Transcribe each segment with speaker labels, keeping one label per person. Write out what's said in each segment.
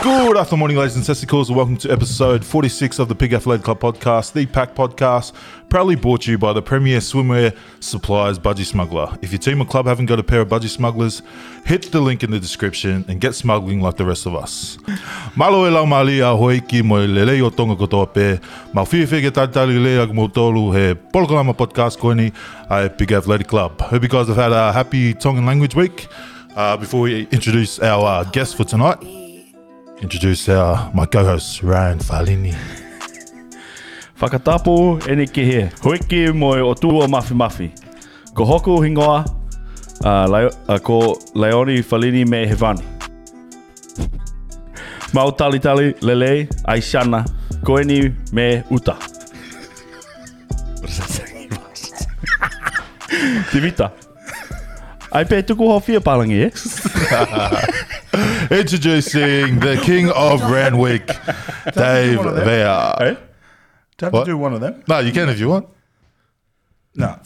Speaker 1: Good afternoon, morning, ladies and testicles, and welcome to episode 46 of the Pig Athletic Club podcast, the Pack podcast, proudly brought to you by the premier swimwear suppliers, Budgie Smuggler. If your team or club haven't got a pair of Budgie Smugglers, hit the link in the description and get smuggling like the rest of us. Malo e lau mali a hoi ki mo e lelei o tonga kotoa pe, mau whiwhi ke tatari lea ki mo tolu he Polokalama podcast koini ai Pig Athletic Club. Hope you guys have had a happy Tongan language week. Uh, before we introduce our uh, guest for tonight, introduce our uh, my co-host Ryan Falini.
Speaker 2: Whakatapu e ni ki he. Hoiki moe o tūua mawhi mawhi. Ko hoku hingoa, uh, Leo, uh, ko Leoni Falini me Hevani. Mau tali tali lele aishana koeni me uta. Divita. Ai pē tuku howhia palangi e?
Speaker 1: Introducing the king of Randwick, Dave
Speaker 3: one of them.
Speaker 1: Vea.
Speaker 2: Eh?
Speaker 3: Do you have
Speaker 1: What?
Speaker 3: to do one of them?
Speaker 1: No, you can if you want.
Speaker 3: No.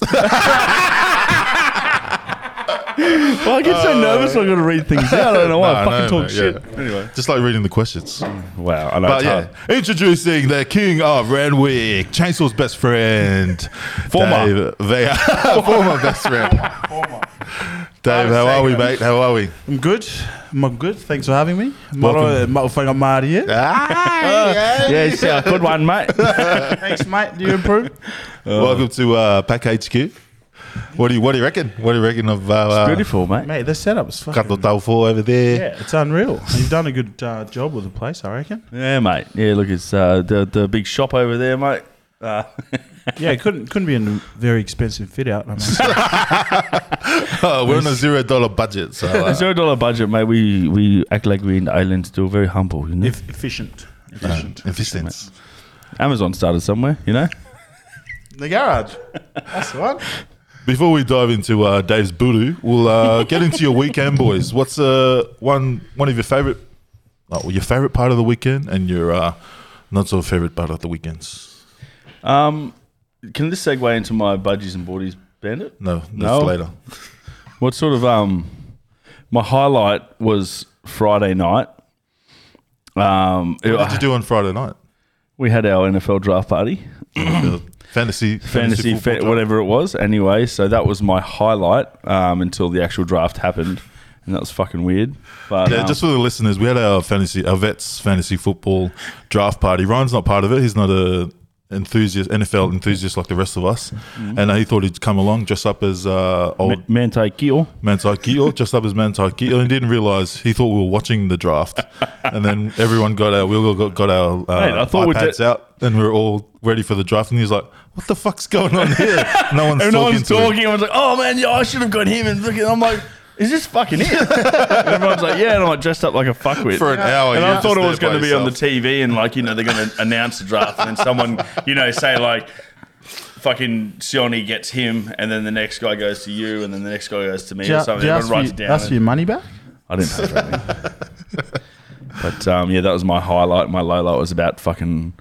Speaker 2: Well, I get so nervous when I'm going to read things out. I don't know why. I
Speaker 1: Uh, No, I
Speaker 2: Oh, fucking
Speaker 1: know,
Speaker 2: talk
Speaker 1: mate,
Speaker 2: shit.
Speaker 1: yeah.
Speaker 2: Anyway.
Speaker 1: Just like reading the questions.
Speaker 2: Wow, I know.
Speaker 1: But
Speaker 2: it's hard.
Speaker 1: yeah, introducing the king of Randwick, Chainsaw's best friend,
Speaker 2: Former.
Speaker 1: Dave Vea. Former best friend. Dave, how are we, mate? How are we?
Speaker 2: Uh,
Speaker 3: I'm good. I'm good. Thanks for having me.
Speaker 1: Welcome.
Speaker 3: Motherfucker Marty here.
Speaker 1: Ah,
Speaker 2: Yeah, it's a good one, mate.
Speaker 3: Thanks, mate. Do you improve?
Speaker 1: Welcome to uh, Pack HQ. What do you What do you reckon? What do you reckon of uh, uh,
Speaker 2: Beautiful, mate.
Speaker 3: Mate, this setup is fucking.
Speaker 1: Kato Tau Four over there?
Speaker 3: Yeah, it's unreal. You've done a good uh, job with the place, I reckon.
Speaker 2: Yeah, mate. Yeah, look, it's uh, the the big shop over there, mate. Uh,
Speaker 3: Yeah, it couldn't couldn't be a very expensive fit out. I mean,
Speaker 1: Oh, we're on a zero dollar budget, so uh,
Speaker 2: zero dollar budget, mate. We we act like we're in the island, still very humble. You know,
Speaker 3: eff- efficient. Efficient.
Speaker 1: efficient.
Speaker 2: Amazon started somewhere, you know.
Speaker 3: the garage. That's the one.
Speaker 1: Before we dive into uh, Dave's boodoo, we'll uh, get into your weekend, boys. What's uh, one one of your favorite, well, your favorite part of the weekend, and your uh, not so favorite part of the weekends?
Speaker 2: Um, can this segue into my budgies and boardies bandit?
Speaker 1: No, that's
Speaker 2: No.
Speaker 1: later.
Speaker 2: What sort of um, my highlight was Friday night. Um,
Speaker 1: What did you do on Friday night?
Speaker 2: we had our NFL draft party.
Speaker 1: Uh, fantasy,
Speaker 2: fantasy,
Speaker 1: football
Speaker 2: fa-
Speaker 1: draft?
Speaker 2: whatever it was. Anyway, so that was my highlight um, until the actual draft happened, and that was fucking weird. But
Speaker 1: Yeah,
Speaker 2: um,
Speaker 1: just for the listeners, we had our fantasy, our vets fantasy football draft party. Ryan's not part of it. He's not a enthusiast, NFL enthusiast like the rest of us.
Speaker 2: Mm-hmm.
Speaker 1: And he thought he'd come along, dress up as uh, old
Speaker 2: M- Manti Keo.
Speaker 1: Manti Keo, dressed up as Manti Keo, and didn't realize he thought we were watching the draft. and then everyone got our, we all got, got our uh,
Speaker 2: Mate, I thought we
Speaker 1: iPads
Speaker 2: did-
Speaker 1: out, and we were all ready for the draft. And he's like, "What the fuck's going on here? No one's
Speaker 2: And
Speaker 1: talking."
Speaker 2: I was
Speaker 1: to him."
Speaker 2: talking, I was like, "Oh man, yeah, I should have got him." And looking, I'm like, "Is this fucking it?" and everyone's like, "Yeah," and I'm like, dressed up like a fuckwit
Speaker 1: for an hour.
Speaker 2: And
Speaker 1: you're
Speaker 2: I thought it
Speaker 1: just
Speaker 2: was
Speaker 1: there
Speaker 2: going to
Speaker 1: by
Speaker 2: be on the
Speaker 1: yourself.
Speaker 2: TV and like, you know, they're going to announce the draft and then someone, you know, say like, fucking Sione gets him and then the next guy goes to you and then the next guy goes to me
Speaker 3: Do you,
Speaker 2: or
Speaker 3: do
Speaker 2: something.
Speaker 3: you
Speaker 2: Everyone
Speaker 3: ask, for,
Speaker 2: writes
Speaker 3: you-
Speaker 2: it down.
Speaker 3: ask
Speaker 2: and-
Speaker 3: for your money back?
Speaker 2: I didn't pay for anything. but um, yeah, that was my highlight. My low light was about fucking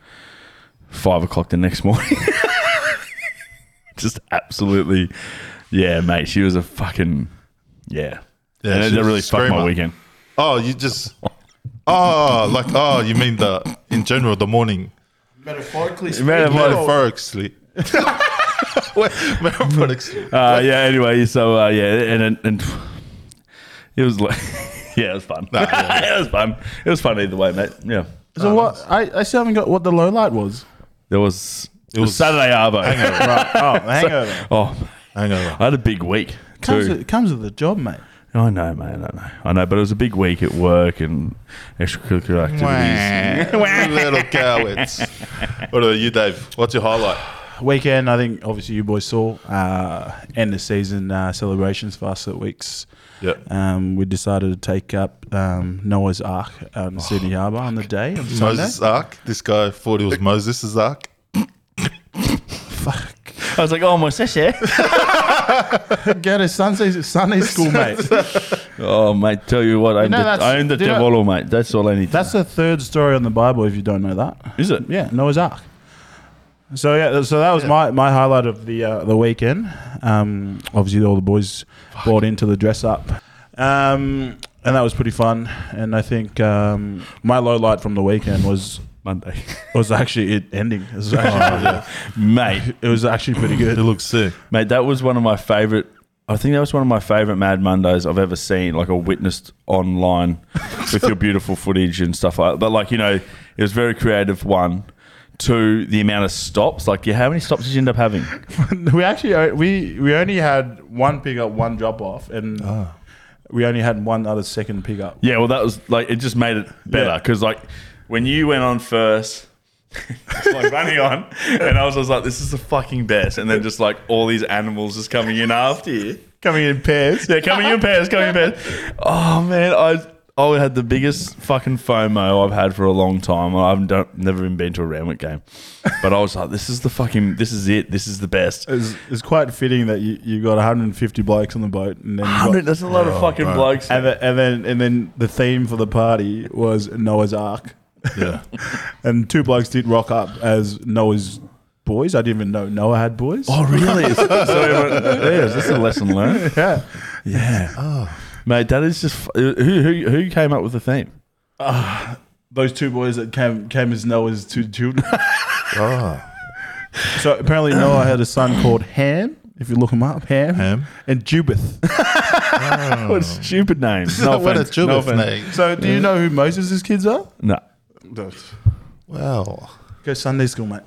Speaker 2: five o'clock the next morning. Just absolutely, yeah, mate. She was a fucking yeah.
Speaker 1: Yeah,
Speaker 2: and
Speaker 1: she was
Speaker 2: it
Speaker 1: a
Speaker 2: really fucked my
Speaker 1: screamer.
Speaker 2: weekend.
Speaker 1: Oh, you just. Oh, like oh, you mean the in general the morning
Speaker 3: Metaphorically
Speaker 1: metaphorically. metaphorically.
Speaker 2: Uh, yeah. Anyway, so uh, yeah, and and, and it was like, yeah, it was fun.
Speaker 1: Nah, yeah.
Speaker 2: it was fun. It was fun either way, mate. Yeah.
Speaker 3: So what? I, I still haven't got what the low light was.
Speaker 2: There was it
Speaker 1: was-
Speaker 2: was Saturday Arvo.
Speaker 3: right. Oh, hangover.
Speaker 2: Oh,
Speaker 1: Hang on.
Speaker 2: I had a big week.
Speaker 3: comes
Speaker 2: too.
Speaker 3: with, comes with the job, mate.
Speaker 2: I know, mate. I know. I know, but it was a big week at work and extracurricular activities.
Speaker 1: Little cowards. What about you, Dave? What's your highlight?
Speaker 3: Weekend, I think obviously you boys saw uh, end of season uh, celebrations for us at Weeks.
Speaker 1: Yeah.
Speaker 3: Um, we decided to take up um, Noah's Ark out in Sydney Harbour on the day on Sunday.
Speaker 1: Moses Ark. This guy thought he was Moses' Ark.
Speaker 3: Fuck.
Speaker 2: I was like, oh, my session.
Speaker 3: Go to Sunday, Sunday school, mate.
Speaker 2: Oh, mate, tell you what, I
Speaker 3: You
Speaker 2: own
Speaker 3: know,
Speaker 2: the,
Speaker 3: that's-
Speaker 2: I own the
Speaker 3: do you know-
Speaker 2: Diavolo, mate. That's all I need.
Speaker 3: That's the third story on the Bible. If you don't know that,
Speaker 2: Is it?
Speaker 3: yeah, Noah's Ark. So yeah, so that was my, my highlight of the uh, the weekend. Um, obviously, all the boys bought into the dress up, um, and that was pretty fun. And I think um, my low light from the weekend was
Speaker 2: Monday.
Speaker 3: was actually it ending. It was actually,
Speaker 2: mate,
Speaker 3: it was actually pretty
Speaker 4: It
Speaker 3: good.
Speaker 4: looks sick.
Speaker 2: mate, that was one of my favorite. I think that was one of my favorite Mad Mondays I've ever seen, like or witnessed online with your beautiful footage and stuff like that. But, like, you know, it was very creative, one. Two, the amount of stops. Like, yeah, how many stops did you end up having?
Speaker 3: we actually o- we we only had one pick up, one drop off, and we only had one other second pick up.
Speaker 2: Yeah, well, that was like it just made it better
Speaker 3: Yeah.
Speaker 2: because like when you went on first, it's like running on, and I was just like, "This is the fucking best," and then just like all these animals just coming in after you,
Speaker 3: Coming in pairs.
Speaker 2: yeah, coming in pairs, coming in pairs. Oh man, I I had the biggest fucking FOMO I've had for a long time. I haven't done, never even been to a Ramwick game, but I was like, "This is the fucking, this is it, this is the best."
Speaker 3: It's, it's quite fitting that you, you got 150 blokes on the boat, and then you
Speaker 2: Hundred,
Speaker 3: got,
Speaker 2: that's a lot of fucking
Speaker 4: bro.
Speaker 2: blokes.
Speaker 3: and, the, and then and then the theme for the party was Noah's Ark,
Speaker 4: Yeah.
Speaker 3: and two blokes did rock up as Noah's boys. I didn't even know Noah had boys.
Speaker 2: Oh really? so everyone, yeah, is this a lesson learned?
Speaker 3: yeah,
Speaker 2: Mate, that is just who who who came up with the theme?
Speaker 3: those two boys that came came as Noah's two children.
Speaker 1: Ah.
Speaker 3: So apparently Noah had a son called Ham. If you look him up, Ham,
Speaker 4: Ham.
Speaker 3: and Jubith.
Speaker 2: What a stupid name. Oh. No
Speaker 1: what
Speaker 2: offense.
Speaker 1: a
Speaker 2: No
Speaker 1: Judith
Speaker 2: offense.
Speaker 1: name.
Speaker 3: So do you know who Moses' kids are?
Speaker 2: No.
Speaker 1: Wow.
Speaker 3: Go Sunday school, mate.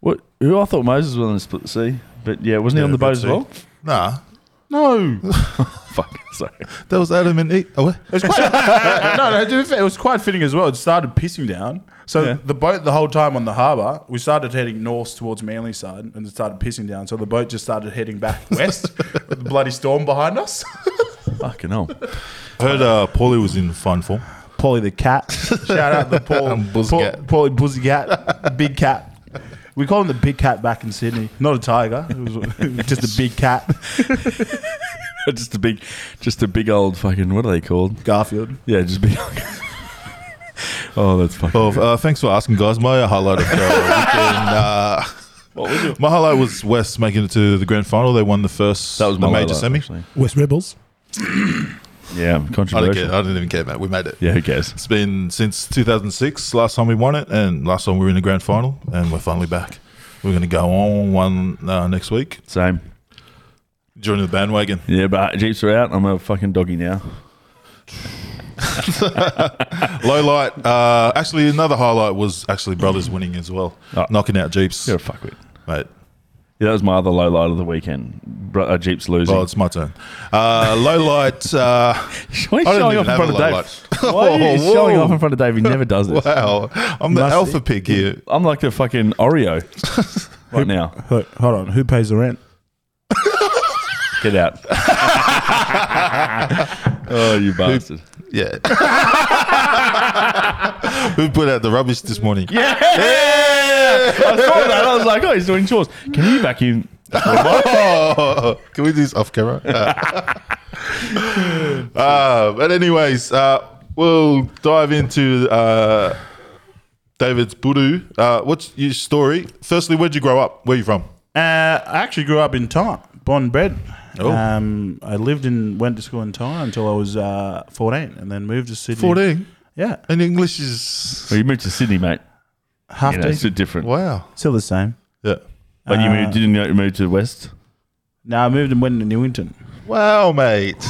Speaker 2: What? Who I thought Moses was on the split sea, but yeah, wasn't he on the boat as
Speaker 4: sea.
Speaker 2: well?
Speaker 1: Nah.
Speaker 3: No,
Speaker 2: Fuck. Sorry.
Speaker 1: That was Adam and Eve. Oh, what?
Speaker 3: It was quite, no, no, to be fair, it was quite fitting as well. It started pissing down. So
Speaker 2: Yeah.
Speaker 3: the boat, the whole time on the harbour, we started heading north towards Manly side and it started pissing down. So the boat just started heading back west with the bloody storm behind us.
Speaker 2: Fucking hell.
Speaker 4: I heard uh, Paulie was in fine form.
Speaker 3: Polly the cat. Shout out to Paul.
Speaker 1: Um, Buzz
Speaker 3: Paul-
Speaker 1: Cat.
Speaker 3: Paulie Buzzy Cat. Big cat. We call him the big cat back in Sydney. Not a tiger. It was, it was just a big cat.
Speaker 2: just a big, just a big old fucking. What are they called?
Speaker 3: Garfield.
Speaker 2: Yeah, just big. oh, that's fucking.
Speaker 4: Well, uh, thanks for asking, guys. My highlight of the weekend, uh,
Speaker 2: What was it?
Speaker 4: my highlight was West making it to the grand final. They won the first.
Speaker 2: That was
Speaker 4: the
Speaker 2: my
Speaker 4: major
Speaker 2: highlight,
Speaker 4: semi.
Speaker 2: actually.
Speaker 5: West Rebels.
Speaker 2: Yeah,
Speaker 1: I don't
Speaker 2: controversial.
Speaker 1: care. I didn't even care, mate. We made it.
Speaker 2: Yeah, who cares?
Speaker 4: It's been since 2006, last time we won it, and last time we were in the grand final, and we're finally back. We're going to go on one uh, next week.
Speaker 2: Same.
Speaker 4: Join the bandwagon.
Speaker 2: Yeah, but jeeps are out. I'm a fucking doggy now.
Speaker 4: Low light. Uh, actually, another highlight was actually brothers winning as well,
Speaker 2: Oh.
Speaker 4: knocking out Jeeps.
Speaker 2: You're a fuckwit.
Speaker 4: Mate,
Speaker 2: Yeah, that was my other low light of the weekend. Bro, uh, Jeep's losing.
Speaker 4: oh, it's my turn. Uh, low light. Uh,
Speaker 2: Why are you
Speaker 4: I don't even
Speaker 2: showing off in
Speaker 4: have
Speaker 2: front
Speaker 4: a
Speaker 2: of
Speaker 4: low
Speaker 2: Dave?
Speaker 4: light.
Speaker 2: Why are you
Speaker 4: Whoa,
Speaker 2: showing
Speaker 4: whoa.
Speaker 2: off in front of Dave? He never does this.
Speaker 4: Wow, I'm the
Speaker 2: Must-
Speaker 4: alpha pig here.
Speaker 2: I'm like the fucking Oreo right now.
Speaker 3: Hold hold on. Who pays the rent?
Speaker 2: Get out. oh, you bastard.
Speaker 1: Yeah.
Speaker 4: Who put out the rubbish this morning?
Speaker 2: Yeah! I saw that. I was like, oh, he's doing chores. Can you vacuum?
Speaker 1: oh, can we do this off camera?
Speaker 4: Uh, but anyways, uh, we'll dive into uh, David's Budu. Uh, what's your story? Firstly, where'd you grow up? Where you from?
Speaker 3: Uh, I actually grew up in Tyne, born and bred.
Speaker 4: Oh.
Speaker 3: Um, I lived in, went to school in Tyne until I was uh, 14 and then moved to Sydney. Yeah.
Speaker 4: And English is
Speaker 2: Well, you moved to Sydney, mate.
Speaker 3: Half
Speaker 2: You know, it's
Speaker 3: decent.
Speaker 2: different.
Speaker 4: wow.
Speaker 3: Still the same.
Speaker 4: Yeah.
Speaker 2: But
Speaker 4: Ah.
Speaker 2: you moved, didn't you move to the West?
Speaker 3: No, I moved and went to Newington.
Speaker 1: wow, mate.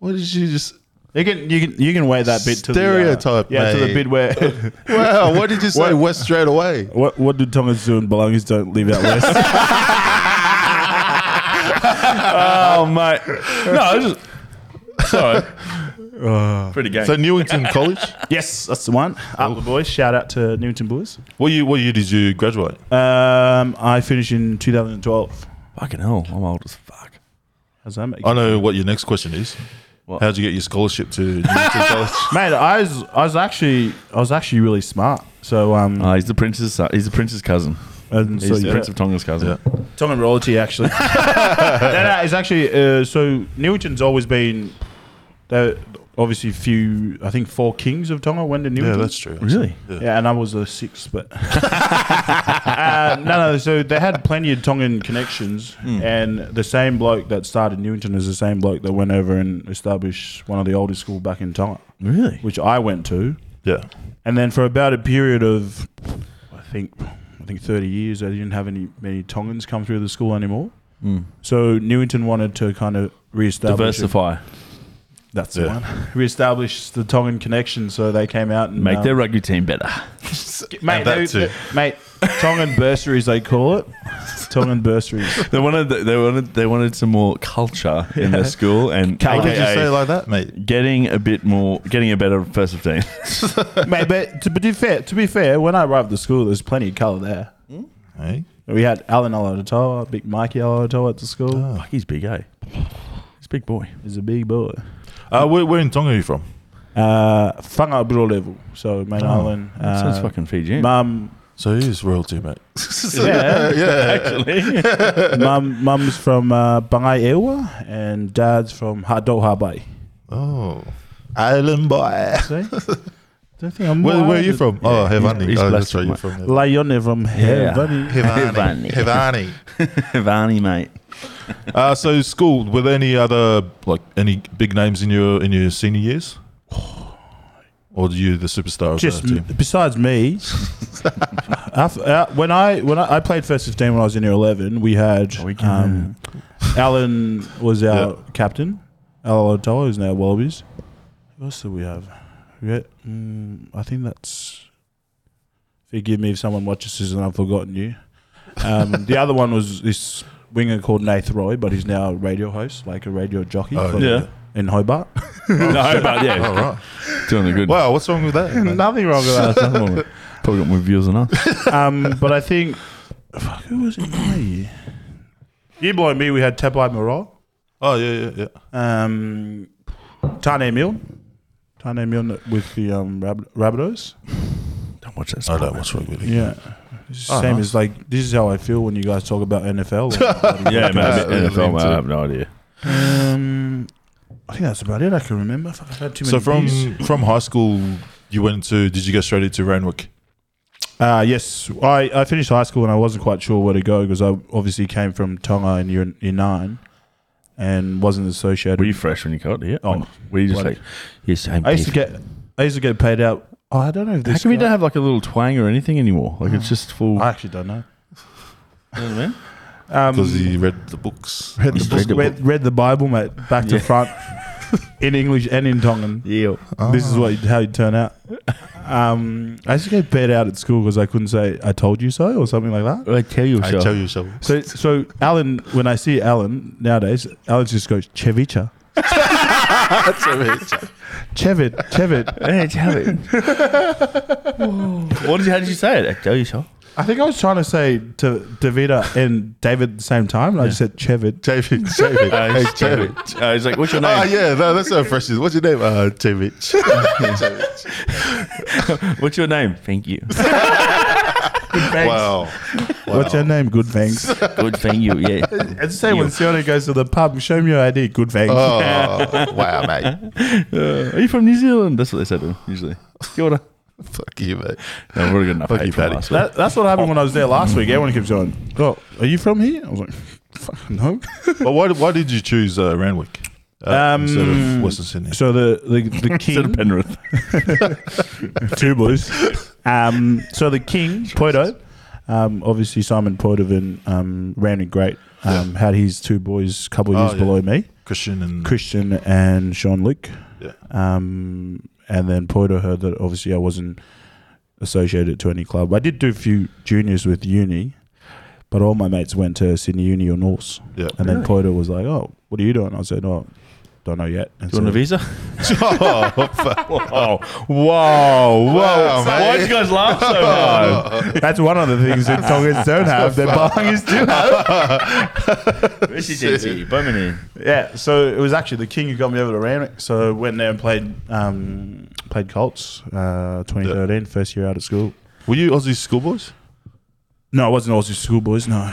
Speaker 1: What did you just?
Speaker 3: You can you can you can weigh that bit to
Speaker 1: Stereotype,
Speaker 3: the, uh, yeah, to the
Speaker 1: mate.
Speaker 3: bit where
Speaker 1: Wow, what did you say?
Speaker 3: What-
Speaker 1: West straight away.
Speaker 3: what what do Tongans do and Belongings don't live out west?
Speaker 4: Uh.
Speaker 2: Oh, mate. No, I was just. Sorry. Uh, Pretty game.
Speaker 4: So Newington College.
Speaker 3: yes, that's the one. Up the boys. Shout out to Newington boys.
Speaker 4: What year? What year did you graduate?
Speaker 3: Um, I finished in 2012.
Speaker 2: fucking hell. I'm old as fuck.
Speaker 3: How's that make?
Speaker 4: I know what your next question is.
Speaker 2: What?
Speaker 4: How'd you get your scholarship to Newington College?
Speaker 3: Mate, I was I was actually I was actually really smart. So um,
Speaker 2: Uh, he's the prince's son. He's the prince's cousin.
Speaker 3: And so
Speaker 2: He's the
Speaker 3: you
Speaker 2: Prince of Tonga's cousin.
Speaker 4: Yeah.
Speaker 3: Tom and Royalty, actually. no, no, it's actually uh, so Newington's always been there. Obviously, few I think four kings of Tonga went to Newington.
Speaker 4: Yeah, that's true.
Speaker 2: Really?
Speaker 3: Yeah, and I was the sixth, but uh, no, no. So they had plenty of Tongan connections,
Speaker 4: Hmm.
Speaker 3: and the same bloke that started Newington is the same bloke that went over and established one of the oldest school back in Tonga,
Speaker 2: Really?
Speaker 3: which I went to.
Speaker 4: Yeah.
Speaker 3: And then for about a period of, I think, I think thirty years, they didn't have any many Tongans come through the school anymore.
Speaker 4: Hmm.
Speaker 3: So Newington wanted to kind of reestablish
Speaker 2: Diversify.
Speaker 3: That's
Speaker 4: Yeah.
Speaker 3: the one. Reestablish the Tongan connection, so they came out and
Speaker 2: Make
Speaker 3: um,
Speaker 2: their rugby team better.
Speaker 3: mate,
Speaker 4: And that
Speaker 3: they-
Speaker 4: too.
Speaker 3: they- mate, Tongan bursaries they call it. Tongan bursaries.
Speaker 2: They wanted they wanted they wanted some more culture in their school and
Speaker 4: Why would you
Speaker 2: AKA,
Speaker 4: say it like that, mate?
Speaker 2: getting a bit more getting a better first fifteen.
Speaker 3: mate, but to, but to be fair, to be fair, when I arrived at the school, there's plenty of colour there.
Speaker 4: Hey?
Speaker 3: We had Alan Alatoa, Big Mikey Alatoa at the school.
Speaker 4: Ah.
Speaker 2: Fuck, he's big, eh? He's a big boy.
Speaker 3: He's a big boy.
Speaker 4: Uh, where, where in Tonga are you from?
Speaker 3: Uh, Whanga Bro level, so Main Island.
Speaker 2: That sounds
Speaker 3: uh,
Speaker 2: fucking Fijian.
Speaker 3: Mum,
Speaker 4: So he is royalty, mate.
Speaker 3: yeah,
Speaker 2: actually.
Speaker 3: mum, mum's from uh, Bangai Ewa, and dad's from Hadoha Bay.
Speaker 4: Oh. Island boy.
Speaker 3: See, don't think I'm.
Speaker 4: Where,
Speaker 3: more
Speaker 4: where are you
Speaker 3: Islanders.
Speaker 4: from? oh, Hevani.
Speaker 2: he's
Speaker 4: oh, that's
Speaker 2: blessed
Speaker 4: where you're
Speaker 2: with
Speaker 4: from. yeah.
Speaker 3: Lione from Hevani.
Speaker 4: Hevani.
Speaker 2: Hevani.
Speaker 4: Hevani.
Speaker 2: Vani, mate.
Speaker 4: Uh, so school. Were there any other like any big names in your in your senior years? Or were you the superstar of
Speaker 3: Just
Speaker 4: the
Speaker 3: m-
Speaker 4: team?
Speaker 3: besides me, af- uh, when I when I, I played first fifteen when I was in year eleven, we had
Speaker 2: we can-
Speaker 3: um, Alan was our
Speaker 4: Yeah.
Speaker 3: captain. Alan Otoa is now Wallabies. Who else do we have? We had, mm, I think that's. Forgive me if someone watches this and I've forgotten you. Um, the other one was this winger called Nath Roy, but he's now a radio host, like a radio jockey
Speaker 4: Oh,
Speaker 3: for-
Speaker 4: yeah.
Speaker 3: in Hobart.
Speaker 2: no, but yeah,
Speaker 4: All right.
Speaker 2: doing a good.
Speaker 4: Wow, what's wrong with that? mate?
Speaker 3: Nothing wrong with that.
Speaker 2: Probably got more views than us.
Speaker 3: um, but I think fuck, who was in my year? Year below me, we had Tabai Morol,
Speaker 4: Oh yeah, yeah, yeah.
Speaker 3: um, Tane Milne, Tane Milne with the um, Rab- Rabbitohs.
Speaker 2: Don't watch that.
Speaker 4: I don't watch rugby league.
Speaker 3: Yeah, Uh-huh. same as like this is how I feel when you guys talk about NFL.
Speaker 2: Yeah, man.
Speaker 4: Yeah,
Speaker 2: Uh, NFL,
Speaker 4: me
Speaker 2: man,
Speaker 4: too.
Speaker 2: I have no idea.
Speaker 3: um, I think that's about it. I can remember. Fuck, I've had too many.
Speaker 4: So from
Speaker 3: beers.
Speaker 4: from high school, you went to? Did you go straight into Ranwick?
Speaker 3: Uh, yes, I, I finished high school and I wasn't quite sure where to go because I obviously came from Tonga in year, year nine and wasn't associated.
Speaker 2: Were you fresh when you got here?
Speaker 3: Oh,
Speaker 2: were you just
Speaker 3: bloody-
Speaker 2: like, yes, same
Speaker 3: I used to
Speaker 2: thing.
Speaker 3: get I used to get paid out. Oh, I don't know if
Speaker 2: How
Speaker 3: this.
Speaker 2: come we
Speaker 3: guy-
Speaker 2: don't have like a little twang or anything anymore? Like it's just full.
Speaker 3: I actually don't know.
Speaker 2: you know what I mean?
Speaker 3: Um,
Speaker 4: Because he read the books.
Speaker 3: read, the
Speaker 2: Just read the
Speaker 3: book, read, read the Bible, mate, back to
Speaker 2: Yeah.
Speaker 3: front in English and in Tongan.
Speaker 2: Yeah.
Speaker 3: This is what you, how you turn out. Um, I used to get paid out at school because I couldn't say "I told you so" or something like that.
Speaker 2: I tell you,
Speaker 4: I
Speaker 2: sure.
Speaker 4: tell you so.
Speaker 3: So, so Alan, when I see Alan nowadays, Alan just goes "Chevicha." Chevit, Chevit.
Speaker 2: I tell it. what did you, how did you say it? I tell you, sure.
Speaker 3: I think I was trying to say to Davida and David at the same time, and I just said Chevit.
Speaker 4: David, David, hey, David.
Speaker 2: Uh, he's like, what's your
Speaker 4: Ah,
Speaker 2: name?
Speaker 4: yeah, no, that's so fresh. What's your name? Uh, David.
Speaker 2: What's your name? Thank you.
Speaker 4: wow.
Speaker 3: What's your name? Good thanks.
Speaker 2: Good, thank you. Yeah.
Speaker 3: It's the same when Sione goes to the pub. Show me your ID. Good thanks.
Speaker 4: Oh, wow, mate.
Speaker 2: Uh, are you from New Zealand? That's what they said to him, usually. Kia ora.
Speaker 4: Fuck you, mate.
Speaker 2: No, we're going to
Speaker 4: Fuck
Speaker 2: pay
Speaker 4: you,
Speaker 2: for
Speaker 4: Paddy.
Speaker 2: last week.
Speaker 3: That, that's what happened when I was there last week. Everyone keeps going, "Oh, are you from here?" I was like, "Fuck, "No."
Speaker 4: But why, why did you choose uh, Ranwick uh,
Speaker 3: Um,
Speaker 4: instead of Western Sydney?
Speaker 3: So the the, the
Speaker 2: Instead of
Speaker 3: king,
Speaker 2: Penrith.
Speaker 3: two boys. Um, so the king, Poito, um, obviously Simon Poitevin, um, Randy Great, um, had his two boys a couple of
Speaker 4: Oh,
Speaker 3: years
Speaker 4: yeah.
Speaker 3: below me,
Speaker 4: Christian and
Speaker 3: Christian and Sean Luke.
Speaker 4: Yeah.
Speaker 3: Um, and then Poito heard that obviously I wasn't associated to any club. I did do a few juniors with uni, but all my mates went to Sydney Uni or Norse.
Speaker 4: Yeah.
Speaker 3: And then Poito was like, "Oh, what are you doing?" I said, "Oh, don't know yet." And
Speaker 2: Do you want a
Speaker 3: so-
Speaker 2: visa?
Speaker 4: oh, fuck.
Speaker 2: Oh, whoa, whoa.
Speaker 4: Wow, mate.
Speaker 2: Why'd you guys laugh so hard?
Speaker 3: That's one of the things that Tongans don't have that Bahangis do have.
Speaker 2: Residency, Bowman.
Speaker 3: Yeah, so it was actually the king who got me over to Ranwick. So went there and played um, played Colts, uh, 2013, first year out of school.
Speaker 4: Were you Aussie schoolboys?
Speaker 3: No, it wasn't Aussie schoolboys. No.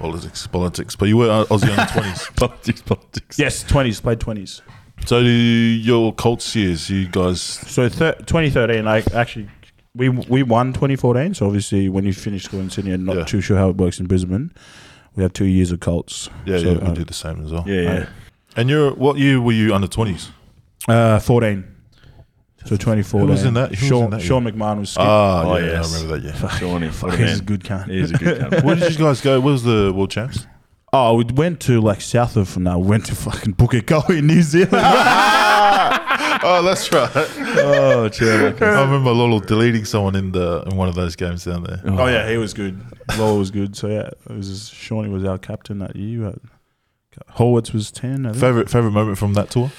Speaker 1: Politics, politics. But you were uh, Aussie under twenties.
Speaker 2: Politics, politics.
Speaker 3: Yes, twenties. Played twenties.
Speaker 1: So do your Colts years, you guys.
Speaker 3: So thir- 2013, like actually, we we won 2014. So obviously, when you finish school in Sydney, I'm not
Speaker 1: Yeah.
Speaker 3: too sure how it works in Brisbane. We have two years of Colts.
Speaker 1: Yeah,
Speaker 3: So,
Speaker 1: yeah, we
Speaker 3: uh,
Speaker 1: did the same as well.
Speaker 2: Yeah, yeah.
Speaker 1: And you're what year were you under twenties?
Speaker 3: Uh, 14. So 2014.
Speaker 1: Who was in that- who was
Speaker 3: Sean,
Speaker 1: in that
Speaker 3: Sean McMahon was. Skip.
Speaker 1: Ah, oh,
Speaker 2: Oh,
Speaker 1: yeah,
Speaker 2: yes.
Speaker 1: I remember that. Yeah.
Speaker 2: Shawnee, what a
Speaker 3: He's a
Speaker 2: man.
Speaker 3: good cunt.
Speaker 2: He is a good cunt.
Speaker 1: Where did you guys go? Where was the world champs?
Speaker 3: Oh, we went to like south of now. We went to fucking Bukit in New Zealand.
Speaker 1: oh, that's right.
Speaker 2: oh, chair.
Speaker 1: I remember Lolo deleting someone in the in one of those games down there.
Speaker 3: oh yeah, he was good. Lola was good. So yeah, it was Shawnee was our captain that year. Uh, Horwitz was ten. I think.
Speaker 1: Favorite favorite moment from that tour?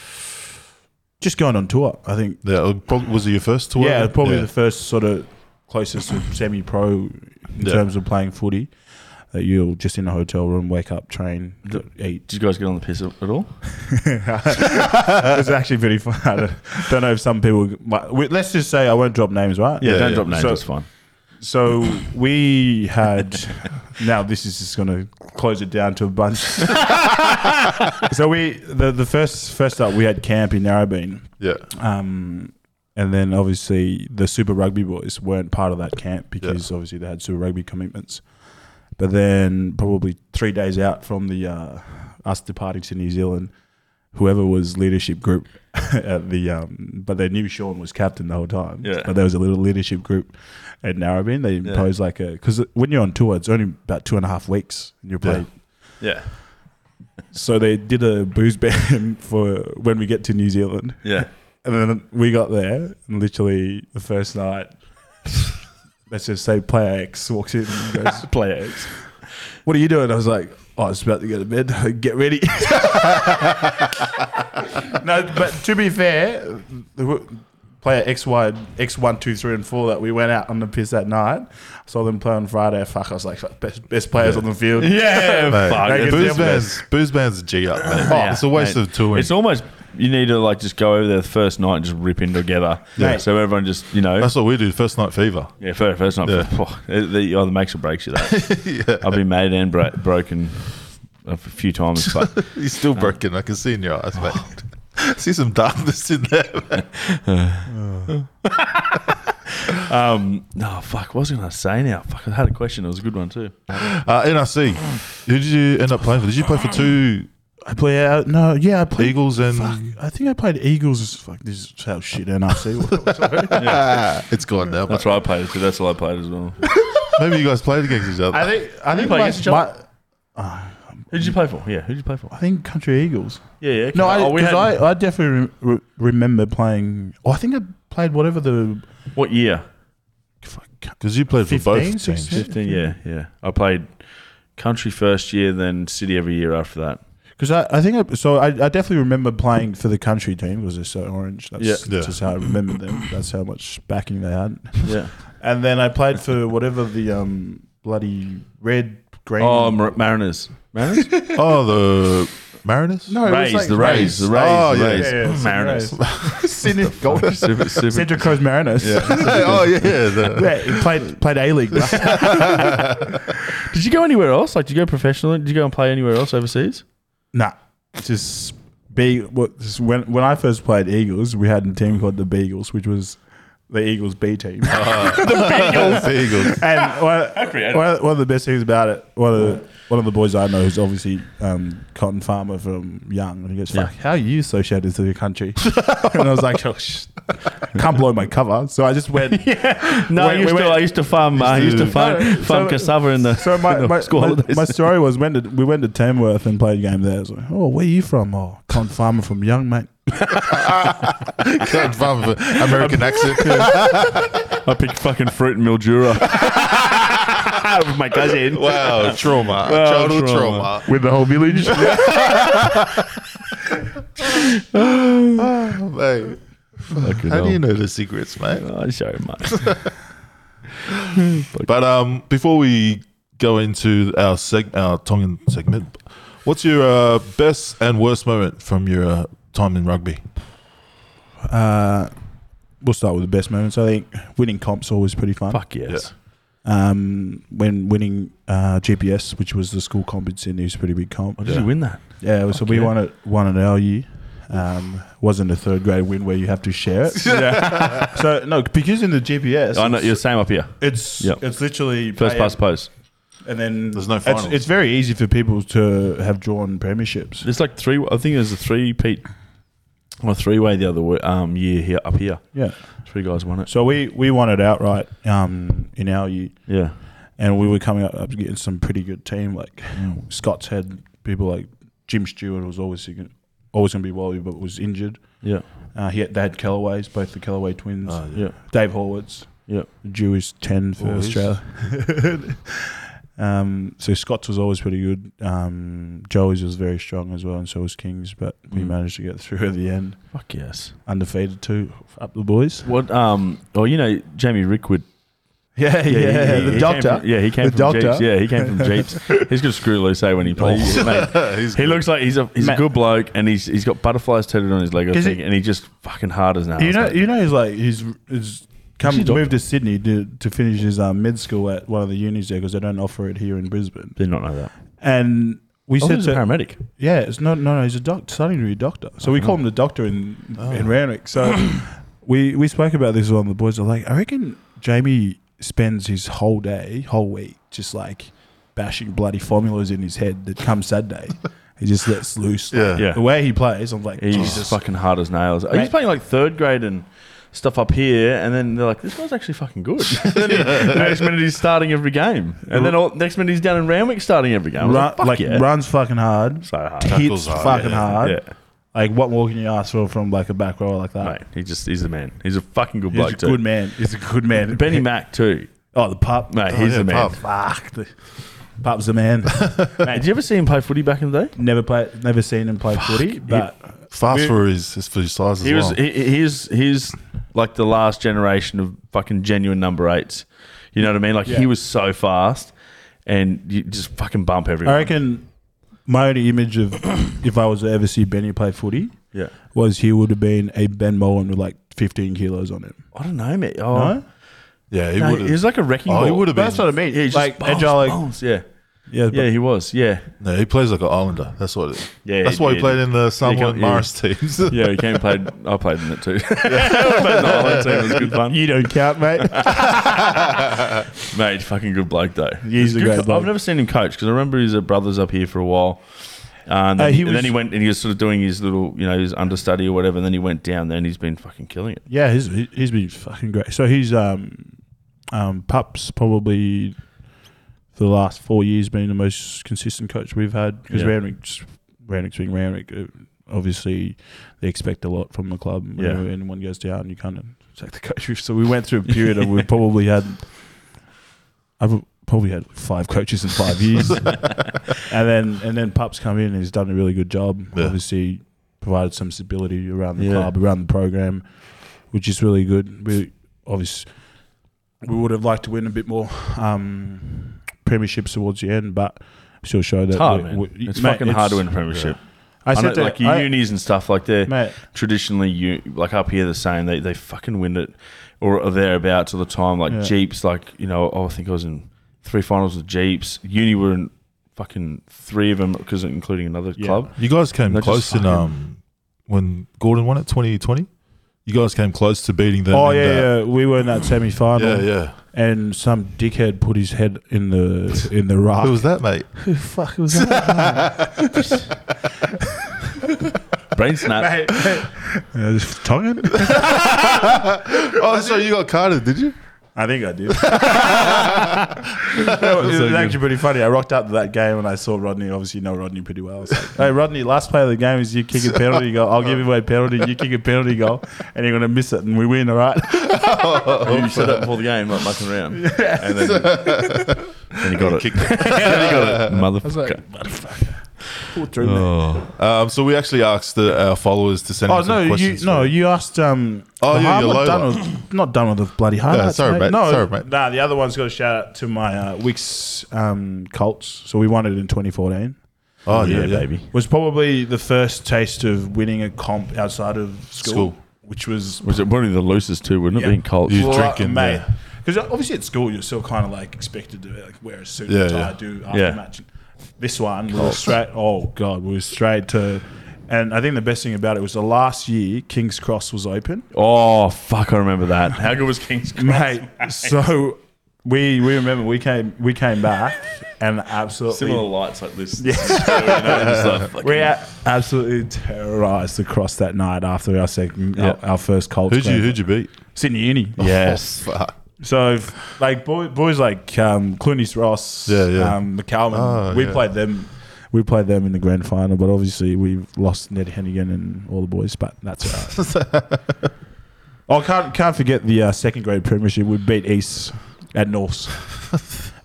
Speaker 3: Just going on tour, I think.
Speaker 1: Yeah, uh, prob- was it your first tour?
Speaker 3: Yeah, probably
Speaker 1: Yeah.
Speaker 3: the first sort of closest to semi-pro in
Speaker 1: Yeah.
Speaker 3: terms of playing footy. That you'll just in a hotel room, wake up, train,
Speaker 2: D-
Speaker 3: eat.
Speaker 2: Did you guys get on the piss at all?
Speaker 3: it was actually pretty fun. I don't- don't know if some people. might- we- Let's just say I won't drop names, right?
Speaker 1: Yeah,
Speaker 2: don't
Speaker 1: yeah.
Speaker 2: drop names.
Speaker 3: So-
Speaker 2: it's fine.
Speaker 3: So we had. now this is just going to close it down to a bunch. so we the the first first up we had camp in Narrabeen.
Speaker 1: Yeah,
Speaker 3: Um, and then obviously the Super Rugby boys weren't part of that camp because obviously they had Super Rugby commitments. But then probably three days out from the uh, us departing to New Zealand, whoever was leadership group at the um, but they knew Sean was captain the whole time.
Speaker 2: Yeah.
Speaker 3: But there was a little leadership group at Narrabeen. They imposed like a because when you're on tour, it's only about two and a half weeks and you're playing.
Speaker 2: Yeah,
Speaker 3: So they did a booze ban for when we get to New Zealand.
Speaker 2: yeah.
Speaker 3: And then we got there, and literally the first night, let's just say player X walks in and goes,
Speaker 2: Player X.
Speaker 3: What are you doing? I was like, Oh, I was about to go to bed. Get ready. no, but to be fair, the w- player X, Y, X1, 2, 3, and 4 that we went out on the piss that night, saw them play on Friday. Fuck, I was like, Best, best players on the field.
Speaker 2: Yeah,
Speaker 1: Mate,
Speaker 2: fuck.
Speaker 3: Like,
Speaker 2: it's
Speaker 3: it's
Speaker 1: booze
Speaker 3: definitely-
Speaker 1: bands, booze bands, g up, mate.
Speaker 3: Oh,
Speaker 1: it's a waste
Speaker 2: mate.
Speaker 1: of touring.
Speaker 2: It's almost you need to like just go over there the first night and just rip in together.
Speaker 3: Mate.
Speaker 2: So everyone just you know.
Speaker 1: That's what we do. First night fever.
Speaker 2: yeah, first, first night.
Speaker 1: Yeah.
Speaker 2: phew, it, it either makes or breaks you. That I've been made and bro- broken a few times, but
Speaker 1: You're still broken. I can see in your eyes, mate. see some darkness in there. Mate.
Speaker 2: um, no, fuck. What was I gonna say now? Fuck, I had a question. It was a good one too.
Speaker 1: Uh, NRC. Who did you end up playing for? Did you play for two
Speaker 3: I play out. No, yeah, I played.
Speaker 1: Eagles
Speaker 3: Fuck,
Speaker 1: and?
Speaker 3: I think I played Eagles. Fuck, this is how shit NRC was.
Speaker 1: Ah, it's gone now.
Speaker 2: That's
Speaker 1: But
Speaker 2: what I played too. That's all I played as well.
Speaker 1: maybe you guys played against each other.
Speaker 3: I think I think
Speaker 2: play
Speaker 3: my,
Speaker 2: against each
Speaker 3: my,
Speaker 2: Who did you play for? Yeah, who did you play for?
Speaker 3: I think Country Eagles.
Speaker 2: Yeah, yeah. okay.
Speaker 3: No, I,
Speaker 2: Oh, we
Speaker 3: 'cause
Speaker 2: had
Speaker 3: I, I definitely re- re- remember playing. Oh, I think I played whatever the
Speaker 2: what year?
Speaker 1: Because you played for
Speaker 3: 15,
Speaker 1: both teams.
Speaker 3: 16?
Speaker 2: Fifteen. Yeah, yeah. I played country first year, then city every year after that.
Speaker 3: because I, I think I, so. I, I definitely remember playing for the country team because they're so orange. That's,
Speaker 2: Yeah.
Speaker 1: Yeah.
Speaker 3: that's just how I remember them. That's how much backing they had.
Speaker 2: Yeah.
Speaker 3: And then I played for whatever the um bloody red green.
Speaker 2: Oh, Mar- Mariners. Mariners?
Speaker 1: Oh, the Mariners.
Speaker 3: no, it was
Speaker 2: Rays,
Speaker 3: like
Speaker 2: the Rays, the Rays,
Speaker 1: Oh,
Speaker 2: the
Speaker 1: yeah,
Speaker 2: Rays.
Speaker 3: yeah, yeah, it's
Speaker 2: Mariners.
Speaker 3: the Rays.
Speaker 1: Sydney Gold.
Speaker 2: super, super.
Speaker 3: Central Coast Mariners. Yeah,
Speaker 1: oh yeah, the,
Speaker 3: he played played A League.
Speaker 2: Did you go anywhere else? Like, did you go professional? Did you go and play anywhere else overseas?
Speaker 3: Nah, just be what just when when I first played Eagles, we had a team called the Beagles, which was the Eagles B team.
Speaker 1: Ah. the Eagles.
Speaker 3: and one,
Speaker 2: creative.
Speaker 3: one, one of the best things about it, one of the one of the boys I know who's obviously um, cotton farmer from Young, and he goes, "Fuck, how are you associated to your country?" and I was like, oh, sh- "Can't blow my cover," so I just went.
Speaker 2: No,
Speaker 3: Wait,
Speaker 2: I, used
Speaker 3: wait,
Speaker 2: to,
Speaker 3: wait.
Speaker 2: I used to farm. uh, I used to farm,
Speaker 3: No,
Speaker 2: farm
Speaker 3: so-
Speaker 2: cassava in the,
Speaker 3: So my,
Speaker 2: in the
Speaker 3: my,
Speaker 2: school
Speaker 3: my,
Speaker 2: holidays.
Speaker 3: my story was when did, we went to Tamworth and played a game there. I was like, oh, where are you from? Oh, con farmer from Young, mate.
Speaker 1: Can't farm with an American accent.
Speaker 2: I picked fucking fruit and mildura with my cousin.
Speaker 1: Wow, trauma. Childhood trauma.
Speaker 3: With the whole village.
Speaker 1: Oh, mate. How do you know the secrets, mate?
Speaker 2: Oh, sorry, mate.
Speaker 1: But um, before we go into our seg- our Tongan segment, what's your uh, best and worst moment from your uh, time in rugby?
Speaker 3: Uh, we'll start with the best moments. I think winning comps always pretty fun.
Speaker 2: Fuck yes.
Speaker 3: um, when winning uh, GPS, which was the school comp in Sydney, it was a pretty big comp.
Speaker 2: Did you win that?
Speaker 3: Yeah, so we
Speaker 2: yeah.
Speaker 3: won it won it our year. Um, wasn't a third grade win where you have to share it.
Speaker 2: Yeah.
Speaker 3: so no, because in the GPS,
Speaker 2: I know you're the same up here.
Speaker 3: it's
Speaker 2: Yeah.
Speaker 3: it's literally
Speaker 2: First
Speaker 3: pay
Speaker 2: past post.
Speaker 3: up and then
Speaker 4: There's no
Speaker 3: it's,
Speaker 4: finals.
Speaker 3: it's very easy for people to have drawn premierships.
Speaker 2: There's like three. I think it was a three Pete or a three way the other wa- um, year here up here.
Speaker 3: Yeah,
Speaker 2: Three guys won it.
Speaker 3: so we we won it outright um, in our year,
Speaker 2: Yeah.
Speaker 3: and we were coming up, up against some pretty good team. Like Scott's had people like Jim Stewart was always always going to be Wally, but was injured.
Speaker 2: Yeah.
Speaker 3: Uh, he had, they had Kellaways, both the Kellaway twins.
Speaker 4: Uh,
Speaker 2: Yeah.
Speaker 3: Dave Horwitz.
Speaker 2: Yeah.
Speaker 3: Jewish 10 for
Speaker 4: Oh, he's-
Speaker 3: Australia. um, so Scott's was always pretty good. Um, Joey's was very strong as well, and so was King's, but we
Speaker 2: Mm.
Speaker 3: managed to get through at the end.
Speaker 2: Fuck yes.
Speaker 3: Undefeated too, up the boys.
Speaker 2: What? Um. Oh, you know Jamie Rickwood.
Speaker 3: Yeah, yeah,
Speaker 2: he- he-
Speaker 3: the
Speaker 2: he
Speaker 3: doctor.
Speaker 2: Came from, yeah, he came
Speaker 3: The
Speaker 2: from
Speaker 3: doctor. Oh,
Speaker 2: Jeeps. Yeah, he came from Jeeps. He's got screw loose eh, when he plays. Mate,
Speaker 4: He's
Speaker 2: he looks like he's a he's
Speaker 3: Mate.
Speaker 2: a good bloke, and he's he's got butterflies tattooed on his leg, I
Speaker 3: Is
Speaker 2: think,
Speaker 3: it-
Speaker 2: and he just fucking hard as an
Speaker 3: You
Speaker 2: ass,
Speaker 3: know,
Speaker 2: mate.
Speaker 3: you know, he's like he's he's come
Speaker 2: he a doctor?
Speaker 3: moved to Sydney to, to finish his um, mid school at one of the unis there because they don't offer it here in Brisbane.
Speaker 2: did not know that.
Speaker 3: And we
Speaker 2: Oh,
Speaker 3: said
Speaker 2: he's a
Speaker 3: to
Speaker 2: paramedic.
Speaker 3: Yeah, it's not. No, no, he's a doc, starting to be a doctor. So we call him the doctor in in Ranwick. So we we spoke about this one. The boys are like, I reckon Jamie spends his whole day, whole week, just like bashing bloody formulas in his head. That come Saturday, he just lets loose. Like,
Speaker 4: Yeah.
Speaker 2: Yeah.
Speaker 3: The way he plays, I'm like,
Speaker 2: He's
Speaker 3: Jesus.
Speaker 2: fucking hard as nails. He's
Speaker 3: Mate.
Speaker 2: playing like third grade and stuff up here, and then they're like, "This guy's actually fucking good." and then he, the next minute he's starting every game, and then all, next minute he's down in Ramwick starting every game. I was
Speaker 3: Run,
Speaker 2: like, Fuck
Speaker 3: like
Speaker 2: yeah.
Speaker 3: runs fucking hard,
Speaker 2: so hard.
Speaker 3: hits
Speaker 4: Tackles hard,
Speaker 3: fucking
Speaker 4: yeah.
Speaker 3: hard.
Speaker 2: Yeah,
Speaker 3: Like what more can you ask for from like a back row like that?
Speaker 2: mate. He just he's the man. He's a fucking good
Speaker 3: He's
Speaker 2: bloke
Speaker 3: a
Speaker 2: too.
Speaker 3: good man. He's a good man.
Speaker 2: Benny Mack too,
Speaker 3: oh the pup,
Speaker 2: mate.
Speaker 3: Oh,
Speaker 2: he's
Speaker 4: yeah,
Speaker 2: the man.
Speaker 4: pup.
Speaker 3: Fuck, the pup's the man.
Speaker 2: Mate, did you ever see him play footy back in the day?
Speaker 3: Never played, never seen him play footy, but
Speaker 4: fast for his, his for his size as
Speaker 2: He was
Speaker 4: well.
Speaker 2: he, he- he's he's like the last generation of fucking genuine number eights. You know what I mean? Like he
Speaker 3: Yeah.
Speaker 2: was so fast, and you just fucking bump everyone.
Speaker 3: I reckon my only image of if I was to ever see Benny play footy
Speaker 2: yeah.
Speaker 3: was he would have been a Ben Mullen with like 15 kilos on him.
Speaker 2: I don't know, mate. Oh,
Speaker 3: No?
Speaker 4: yeah, he
Speaker 2: no,
Speaker 4: would
Speaker 2: he was
Speaker 4: have.
Speaker 2: like a wrecking
Speaker 4: Oh,
Speaker 2: ball.
Speaker 4: he would've been-
Speaker 2: That's what I mean. Yeah, he's
Speaker 3: Like,
Speaker 2: just bounce,
Speaker 3: agile, like-
Speaker 2: bounce, yeah.
Speaker 3: Yeah,
Speaker 2: Yeah, he was. Yeah.
Speaker 4: No, he plays like an Islander. That's what. It,
Speaker 2: Yeah,
Speaker 4: that's
Speaker 2: he
Speaker 4: why he
Speaker 2: did.
Speaker 4: played in the Samoa and
Speaker 2: yeah.
Speaker 4: Morris teams.
Speaker 2: Yeah, he came and played. I played in it too. I played in the Ireland team. It was good fun.
Speaker 3: You don't count, mate.
Speaker 2: Mate, fucking good bloke, though.
Speaker 3: He's a
Speaker 2: Good
Speaker 3: great
Speaker 2: co-
Speaker 3: bloke.
Speaker 2: I've never seen him coach because I remember his uh, brother's up here for a while. Uh, and, then,
Speaker 3: Uh,
Speaker 2: he
Speaker 3: he was-
Speaker 2: and then he went and he was sort of doing his little, you know, his understudy or whatever. And then he went down there and he's been fucking killing it.
Speaker 3: yeah, he's, he- he's been fucking great. So he's um, um, Pup's probably for the last four years been the most consistent coach we've had because
Speaker 2: Yeah.
Speaker 3: Randwick's Randwick's being Randwick. uh, Obviously, they expect a lot from the club.
Speaker 2: Yeah.
Speaker 3: Whenever anyone goes down, you kind of take the coach. with- So we went through a period and we probably had, I've probably had five coaches in five years, and then and then Pup's come in and he's done a really good job.
Speaker 4: Yeah.
Speaker 3: Obviously, provided some stability around the
Speaker 2: Yeah.
Speaker 3: club, around the program, which is really good. We obviously we would have liked to win a bit more um, premierships towards the end, but still show that
Speaker 2: It's hard,
Speaker 3: we-
Speaker 2: man.
Speaker 3: we-
Speaker 2: it's
Speaker 3: mate,
Speaker 2: fucking hard to win a premiership.
Speaker 3: I
Speaker 2: I
Speaker 3: said
Speaker 2: know,
Speaker 3: to,
Speaker 2: like
Speaker 3: I-
Speaker 2: unis and stuff like that.
Speaker 3: mate,
Speaker 2: traditionally you like up here the same they, they fucking win it or are thereabouts all the time like
Speaker 3: Yeah.
Speaker 2: jeeps like you know oh, i think i was in three finals with jeeps uni were in fucking three of them because including another
Speaker 3: Yeah.
Speaker 2: club
Speaker 4: You guys came
Speaker 2: They're just
Speaker 4: close in
Speaker 2: fucking-
Speaker 4: um when Gordon won it 2020. You guys came close to beating them.
Speaker 3: Oh
Speaker 4: in
Speaker 3: yeah,
Speaker 4: that.
Speaker 3: yeah, we were in that semi
Speaker 4: yeah,
Speaker 3: final,
Speaker 4: yeah.
Speaker 3: and some dickhead put his head in the in the raft.
Speaker 4: Who was that, mate?
Speaker 3: Who the fuck was that?
Speaker 2: brain snap
Speaker 3: uh, Tongan?
Speaker 4: Oh, so you got carded, did you?
Speaker 3: I think I did. No, it was actually pretty funny. I rocked up to that game and I saw Rodney. Obviously, you know Rodney pretty well. I was like, hey, Rodney, last play of the game is you kick a penalty goal. I'll give you away a penalty. You kick a penalty goal, and you're going to miss it, and we win, all right?
Speaker 4: Oh,
Speaker 2: you said that before the game like mucking around and then, then he got it
Speaker 4: Kicked it.
Speaker 2: then he got it motherfucker
Speaker 3: Oh,
Speaker 4: Um, so we actually asked the, our followers to send.
Speaker 3: Oh,
Speaker 4: in some
Speaker 3: no, you,
Speaker 4: questions for
Speaker 3: no, you asked. Um,
Speaker 4: Oh,
Speaker 3: no,
Speaker 4: yeah,
Speaker 3: I'm
Speaker 4: your
Speaker 3: not
Speaker 4: low
Speaker 3: done,
Speaker 4: one.
Speaker 3: with, not done with the bloody highlights.
Speaker 4: sorry, mate.
Speaker 3: No,
Speaker 4: Sorry, mate.
Speaker 3: Nah, the other one's got a shout out to my uh, Wix um, Colts. So we won it in 2014.
Speaker 4: Oh yeah, yeah.
Speaker 2: baby
Speaker 3: was probably the first taste of winning a comp outside of school,
Speaker 4: School.
Speaker 3: which was
Speaker 2: was it probably the loosest too wouldn't it
Speaker 3: Yeah.
Speaker 2: being cold
Speaker 4: You
Speaker 3: Well,
Speaker 4: drinking,
Speaker 3: mate.
Speaker 4: yeah.
Speaker 3: Because obviously at school you're still kind of like expected to like wear a suit
Speaker 4: Yeah,
Speaker 3: and tie,
Speaker 4: yeah.
Speaker 3: do after
Speaker 2: Yeah.
Speaker 3: match. This one we were straight. Oh god, we were straight to. And I think the best thing about it was the last year King's Cross was open,
Speaker 2: Oh fuck! I remember that. How good was King's Cross?
Speaker 3: mate. so we we remember we came we came back and absolutely
Speaker 2: Similar lights like this. Yeah. Just like fucking-
Speaker 3: we a- absolutely terrorized the cross that night after our second our, our first cold.
Speaker 4: Who'd you who'd you beat? Oh,
Speaker 3: Sydney Uni?
Speaker 2: yes.
Speaker 1: Fuck.
Speaker 3: So, if- like boy, boys like um, Clooney's Ross,
Speaker 4: Yeah, yeah.
Speaker 3: Um, McCallum,
Speaker 4: Oh,
Speaker 3: we
Speaker 4: yeah.
Speaker 3: played them. We played them in the grand final, but obviously we lost Ned Hennigan and all the boys. But that's all right. oh, can't can't forget the uh, second grade premiership. We beat East at Norse.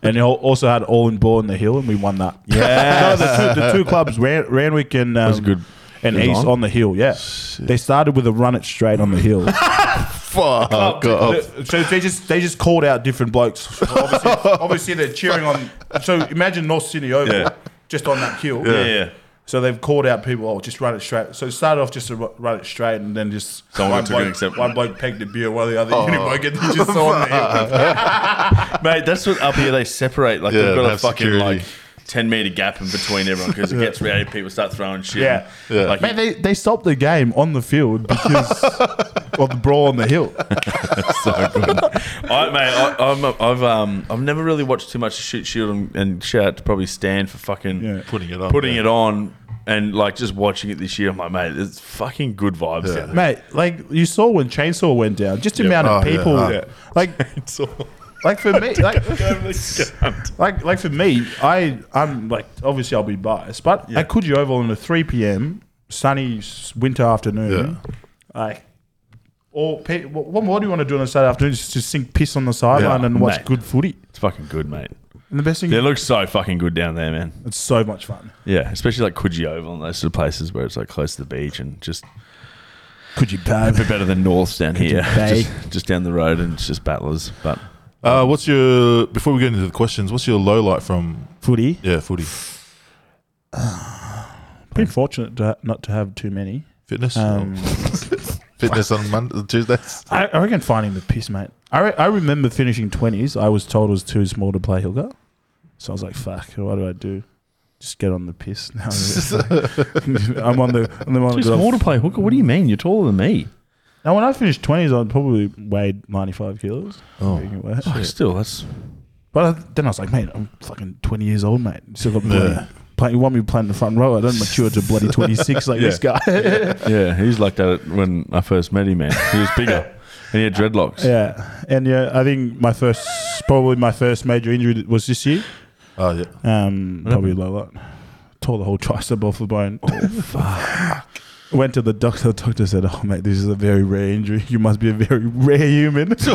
Speaker 3: And it al- also had all in ball in the hill, and we won that. Yeah, the, two, the two clubs, Ran- Ranwick and um,
Speaker 2: was good-
Speaker 3: and
Speaker 2: good
Speaker 3: East
Speaker 2: line.
Speaker 3: on the hill. Yeah, they started with a run it straight on the hill.
Speaker 1: Fuck
Speaker 4: Oh,
Speaker 1: off.
Speaker 3: The- So they just they just called out different blokes. So Obviously, obviously they're cheering on. So imagine North Sydney Oval
Speaker 2: Yeah.
Speaker 3: just on that hill.
Speaker 2: Yeah. yeah.
Speaker 3: So they've called out people. Oh, just run it straight. So it started off just to ru- run it straight, and then just
Speaker 2: Someone
Speaker 3: one
Speaker 2: took an Oh.
Speaker 3: bloke,
Speaker 2: exception.
Speaker 3: one bloke pegged a beer, while the other uni bloke, and he just saw on the hill.
Speaker 2: Mate, that's what up here they separate. Like
Speaker 1: Yeah,
Speaker 2: they've got
Speaker 1: they
Speaker 2: a
Speaker 1: have
Speaker 2: fucking
Speaker 1: security.
Speaker 2: like ten meter gap in between everyone because it gets rowdy. People start throwing shit.
Speaker 3: Yeah.
Speaker 2: and, Like,
Speaker 3: Man, they they stopped the game on the field because of the brawl on the hill.
Speaker 2: I, mate, I, I'm, I've um, I've never really watched too much shoot shield and, and shout out to probably Stan for fucking
Speaker 3: Yeah.
Speaker 4: Putting it on,
Speaker 2: putting
Speaker 4: yeah.
Speaker 2: it on, and like just watching it this year. I'm like, mate, it's fucking good vibes.
Speaker 4: Yeah.
Speaker 2: Out there.
Speaker 3: Mate, like you saw when Chainsaw went down, just the amount of
Speaker 4: Oh, yeah.
Speaker 3: people,
Speaker 4: Oh.
Speaker 3: like, like for me, like, like, like for me, I, I'm like, obviously I'll be biased, but at Coogee Oval on a three p.m. sunny s- winter afternoon, like, or pe- what, what more do you want to do on a Saturday afternoon? Just, just sink piss on the sideline
Speaker 2: Yeah,
Speaker 3: and watch
Speaker 2: mate.
Speaker 3: good footy.
Speaker 2: It's fucking good, mate.
Speaker 3: And the best thing,
Speaker 2: They look so fucking good down there, man.
Speaker 3: it's so much fun.
Speaker 2: Yeah, especially like Coogee Oval and those sort of places where it's like close to the beach and just
Speaker 3: Could you pay?
Speaker 2: a bit better than Norths down here.
Speaker 3: Bay.
Speaker 2: Just, just down the road and it's just battlers. But
Speaker 4: Uh, what's your before we get into the questions? What's your low light from
Speaker 3: Footy.
Speaker 4: yeah footy
Speaker 3: Been fortunate to ha- not to have too many.
Speaker 4: fitness?
Speaker 3: Um,
Speaker 1: Fitness on Monday, Tuesdays.
Speaker 3: I, I reckon finding the piss, mate. I, re- I remember finishing 20s. I was told it was too small to play Hilga. So I was like, fuck, what do I do? Just get on the piss now. I'm on the, I'm the
Speaker 2: Oh,
Speaker 3: one that got off-
Speaker 2: play hooker. What do you mean? You're taller than me.
Speaker 3: Now, when I finished 20s, I probably weighed 95 kilos.
Speaker 4: Oh.
Speaker 3: Making it worse.
Speaker 2: Still, that's
Speaker 3: But I, then I was like, mate, I'm fucking 20 years old, mate. Still got plenty. Play, you want me playing the front row? I don't mature to bloody 26 like this guy.
Speaker 2: yeah. He's like that when I first met him, man. He was bigger and he had dreadlocks.
Speaker 3: yeah. And yeah, I think my first, probably my first major injury was this year.
Speaker 4: oh yeah,
Speaker 3: Um, probably low lot. Tore the whole tricep off the bone.
Speaker 2: Oh,
Speaker 3: Went to the doctor. The doctor said, "Oh mate, this is a very rare injury. You must be a very rare human."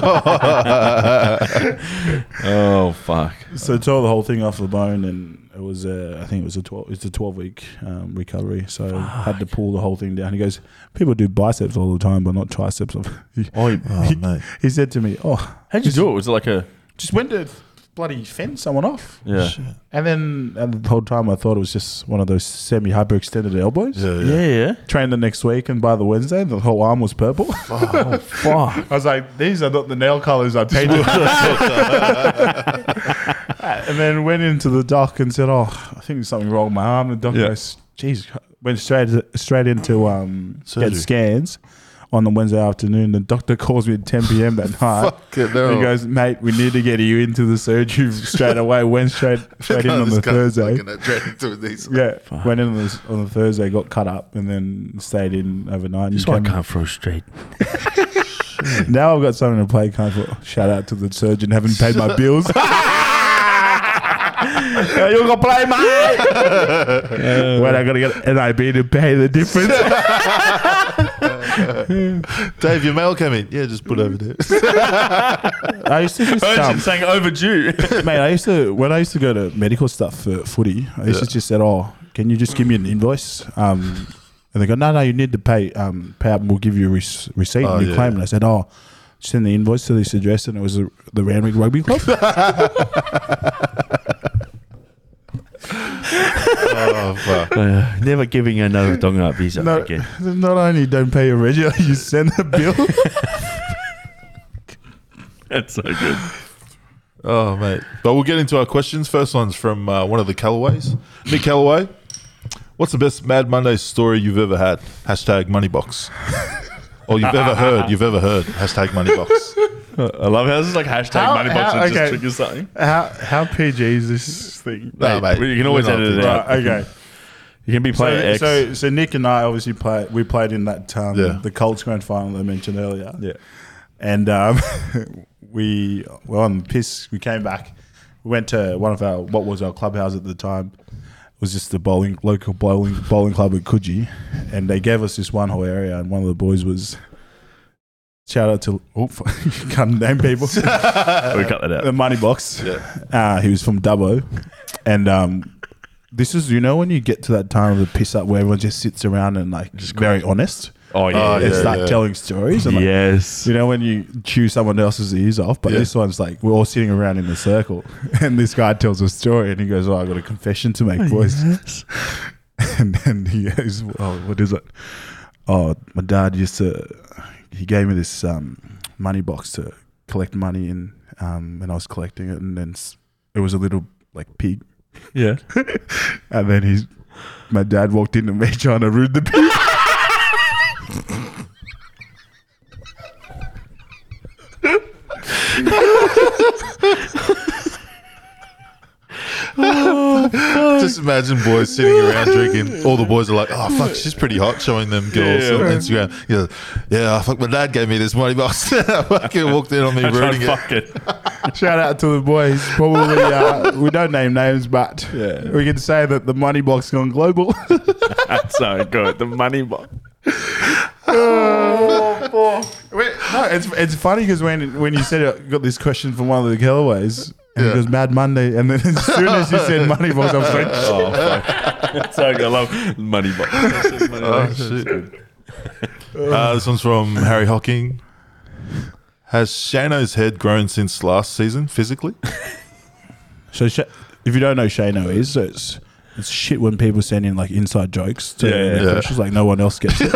Speaker 2: Oh fuck.
Speaker 3: so tore the whole thing off the bone, and it was uh, I think it was a twelve. It's a twelve week um, recovery. So had to pull the whole thing down. He goes, "People do biceps all the time, but not triceps." he,
Speaker 2: Oh, you-
Speaker 4: oh mate,
Speaker 3: he said to me, "Oh,
Speaker 2: how'd you do it? Was it like a
Speaker 3: just went to bloody fend someone off."
Speaker 2: yeah?
Speaker 3: And then and the whole time I thought it was just one of those semi hyperextended elbows.
Speaker 4: yeah yeah.
Speaker 2: Yeah, yeah.
Speaker 3: trained the next week, and by the Wednesday, the whole arm was purple.
Speaker 2: Fuck.
Speaker 3: I was like, these are not the nail colors I painted. and then went into the doc and said, oh, I think there's something wrong with my arm. The doc
Speaker 2: Yeah.
Speaker 3: goes, geez, went straight straight into um, get
Speaker 4: Surgery.
Speaker 3: scans. On the Wednesday afternoon, the doctor calls me at 10 p.m. that night.
Speaker 1: Fucking
Speaker 3: He
Speaker 1: hell.
Speaker 3: goes, mate, we need to get you into the surgery straight away. Went straight, straight in on
Speaker 1: This
Speaker 3: the
Speaker 1: guy's
Speaker 3: Thursday.
Speaker 1: looking at training to these.
Speaker 3: Yeah, went in on the, on the Thursday, got cut up, and then stayed in overnight. and
Speaker 2: That's why I
Speaker 3: came-
Speaker 2: can't throw straight.
Speaker 3: Now I've got something to play. Kind of shout out to the surgeon, haven't paid my bills. Yeah, you gonna play, mate? when I gotta get an NIB to pay the difference?
Speaker 4: Dave, your mail came in. Yeah, just put over there.
Speaker 3: I used to just um,
Speaker 2: Urgent saying overdue.
Speaker 3: mate. I used to when I used to go to medical stuff for footy. I used to just said, "Oh, can you just give me an invoice?" Um, and they go, "No, no, you need to pay. Um, pay up, and we'll give you a rec- receipt
Speaker 4: Oh,
Speaker 3: and you
Speaker 4: yeah.
Speaker 3: claim." And I said, "Oh." Send the invoice to this address, and it was the, the Randwick Rugby Club.
Speaker 4: oh fuck.
Speaker 2: Uh, never giving another dong up. He's like,
Speaker 3: No.
Speaker 2: okay.
Speaker 3: Not only don't pay your regular, you send a bill.
Speaker 2: That's so good.
Speaker 1: Oh, mate. But we'll get into our questions. First one's from uh, one of the Callaways. Nick Callaway, what's the best Mad Monday story you've ever had? Hashtag Moneybox. or you've ever heard, you've ever heard. Hashtag Moneybox.
Speaker 2: I love how this is like hashtag
Speaker 6: How-
Speaker 2: money box
Speaker 6: how-
Speaker 2: and
Speaker 6: okay.
Speaker 2: just triggers something.
Speaker 6: How how PG is this thing?
Speaker 1: Nah, mate.
Speaker 2: You can always
Speaker 1: We're not
Speaker 2: edit it
Speaker 1: doing
Speaker 2: out.
Speaker 3: Right, okay.
Speaker 2: You can be
Speaker 3: So,
Speaker 2: player X.
Speaker 3: so, so Nick and I obviously play. We played in that um,
Speaker 1: Yeah.
Speaker 3: the Colts grand final I mentioned earlier.
Speaker 2: yeah.
Speaker 3: and um, we were on the piss. We came back. We went to one of our what was our clubhouse at the time. It was just the bowling local bowling bowling club at Coogee, and they gave us this one whole area. And one of the boys was shout out to oh, can't name people
Speaker 2: we cut that out.
Speaker 3: the money box.
Speaker 1: Yeah.
Speaker 3: Uh, he was from Dubbo, and um, this is you know when you get to that time of the piss up where everyone just sits around and like just very honest
Speaker 2: Oh, yeah.
Speaker 1: Oh,
Speaker 2: yeah.
Speaker 3: and start
Speaker 1: yeah.
Speaker 3: telling stories and like,
Speaker 2: yes.
Speaker 3: you know when you chew someone else's ears off, but
Speaker 1: Yeah.
Speaker 3: this one's like we're all sitting around in a circle, and this guy tells a story, and he goes, "Oh, I got a confession to make, boys."
Speaker 2: Yes.
Speaker 3: And then he goes, "Oh, what is it? Oh, my dad used to, he gave me this um, money box to collect money in, um, and I was collecting it, and then s- it was a little like pig,
Speaker 2: Yeah.
Speaker 3: and then he's, my dad walked in and made trying to root the pig."
Speaker 1: Just imagine boys sitting around drinking. All the boys are like, oh, fuck, she's pretty hot, showing them girls on Instagram. Yeah, yeah, fuck, my dad gave me this Moneybox. I fucking walked in on me ruining it.
Speaker 2: Fuck it.
Speaker 3: Shout out to the boys. Probably uh, we don't name names, but
Speaker 2: Yeah.
Speaker 3: we can say that the money box gone global.
Speaker 2: That's so good. The money box.
Speaker 3: Wait, no, it's it's funny because when when you said it, got this question from one of the Kellaways, and
Speaker 1: Yeah.
Speaker 3: it goes Mad Monday, and then as soon as you said money box, I was like,
Speaker 2: Oh, fuck. That's so good. I love money box.
Speaker 1: Oh, shit. uh, this one's from Harry Hocking. Has Shano's head grown since last season physically?
Speaker 3: so Sha- if you don't know Shano is, so it's it's shit when people send in like inside jokes to
Speaker 2: Yeah,
Speaker 3: their
Speaker 2: yeah.
Speaker 3: questions, like no one else gets it.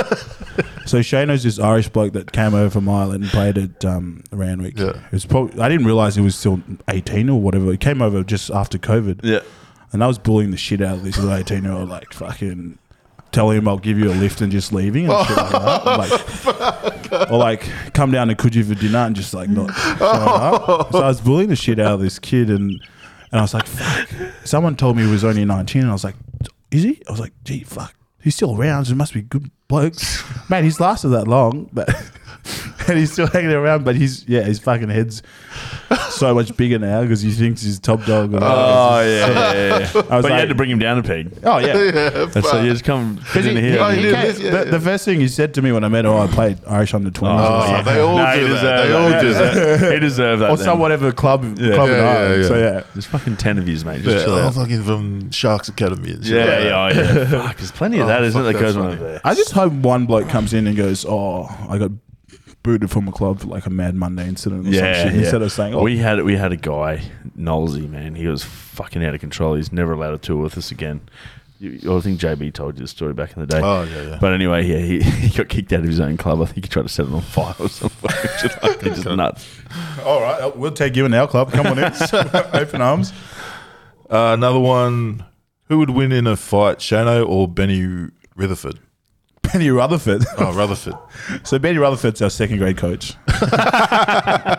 Speaker 3: so Shano's this Irish bloke that came over from Ireland and played at um, Randwick.
Speaker 1: Yeah.
Speaker 3: It was probably I didn't realize he was still eighteen or whatever. He came over just after COVID.
Speaker 2: Yeah.
Speaker 3: And I was bullying the shit out of this little 18 year old, like fucking telling him I'll give you a lift and just leaving and shit like that. Like, or like come down to Coogee for dinner and just like not showing up. So I was bullying the shit out of this kid and and I was like, fuck. Someone told me he was only 19 and I was like, is he? I was like, gee, fuck. He's still around. He must be good blokes. Man, he's lasted that long, but and he's still hanging around, but he's yeah, his fucking head's so much bigger now because he thinks he's top dog. and all
Speaker 2: Oh, yeah. yeah, yeah, yeah. But
Speaker 3: was
Speaker 2: you
Speaker 3: like-
Speaker 2: had to bring him down a peg.
Speaker 3: Oh yeah.
Speaker 2: That's so you just come sit in here.
Speaker 1: Oh,
Speaker 2: and-
Speaker 1: he did this, yeah,
Speaker 3: the, the first thing he said to me when I met her, oh, I played Irish under twenty
Speaker 1: Oh,
Speaker 2: yeah.
Speaker 1: they all
Speaker 2: Nah, he
Speaker 1: do that.
Speaker 2: deserved
Speaker 1: They all do
Speaker 2: that. He deserved that.
Speaker 3: or
Speaker 2: then.
Speaker 3: some whatever club,
Speaker 2: Yeah.
Speaker 3: club in
Speaker 1: Yeah, yeah,
Speaker 3: Ireland.
Speaker 1: yeah.
Speaker 3: So yeah,
Speaker 2: There's fucking ten of yous, mate. Just
Speaker 1: Yeah,
Speaker 2: chill
Speaker 1: I'm
Speaker 2: out.
Speaker 1: fucking from Sharks Academy. And shit
Speaker 2: Yeah,
Speaker 1: like
Speaker 2: yeah,
Speaker 1: that.
Speaker 2: yeah. fuck, there's plenty of that, isn't it?
Speaker 1: Oh, fuck,
Speaker 2: That goes
Speaker 1: that's
Speaker 2: on
Speaker 1: funny.
Speaker 2: over there.
Speaker 3: I just hope one bloke comes in and goes, oh, I got booted from a club for like a Mad Monday incident or yeah,
Speaker 2: Yeah,
Speaker 3: some shit.
Speaker 2: yeah.
Speaker 3: Instead of saying, oh,
Speaker 2: we had we had a guy Nolsey, man. He was fucking out of control. He's never allowed to tour with us again. You, I think JB told you the story back in the day.
Speaker 1: Oh, yeah, yeah.
Speaker 2: But anyway, yeah, he, he got kicked out of his own club. I think he tried to set it on fire or something. just, like, just nuts.
Speaker 3: all right, we'll take you in our club. Come on in, open arms.
Speaker 1: Uh, another one. Who would win in a fight, Shano or Benny Rutherford?
Speaker 3: Benny Rutherford.
Speaker 1: Oh, Rutherford.
Speaker 3: So Benny Rutherford's our second grade coach,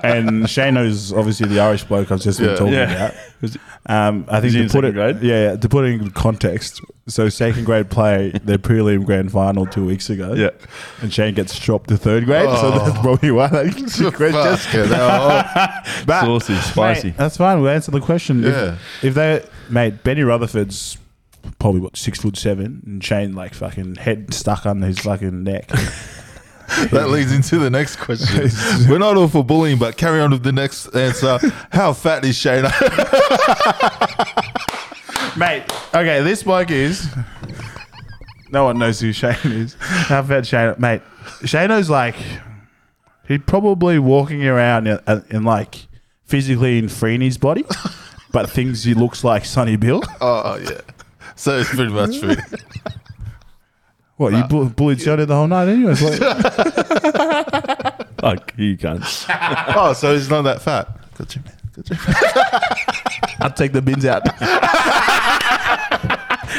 Speaker 3: and Shano's obviously the Irish bloke I've just been
Speaker 1: Yeah.
Speaker 3: talking
Speaker 2: Yeah.
Speaker 3: about. Um, I think
Speaker 2: he
Speaker 3: to
Speaker 2: in
Speaker 3: put it,
Speaker 2: second grade?
Speaker 3: yeah, yeah, to put it in context, so second grade play their prelim grand final two weeks ago,
Speaker 2: Yeah. Oh.
Speaker 3: and Shane gets dropped to third grade, so that's probably why that question.
Speaker 1: Fucking hell.
Speaker 3: But-
Speaker 2: Saucy, spicy.
Speaker 3: Mate, that's fine. We'll answer the question. If-
Speaker 1: Yeah.
Speaker 3: If, they, mate, Benny Rutherford's probably what six foot seven, and Shane like fucking head stuck under his fucking neck.
Speaker 1: oh, That leads into the next question. We're not all for bullying, but carry on with the next answer. How fat is Shano?
Speaker 3: Mate, okay, this bloke is. No one knows who Shane is. How fat Shane? Mate, Shano's like. He's probably walking around in, in like physically in Freeney's body, but thinks he looks like Sonny Bill.
Speaker 1: oh, yeah. So it's pretty much true.
Speaker 3: What, you bu- bullied Shano the whole night anyway? It's like-
Speaker 2: Fuck you, cunt.
Speaker 7: oh, so he's not that fat. Got you, man. Got you.
Speaker 3: I'll take the bins out.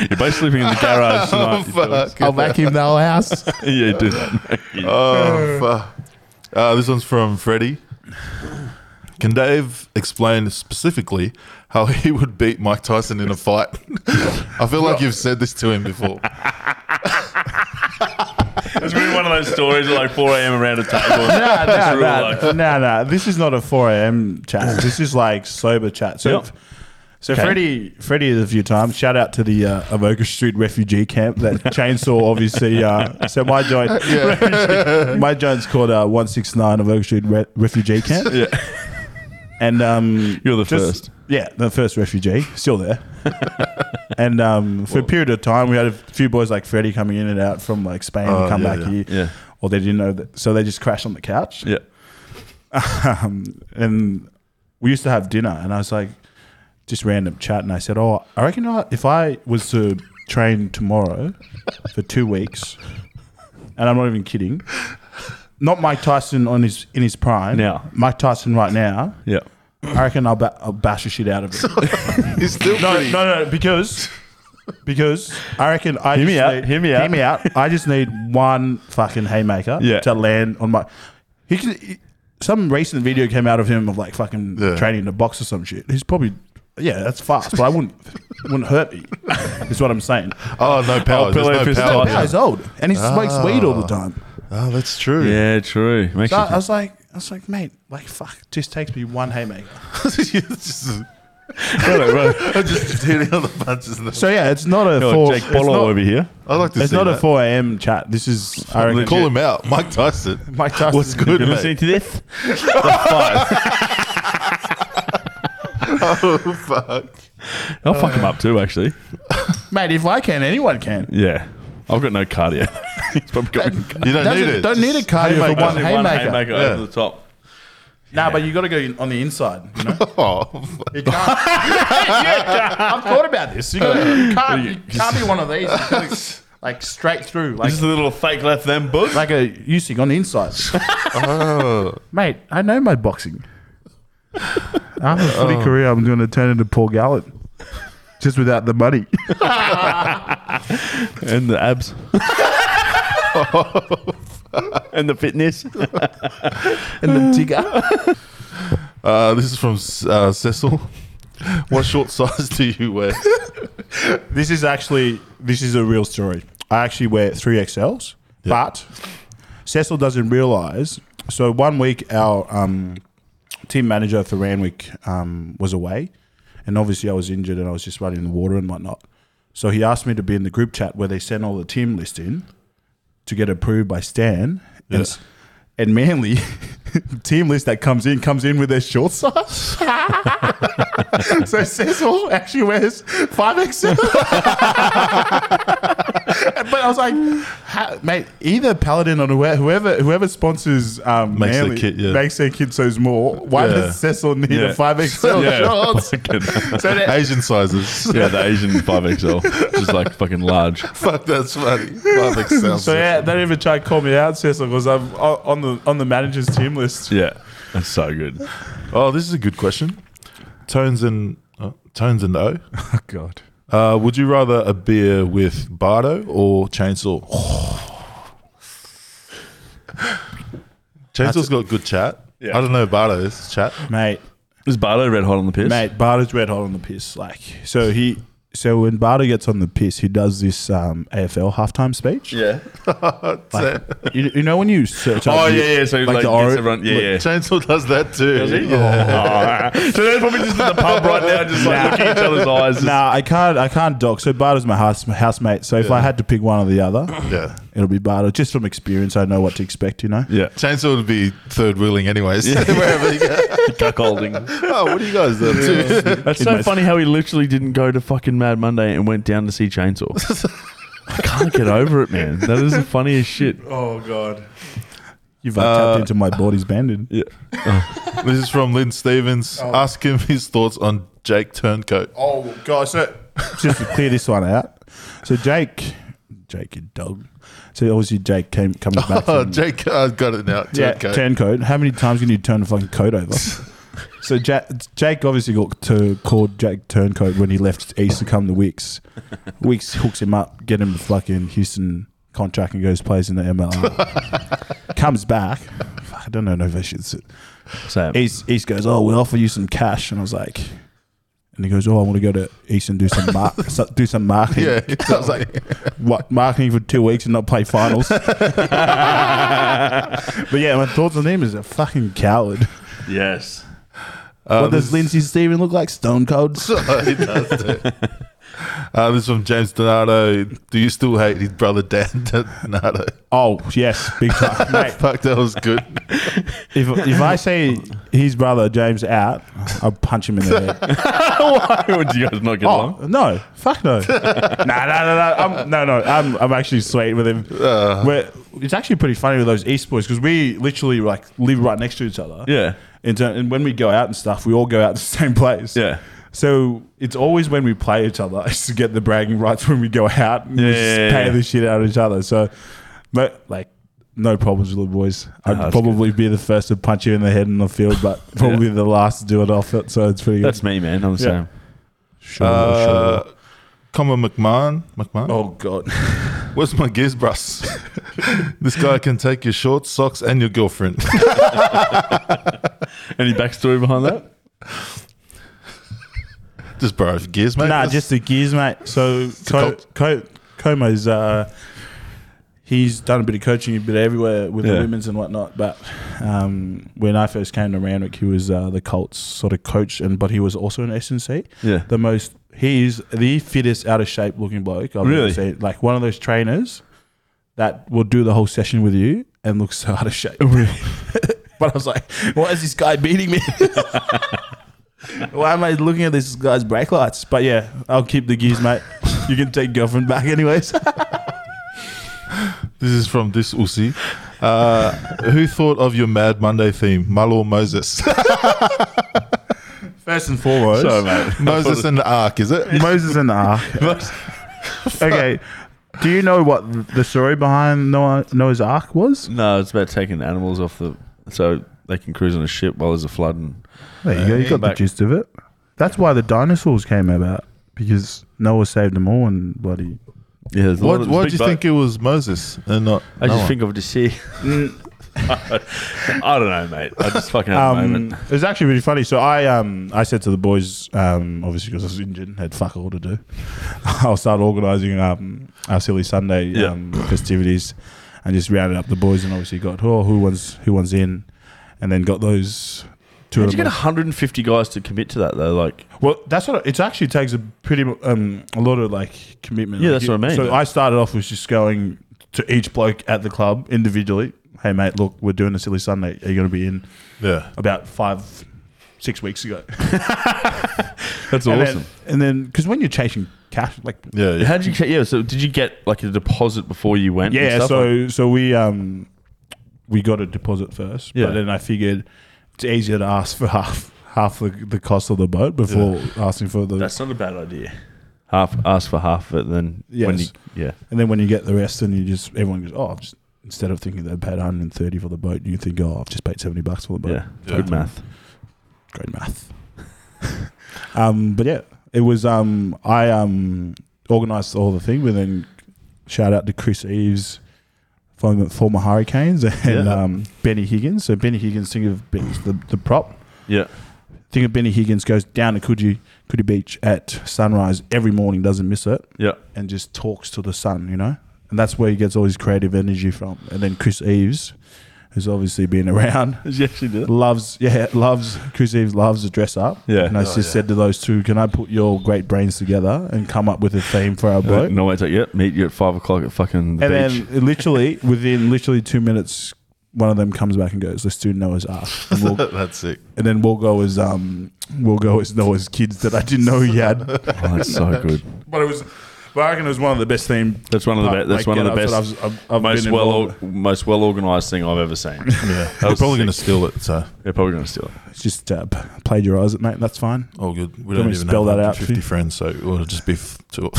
Speaker 2: You're both sleeping in the garage
Speaker 1: Oh,
Speaker 2: tonight. you
Speaker 7: Fuck.
Speaker 2: dogs.
Speaker 3: I'll vacuum the whole house.
Speaker 2: yeah, do that. mate.
Speaker 1: Oh, fuck. Uh, this one's from Freddie. Can Dave explain specifically how he would beat Mike Tyson in a fight? I feel like you've said this to him before.
Speaker 2: It's really one of those stories at like 4 a.m. around a table.
Speaker 3: nah,
Speaker 2: Just
Speaker 3: nah,
Speaker 2: rule
Speaker 3: nah,
Speaker 2: like-
Speaker 3: nah, nah. This is not a 4 a.m. chat. This is like sober chat. So,
Speaker 2: Yep.
Speaker 3: so
Speaker 2: Okay.
Speaker 3: Freddie, Freddie is a few times. Shout out to the uh, Avoca Street refugee camp. That chainsaw, obviously. Uh, so my joint, my joint's called uh, 169 Avoca Street Re- refugee camp.
Speaker 2: Yeah.
Speaker 3: And um,
Speaker 2: You're the
Speaker 3: just-
Speaker 2: first.
Speaker 3: Yeah, the first refugee, still there. and um, for a period of time, we had a few boys like Freddie coming in and out from like Spain
Speaker 1: Oh,
Speaker 3: and come
Speaker 1: yeah,
Speaker 3: back
Speaker 1: yeah,
Speaker 3: here.
Speaker 2: Yeah.
Speaker 3: Or they didn't know that, so they just crashed on the couch.
Speaker 2: Yeah.
Speaker 3: Um, and we used to have dinner, and I was like, just random chat, and I said, "Oh, I reckon I- if I was to train tomorrow for two weeks, and I'm not even kidding, not Mike Tyson on his in his prime,
Speaker 2: Now.
Speaker 3: Mike Tyson right now,
Speaker 2: Yeah.
Speaker 3: I reckon I'll, ba- I'll bash the shit out of it.
Speaker 7: He's still
Speaker 3: No,
Speaker 7: pretty.
Speaker 3: no, no, because because I reckon I hear just
Speaker 2: me out,
Speaker 3: Need,
Speaker 2: hear me out.
Speaker 3: Hear me out. I just need one fucking haymaker
Speaker 2: Yeah.
Speaker 3: to land on my. He can. he- some recent video came out of him of like fucking
Speaker 1: Yeah.
Speaker 3: training to box or some shit. He's probably yeah, that's fast, but I wouldn't wouldn't hurt me. Is what I'm saying.
Speaker 1: Oh, no power.
Speaker 2: Oh,
Speaker 1: There's
Speaker 2: pillow
Speaker 1: no
Speaker 2: fist
Speaker 1: power.
Speaker 2: fight.
Speaker 3: Yeah, he's old and he smokes weed all the time.
Speaker 1: Oh, that's true.
Speaker 2: Yeah, true. Makes
Speaker 3: So
Speaker 2: you
Speaker 3: I, I
Speaker 2: think.
Speaker 3: was like, I was like, mate, like fuck, just takes me one haymaker.
Speaker 1: just, just hitting on the punches. In the-
Speaker 3: So yeah, it's not a
Speaker 2: You're
Speaker 3: four.
Speaker 2: Jake
Speaker 3: it's
Speaker 2: Bolo
Speaker 3: not-
Speaker 2: over here.
Speaker 1: I like to
Speaker 3: It's
Speaker 1: see
Speaker 3: not a
Speaker 1: that.
Speaker 3: 4 a.m. chat. This is, I reckon,
Speaker 1: Call him out, Mike Tyson.
Speaker 3: Mike Tyson.
Speaker 1: What's good,
Speaker 2: You
Speaker 1: mate?
Speaker 2: listening to this? The five.
Speaker 1: Oh fuck!
Speaker 2: I'll fuck him up too, actually.
Speaker 3: Mate, if I can, anyone can.
Speaker 2: Yeah. I've got no cardio. It's probably got no cardio.
Speaker 1: You don't
Speaker 3: Doesn't-
Speaker 1: need it.
Speaker 3: Don't need a cardio for one
Speaker 2: Just
Speaker 3: haymaker.
Speaker 1: Yeah.
Speaker 2: over the top.
Speaker 3: Nah, but you got to go on the inside. You know?
Speaker 1: Oh,
Speaker 3: You can't. Yeah, I've thought about this. You, gotta, you can't. You can't be one of these. You gotta, like straight through, like
Speaker 2: Just a little fake left them book.
Speaker 3: like a using on the inside.
Speaker 1: Oh.
Speaker 3: Mate, I know my boxing. After a
Speaker 1: Oh.
Speaker 3: footy career, I'm going to turn into Paul Gallant, just without the money.
Speaker 2: And the abs. and the fitness.
Speaker 3: and the digger.
Speaker 1: Uh, this is from uh, Cecil. What short size do you wear?
Speaker 3: This is actually this is a real story. I actually wear three XLs, but Cecil doesn't realize. So one week our um, team manager for Ranwick um, was away, and obviously I was injured and I was just running in the water and whatnot. So he asked me to be in the group chat where they send all the team list in to get approved by Stan. And, s- and Manly team list that comes in comes in with their short size. so Cecil actually wears five XL. but I was like, "Ha- mate, either Paladin or whoe- whoever whoever sponsors um,
Speaker 1: Makes their
Speaker 3: Manly
Speaker 1: kit, yeah.
Speaker 3: makes their kid so small. Why
Speaker 1: Yeah.
Speaker 3: does Cecil need
Speaker 2: Yeah.
Speaker 3: a five XL
Speaker 2: Yeah.
Speaker 3: shorts? So that-
Speaker 1: Asian sizes.
Speaker 2: Yeah, the Asian 5XL. Just like fucking large.
Speaker 1: Fuck, that's funny. Five XL.
Speaker 3: So yeah, they even tried to call me out, Cecil, because I'm o- on the on the manager's team list.
Speaker 2: Yeah. That's so good.
Speaker 1: Oh, this is a good question. Tones and uh, tones and O.
Speaker 3: Oh God.
Speaker 1: Uh, would you rather a beer with Bardo or Chainsaw? Chainsaw's got good chat.
Speaker 2: Yeah.
Speaker 1: I don't know Bardo's chat.
Speaker 3: Mate,
Speaker 2: Is Bardo red hot on the piss?
Speaker 3: mate, Barter's red hot on the piss. Like, so he, so when Barter gets on the piss, he does this um, AFL halftime speech.
Speaker 2: Yeah.
Speaker 3: Like, you, you know when you search up,
Speaker 2: Oh,
Speaker 3: you-
Speaker 2: yeah, yeah. So, like,
Speaker 3: the
Speaker 2: gets
Speaker 3: orange-
Speaker 2: everyone. Yeah, yeah.
Speaker 1: Chainsaw does that too.
Speaker 2: Oh. so they're probably just in the pub right now, just like looking at each other's eyes. just-
Speaker 3: Nah, I can't. I can't dock. So Barter's my house, my housemate. So if I had to pick one or the other,
Speaker 1: Yeah.
Speaker 3: it'll be Barter. Just from experience, I know what to expect. You know.
Speaker 2: Yeah.
Speaker 1: Chainsaw would be third wheeling anyways. Wherever you go.
Speaker 2: Cuckolding.
Speaker 1: Oh, what are you guys doing?
Speaker 2: That's so funny how he literally didn't go to fucking Mad Monday and went down to see Chainsaw. I can't get over it, man. That is the funniest shit.
Speaker 3: Oh God. You've uh, tapped into my body's banded.
Speaker 2: Yeah.
Speaker 1: This is from Lynn Stevens. Ask him his thoughts on Jake Turncoat.
Speaker 3: Oh gosh, just to clear this one out. So Jake, Jake, you dog. So obviously Jake came comes back.
Speaker 1: Oh,
Speaker 3: from-
Speaker 1: Jake, I've got it now.
Speaker 3: yeah,
Speaker 1: Turn coat.
Speaker 3: turn code. How many times can you turn the fucking code over? so Jack, Jake obviously got to called Jake Turncoat when he left East to come to Wicks. Wicks hooks him up, get him the fucking Houston contract, and goes plays in the MLR. comes back. Fuck, I don't know if I should. s-
Speaker 2: So
Speaker 3: East, East goes, oh, we'll offer you some cash, and I was like, and he goes, oh, I want to go to East and do some mar- so- do some marketing.
Speaker 1: Yeah, so I was like,
Speaker 3: What marketing for two weeks and not play finals? but yeah, my thoughts on him is a fucking coward.
Speaker 2: yes,
Speaker 3: what does Lindsay Steven look like? Stone Cold.
Speaker 1: he does do. Uh, this is from James Donato. Do you still hate his brother Dan Donato?
Speaker 3: Oh yes, big time. Mate,
Speaker 1: Fuck, that was good.
Speaker 3: if if I say his brother James out, I'll punch him in the head.
Speaker 2: why would you guys not get along?
Speaker 3: Oh no, fuck no, no no no no, I'm, no no. I'm I'm actually sweet with him.
Speaker 2: Uh.
Speaker 3: We're, it's actually pretty funny with those East boys because we literally like live right next to each other.
Speaker 2: Yeah,
Speaker 3: In turn, and when we go out and stuff, we all go out to the same place.
Speaker 2: yeah.
Speaker 3: So it's always when we play each other is to get the bragging rights when we go out and we
Speaker 2: Yeah,
Speaker 3: just
Speaker 2: yeah,
Speaker 3: pay
Speaker 2: yeah.
Speaker 3: the shit out of each other. So, no, like, no problems with the boys. I'd
Speaker 2: that's
Speaker 3: probably be the first to punch you in the head in the field, but probably the last to do it off it. So it's pretty good.
Speaker 2: That's me, man. I'm the
Speaker 3: Yeah.
Speaker 2: same. Sure,
Speaker 4: Uh, Comma McMahon. McMahon?
Speaker 3: oh god,
Speaker 4: Where's my gears, brus? this guy can take your shorts, socks, and your girlfriend.
Speaker 2: sure. Any backstory behind that?
Speaker 4: Just borrow your gears, mate.
Speaker 3: nah,
Speaker 4: That's-
Speaker 3: just the gears, mate. So Co-
Speaker 4: cult.
Speaker 3: Co- Como's uh, he's done a bit of coaching, a bit everywhere with the
Speaker 2: Yeah.
Speaker 3: women's and whatnot. But um, when I first came to Randwick, he was uh, the Colts sort of coach, and but he was also an SNC.
Speaker 2: Yeah.
Speaker 3: the most he is the fittest out of shape looking bloke I've ever
Speaker 2: Really?
Speaker 3: seen. Like one of those trainers that will do the whole session with you and looks so out of shape. but I was like, why is this guy beating me? why am I looking at this guy's brake lights? But yeah, I'll keep the gears, mate. You can take girlfriend back anyways.
Speaker 4: This is from this Usi. Uh, who thought of your Mad Monday theme? Malor Moses.
Speaker 3: First and foremost.
Speaker 2: Sorry, mate.
Speaker 4: Moses and the Ark, is it?
Speaker 3: Moses and the Ark. okay. Do you know what the story behind Noah, Noah's Ark was?
Speaker 2: No, it's about taking animals off the so they can cruise on a ship while there's a flood. And
Speaker 3: There you go. You got the
Speaker 2: back.
Speaker 3: gist of it. That's why the dinosaurs came about because Noah saved them all and bloody.
Speaker 2: yeah, there's a lot
Speaker 4: Why
Speaker 2: of- Oh.
Speaker 4: why
Speaker 2: big
Speaker 4: do you
Speaker 2: boat.
Speaker 4: think it was Moses and not?
Speaker 2: I just
Speaker 4: Noah?
Speaker 2: think of the sea. I don't know, mate. I just fucking had a
Speaker 3: Um,
Speaker 2: moment.
Speaker 3: it was actually really funny. So I um I said to the boys um obviously because I was injured had fuck all to do. I'll start organising um our silly Sunday
Speaker 2: Yeah.
Speaker 3: um, festivities and just rounded up the boys and obviously got oh who wants who wants in and then got those two.
Speaker 2: How'd
Speaker 3: of
Speaker 2: you get
Speaker 3: them.
Speaker 2: 150 guys to commit to that though? Like,
Speaker 3: Well, that's what it actually takes a pretty mu- um, a lot of like commitment.
Speaker 2: Yeah,
Speaker 3: Like,
Speaker 2: that's
Speaker 3: you-
Speaker 2: what I mean.
Speaker 3: So I started off with just going to each bloke at the club individually. Hey mate, look, we're doing a silly Sunday. Are you going to be in?
Speaker 4: Yeah.
Speaker 3: About five, six weeks ago.
Speaker 2: that's
Speaker 3: And then- And then, because when you're chasing cash, like
Speaker 4: Yeah. yeah.
Speaker 2: How'd you get? Yeah, so did you get like a deposit before you went? and
Speaker 3: yeah,
Speaker 2: stuff?
Speaker 3: so
Speaker 2: Like-
Speaker 3: so we um we got a deposit first,
Speaker 2: Yeah.
Speaker 3: but then I figured it's easier to ask for half half the, the cost of the boat before asking for the
Speaker 2: that's not a bad idea. Half ask for half of it, then when you
Speaker 3: Yes.
Speaker 2: yeah,
Speaker 3: And then when you get the rest, and you just everyone goes, "Oh, I've just." Instead of thinking they paid 130 for the boat, you think, "Oh, I've just paid 70 bucks for the boat."
Speaker 2: yeah,
Speaker 4: Yeah.
Speaker 2: good math.
Speaker 3: Great math. um, but yeah, it was. Um, I um organised all the thing, but then shout out to Chris Eves. Former, former Hurricanes and
Speaker 2: Yeah.
Speaker 3: um, Benny Higgins. So Benny Higgins, think of Benny, the, the prop.
Speaker 2: Yeah,
Speaker 3: Think of Benny Higgins goes down to Coogee, Coogee Beach at sunrise every morning, doesn't miss it
Speaker 2: yeah,
Speaker 3: and just talks to the sun, you know? And that's where he gets all his creative energy from. And then Chris Eves, who's obviously been around,
Speaker 2: you actually do
Speaker 3: loves, yeah, loves, Chris Eves loves to dress up.
Speaker 2: Yeah.
Speaker 3: And I just said to those two, can I put your great brains together and come up with a theme for our boat?
Speaker 2: Uh, No, wait, like, yep, meet you at five o'clock at fucking the
Speaker 3: and
Speaker 2: beach.
Speaker 3: then literally, within literally two minutes, one of them comes back and goes, let's do Noah's Ark. And, we'll,
Speaker 4: That's sick.
Speaker 3: and then we'll go as, um, we'll go as Noah's kids that I didn't know he had.
Speaker 2: oh, that's so good.
Speaker 3: But it was, but I reckon it was one of the best themed
Speaker 2: That's one of the best. That's one of the best.
Speaker 3: I've, I've, I've
Speaker 2: most
Speaker 3: been
Speaker 2: well,
Speaker 3: involved-
Speaker 2: most well organized thing I've ever seen.
Speaker 4: Yeah. We're probably going to steal it, so
Speaker 2: They're probably going to steal it.
Speaker 3: just uh, p- plagiarize it, mate. That's fine.
Speaker 4: all good. We
Speaker 3: Can
Speaker 4: don't
Speaker 3: we
Speaker 4: even
Speaker 3: spell
Speaker 4: have
Speaker 3: that out
Speaker 4: 50
Speaker 3: for you?
Speaker 4: friends, so it'll just be f- two.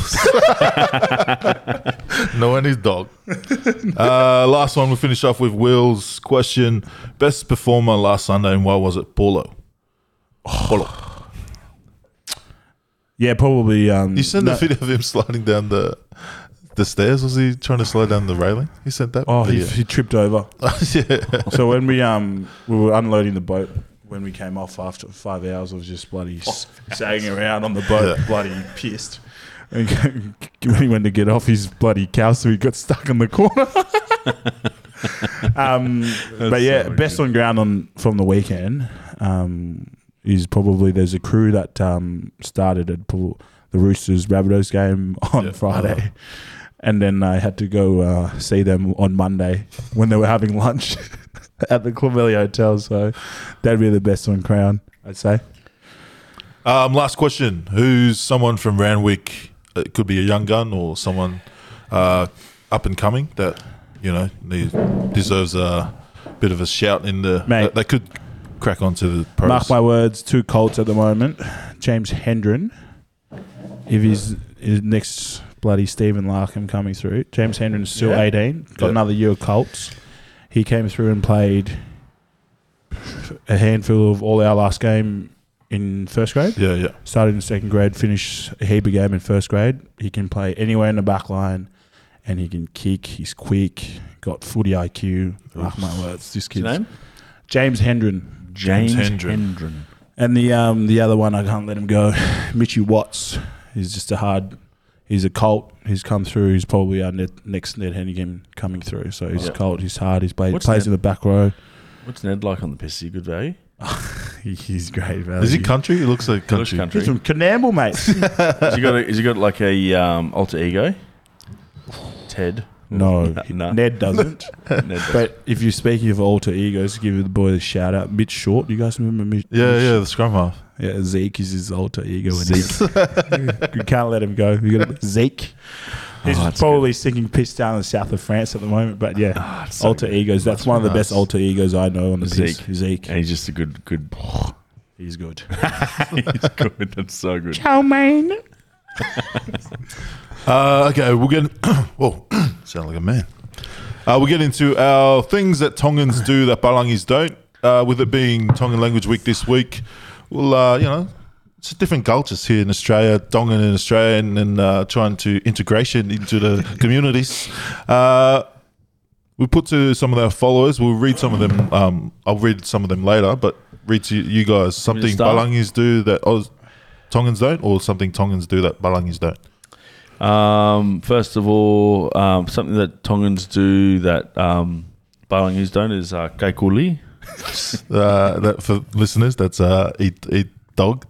Speaker 1: No one is dog.
Speaker 4: Uh, last one. We'll finish off with Will's question. Best performer last Sunday and why was it Paulo?
Speaker 3: Yeah, probably. Um,
Speaker 1: You sent
Speaker 3: no-
Speaker 1: the video of him sliding down the the stairs. Was he trying to slide down the railing? He sent that.
Speaker 3: Oh, he,
Speaker 1: video.
Speaker 3: he tripped over.
Speaker 1: yeah.
Speaker 3: so when we um we were unloading the boat when we came off after five hours, I was just bloody
Speaker 1: Oh,
Speaker 3: s sagging around on the boat, bloody pissed. And when he went to get off his bloody cow, so he got stuck in the corner. um, but yeah, best on ground on from the weekend um, is probably there's a crew that um, started at Pul- the Roosters Rabbitohs game on Friday. And then I had to go uh, see them on Monday when they were having lunch at the Corvelli Hotel. So that'd be the best on Crown, I'd say.
Speaker 4: Um, last question. Who's someone from Ranwick? It could be a young gun or someone uh, up and coming that, you know, need, deserves a bit of a shout in the.
Speaker 3: Mate.
Speaker 4: That, that could crack onto the pros.
Speaker 3: Mark my words, two Colts at the moment. James Hendren, if he's his next bloody Stephen Larkham coming through. James Hendren's still 18, got
Speaker 4: Yeah.
Speaker 3: another year of Colts. He came through and played a handful of all our last game in first grade.
Speaker 4: yeah, yeah.
Speaker 3: Started in second grade, finished a heap of game in first grade. He can play anywhere in the back line and he can kick. He's quick, got footy IQ. Mark my words, this kid's James Hendren.
Speaker 2: James,
Speaker 4: Hendren.
Speaker 2: Hendren.
Speaker 3: And the um, the other one, I can't let him go. Mitchy Watts is just a hard. He's a cult. He's come through. He's probably our net, next Ned Hennigan coming through. So he's a cult. He's hard. He's played,
Speaker 2: What's
Speaker 3: plays
Speaker 2: Ned?
Speaker 3: in the back row.
Speaker 2: What's Ned like on the piss? Is he good value?
Speaker 3: He- He's great value.
Speaker 1: Is he country? He looks like
Speaker 2: English
Speaker 1: country.
Speaker 3: He's from Canamble, mate.
Speaker 2: has, he got a, has he got like a um, alter ego? Ted.
Speaker 3: no,
Speaker 2: Nah.
Speaker 3: Ned doesn't.
Speaker 2: Ned
Speaker 3: but if you're speaking of alter egos, give the boy a shout out. Mitch Short. Do you guys remember Mitch?
Speaker 1: Yeah, yeah, the scrum half.
Speaker 3: Yeah, Zeke is his alter ego. and he's- you can't let him go. You got Zeke. He's
Speaker 2: Oh, that's
Speaker 3: probably sinking piss down in the south of France at the moment, but yeah,
Speaker 2: Ah, so
Speaker 3: alter egos. That's one of the best alter egos I know on the
Speaker 2: Zeke.
Speaker 3: piss. Zeke,
Speaker 2: And he's just a good, good.
Speaker 3: he's good.
Speaker 2: he's good. That's so good.
Speaker 3: Ciao, man.
Speaker 4: Uh, okay, we'll get. Whoa, sound like a man. Uh, we'll get into our things that Tongans do that Balangis don't. Uh, with it being Tongan Language Week this week, well, uh, you know, it's different cultures here in Australia, Tongan in Australia, and, and uh, trying to integration into the communities. Uh, we put to some of our followers. We'll read some of them. Um, I'll read some of them later, but read to you guys something
Speaker 2: start?
Speaker 4: Balangis do that Oz, Tongans don't, or something Tongans do that Balangis don't.
Speaker 2: Um, first of all, um, something that Tongans do that um, Balinese don't is uh, kaikuli.
Speaker 4: Uh, that for listeners, that's uh, eat eat dog.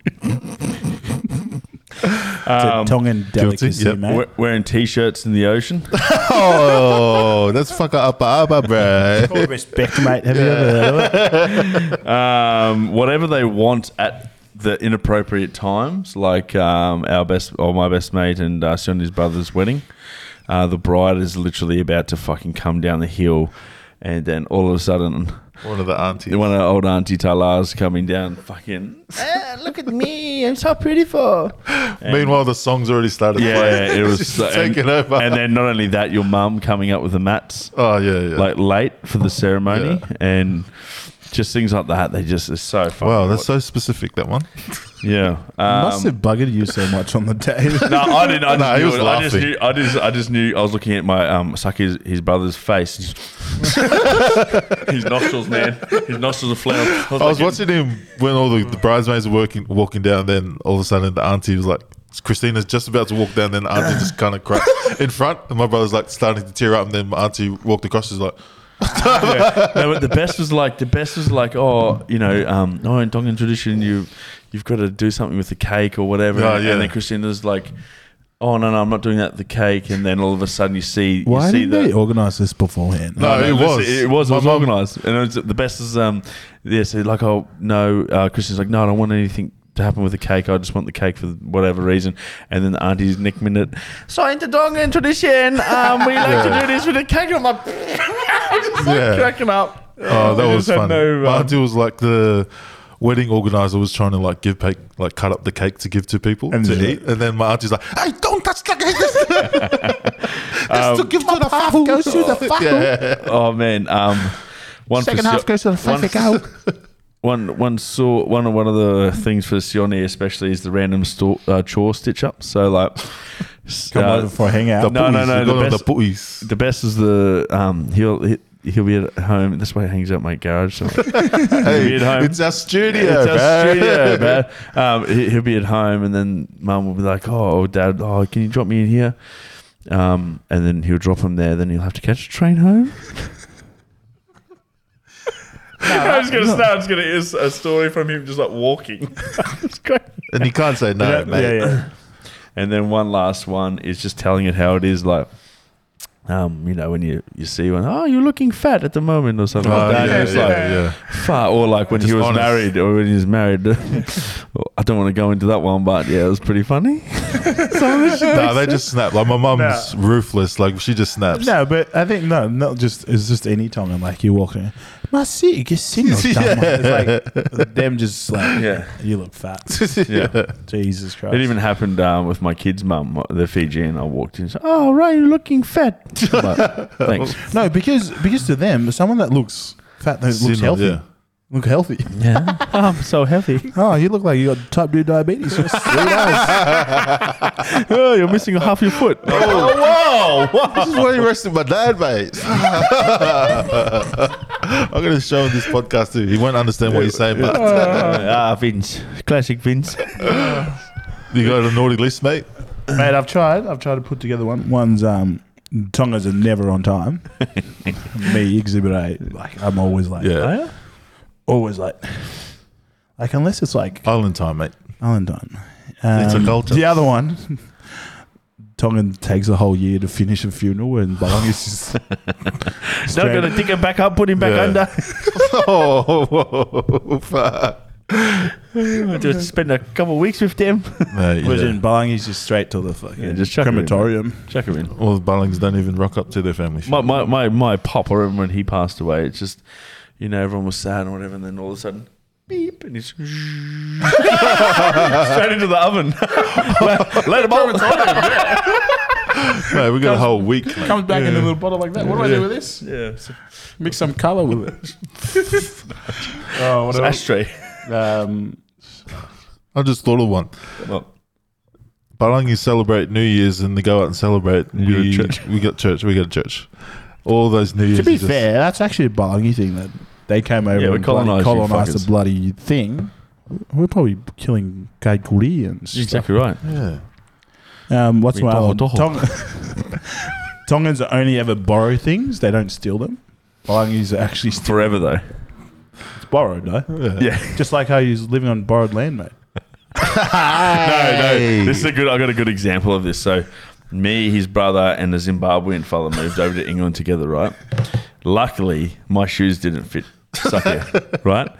Speaker 3: It's
Speaker 2: Um,
Speaker 3: a Tongan delicacy,
Speaker 4: yep.
Speaker 3: mate.
Speaker 2: We- Wearing t-shirts in the ocean.
Speaker 4: Oh, that's fucker upper upper, bro.
Speaker 3: Respect, mate. Have you ever heard of it?
Speaker 2: um, whatever they want at the inappropriate times, like um, our best or my best mate and uh, Sonny's brother's wedding. Uh, the bride is literally about to fucking come down the hill, and then all of a sudden,
Speaker 1: One of the aunties.
Speaker 2: one of the old auntie Tala's coming down, fucking. "Ah, look at me! I'm so beautiful.
Speaker 1: Meanwhile, the song's already started playing.
Speaker 2: Yeah, it was
Speaker 1: She's
Speaker 2: so- and,
Speaker 1: taking over.
Speaker 2: and then not only that, your mum coming up with the mats
Speaker 1: oh yeah, yeah.
Speaker 2: like late for the ceremony, and just things like that. They just it's so fun.
Speaker 1: wow, that's so specific. That one.
Speaker 2: Yeah. um,
Speaker 3: Must have buggered you so much on the day.
Speaker 2: No, I didn't. I,
Speaker 1: No,
Speaker 2: just
Speaker 1: he
Speaker 2: knew
Speaker 1: was
Speaker 2: it. I just
Speaker 1: laughing.
Speaker 2: knew. I just. I just knew. I was looking at my um, Saki's his brother's face. his nostrils, man. His nostrils are flaring. I was,
Speaker 1: I was
Speaker 2: like,
Speaker 1: watching him when all the, the bridesmaids were working, walking down. Then all of a sudden, the auntie was like, "Christina's just about to walk down." Then the auntie just kind of cracked in front, and my brother's like starting to tear up. And then my auntie walked across. She's like,
Speaker 2: no, but the best was like the best was like oh you know um oh in Tongan tradition you you've got to do something with the cake or whatever
Speaker 1: Oh,
Speaker 2: and,
Speaker 1: yeah.
Speaker 2: then Christina's like oh no no I'm not doing that with the cake and then all of a sudden you see
Speaker 3: Why
Speaker 2: you see
Speaker 3: didn't they
Speaker 2: the,
Speaker 3: organise this beforehand?
Speaker 1: No, it
Speaker 2: listen,
Speaker 1: was.
Speaker 2: It was. It
Speaker 1: My
Speaker 2: was
Speaker 1: mum-
Speaker 2: organised. And it was, the best is, um, yeah, so like, oh, no, uh, Christian's like, no, I don't want anything to happen with the cake. I just want the cake for whatever reason. And then the auntie's Nick Minute, so in the Tongan tradition, um, we like to do this with the cake. And I'm like, I'm just like
Speaker 1: Yeah.
Speaker 2: cracking up.
Speaker 1: "Oh, that
Speaker 2: I
Speaker 1: was
Speaker 2: just had
Speaker 1: funny."
Speaker 2: no,
Speaker 1: my
Speaker 2: um,
Speaker 1: auntie was like the wedding organizer was trying to like give cake, like cut up the cake to give to people
Speaker 3: And
Speaker 1: to
Speaker 3: she's
Speaker 1: eat, and then my auntie's like, "Hey, don't touch the cake!" Just to give to the fuck. Goes to the fuck. Yeah.
Speaker 2: Oh man, um, one
Speaker 1: Second
Speaker 2: for
Speaker 1: half
Speaker 2: Sio-
Speaker 1: goes to the
Speaker 2: one-
Speaker 1: fuck. Go.
Speaker 2: One one saw one of one of the things for Sione especially is the random store, uh, chore stitch up. So like, s-
Speaker 3: Come
Speaker 2: uh,
Speaker 3: over for a hangout.
Speaker 2: No, no, no, the
Speaker 1: The
Speaker 2: best-
Speaker 1: boys.
Speaker 2: the best is the um he'll he, he'll be at home. That's why he hangs out in my garage. So
Speaker 1: Hey,
Speaker 2: at home.
Speaker 1: it's our studio,
Speaker 2: it's our
Speaker 1: man.
Speaker 2: studio, man. Um, he, he'll be at home, and then mum will be like, "Oh, dad, oh, can you drop me in here?" Um, and then he'll drop him there. Then he'll have to catch a train home. I was gonna start. I was gonna is a story from him just like walking. it's great.
Speaker 1: And you can't say no,
Speaker 3: Yeah,
Speaker 1: mate.
Speaker 3: yeah, yeah.
Speaker 2: And then one last one is just telling it how it is, like. Um, you know, when you, you see one, oh, you're looking fat at the moment or something
Speaker 1: Oh,
Speaker 2: like that.
Speaker 1: yeah,
Speaker 2: it's
Speaker 1: yeah,
Speaker 2: like,
Speaker 1: yeah.
Speaker 2: far or like when he
Speaker 1: Just
Speaker 2: was
Speaker 1: honest.
Speaker 2: married or when he was married. I don't want to go into that one, but yeah, it was pretty funny.
Speaker 1: No, they just snap. Like my mum's ruthless. Like she just snaps.
Speaker 3: No, but I think no, not just it's just any time. I'm like you walk in, my city gets seen. It's like them just like
Speaker 2: Yeah.
Speaker 3: you look fat.
Speaker 2: Yeah.
Speaker 3: Jesus Christ.
Speaker 2: It even happened um, with my kid's mum, the Fijian. I walked in, and said, "Oh, right, you're looking fat." I'm like, Thanks.
Speaker 3: no, because because to them, someone that looks fat that looks
Speaker 1: Similar,
Speaker 3: healthy.
Speaker 1: yeah.
Speaker 3: Look healthy.
Speaker 2: yeah, Oh, I'm so heavy.
Speaker 3: Oh, you look like you got type two diabetes. Just three days.
Speaker 2: Oh, you're missing half your foot.
Speaker 1: Oh, wow, wow. This is why you arrested my dad, mate. I'm going to show him this podcast too. He won't understand what you're saying, but
Speaker 2: ah, Vince, classic Vince.
Speaker 1: you got a naughty list, mate.
Speaker 3: Mate, I've tried. I've tried to put together one. One's um, Tongas are never on time. Me exhibit A. Like I'm always late.
Speaker 1: Yeah.
Speaker 2: Oh, yeah?
Speaker 3: Always late. Like unless it's like
Speaker 1: Island time, mate.
Speaker 3: Island time.
Speaker 1: It's a
Speaker 3: Um,
Speaker 1: culture.
Speaker 3: The other one, Tongan takes a whole year to finish a funeral, and Balong is just.
Speaker 2: Now
Speaker 3: straight-
Speaker 2: I'm gonna dig him back up, put him back
Speaker 1: Yeah.
Speaker 2: under.
Speaker 1: oh, whoa, fuck.
Speaker 2: just spend a couple of weeks with them.
Speaker 1: Mate,
Speaker 3: Whereas in
Speaker 1: yeah.
Speaker 3: Balong, he's just straight to the fucking
Speaker 2: Yeah, just chuck him in.
Speaker 3: crematorium.
Speaker 2: Chuck him in.
Speaker 1: All the Bullings don't even rock up to their family.
Speaker 2: My, my, my, my pop, I remember when he passed away, it's just, you know, everyone was sad and whatever, and then all of a sudden, beep, and he's straight into the oven. Later, Bob.
Speaker 1: mate, we got a whole week. mate.
Speaker 5: Comes back in a little bottle like that. What do I do with this?
Speaker 2: Yeah, it's
Speaker 5: Mix some color with it.
Speaker 3: Oh,
Speaker 2: an ashtray.
Speaker 3: Um,
Speaker 1: I just thought of one.
Speaker 2: Well,
Speaker 1: Balangi celebrate New Year's and they go out and celebrate.
Speaker 2: You go to
Speaker 1: We,
Speaker 2: church.
Speaker 1: we got church. We got church. All those New Year's.
Speaker 3: to be
Speaker 1: are just-
Speaker 3: fair, that's actually a Balongi thing that they came over
Speaker 2: Yeah, we
Speaker 3: and colonized,
Speaker 2: colonised you
Speaker 3: colonized
Speaker 2: fuckers.
Speaker 3: the bloody thing. We're probably killing Kaikuri and stuff.
Speaker 2: exactly right.
Speaker 1: Yeah.
Speaker 3: Um, what's
Speaker 2: We
Speaker 3: my
Speaker 2: toho
Speaker 3: other
Speaker 2: toho.
Speaker 3: Tong- Tongans only ever borrow things; they don't steal them. Balongis actually steal
Speaker 2: Forever, though.
Speaker 3: it's borrowed, though.
Speaker 1: Yeah.
Speaker 3: Just like how he's living on borrowed land, mate.
Speaker 2: No, no. This is a good. I got a good example of this. So, me, his brother, and a Zimbabwean fella moved over to England together. Right. Luckily, my shoes didn't fit. Sucker, right.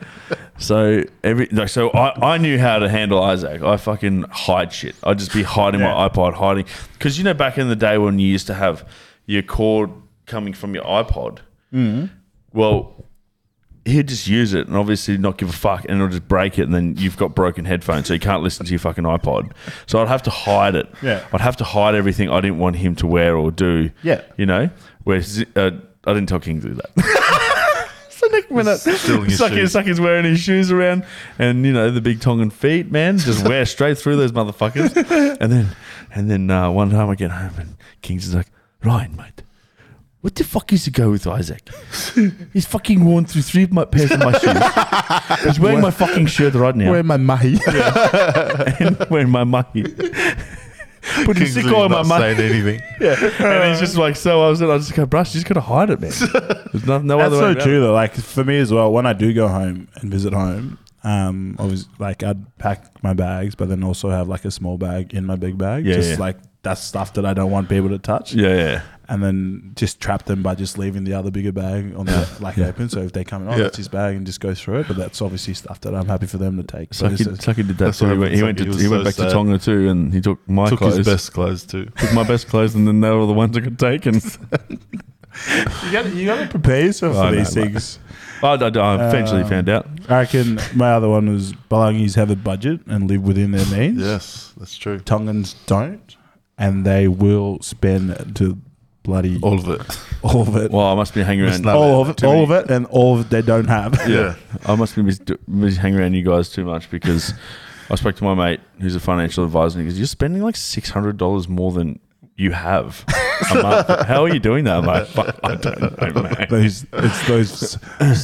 Speaker 2: So every like, so I, I knew how to handle Isaac. I fucking hide shit. I'd just be hiding my
Speaker 3: Yeah.
Speaker 2: iPod, hiding because you know back in the day when you used to have your cord coming from your iPod. Well, he'd just use it and obviously not give a fuck and it'll just break it and then you've got broken headphones so you can't listen to your fucking iPod. So I'd have to hide it.
Speaker 3: Yeah.
Speaker 2: I'd have to hide everything I didn't want him to wear or do.
Speaker 3: Yeah.
Speaker 2: You know? Where Z- uh, I didn't tell King to do that. So next minute,
Speaker 1: Stealing his
Speaker 2: Sucking,
Speaker 1: shoes.
Speaker 2: Sucking wearing his shoes around, and you know the big Tongan feet, man, just wear straight through those motherfuckers. And then, and then uh, one time I get home, and King's is like, Ryan, mate, what the fuck is the go with Isaac? He's fucking worn through three of my pairs of my shoes. He's wearing my fucking shirt right now.
Speaker 3: Where my mahi?
Speaker 2: and wearing my money. Putting
Speaker 1: Kingsley's
Speaker 2: sicko in my
Speaker 1: not
Speaker 2: money.
Speaker 1: saying anything.
Speaker 2: And he's just like so upset. I just go, brush, you just gotta hide it, man. There's no, no
Speaker 3: That's
Speaker 2: other way.
Speaker 3: so
Speaker 2: around
Speaker 3: true, though. Like for me as well, when I do go home and visit home, um, I was like I'd pack my bags, but then also have like a small bag in my big bag,
Speaker 2: Yeah,
Speaker 3: just
Speaker 2: yeah.
Speaker 3: like that's stuff that I don't want people to touch.
Speaker 2: it. Yeah, yeah.
Speaker 3: and then just trap them by just leaving the other bigger bag on the like open. So if they come in, oh,
Speaker 1: Yeah.
Speaker 3: that's his bag, and just go through it. But that's obviously stuff that I'm happy for them to take.
Speaker 2: Sucky,
Speaker 3: But it's just-
Speaker 2: Sucky did that.
Speaker 1: That's
Speaker 2: So
Speaker 1: what
Speaker 2: he went, he went,
Speaker 1: happened to
Speaker 2: to,
Speaker 1: Sucky.
Speaker 2: he
Speaker 1: He was
Speaker 2: went
Speaker 1: so
Speaker 2: back
Speaker 1: sad.
Speaker 2: to Tonga too, and he took my
Speaker 1: Took
Speaker 2: clothes.
Speaker 1: his best clothes too.
Speaker 2: Took my best clothes, and then they were the ones that got taken.
Speaker 3: you got you got to prepare yourself
Speaker 2: I
Speaker 3: for
Speaker 2: know,
Speaker 3: these
Speaker 2: mate.
Speaker 3: things.
Speaker 2: I, I, I eventually
Speaker 3: Um,
Speaker 2: found out.
Speaker 3: I reckon my other one was Balangis have a budget and live within their means.
Speaker 1: Yes, that's true.
Speaker 3: Tongans don't, and they will spend to bloody all,
Speaker 1: all of it.
Speaker 3: of it,
Speaker 2: Well, I must be hanging
Speaker 1: Missed
Speaker 2: around.
Speaker 1: that.
Speaker 3: all of it,
Speaker 2: Too
Speaker 3: all
Speaker 2: many-
Speaker 3: of it, and all of they don't have.
Speaker 1: Yeah.
Speaker 2: I must be mis- mis- hanging around you guys too much because I spoke to my mate who's a financial advisor and he goes, You're spending like $600 more than you have a month. How are you doing that? I'm like, "Fuck, I don't know, mate.
Speaker 3: Those it's those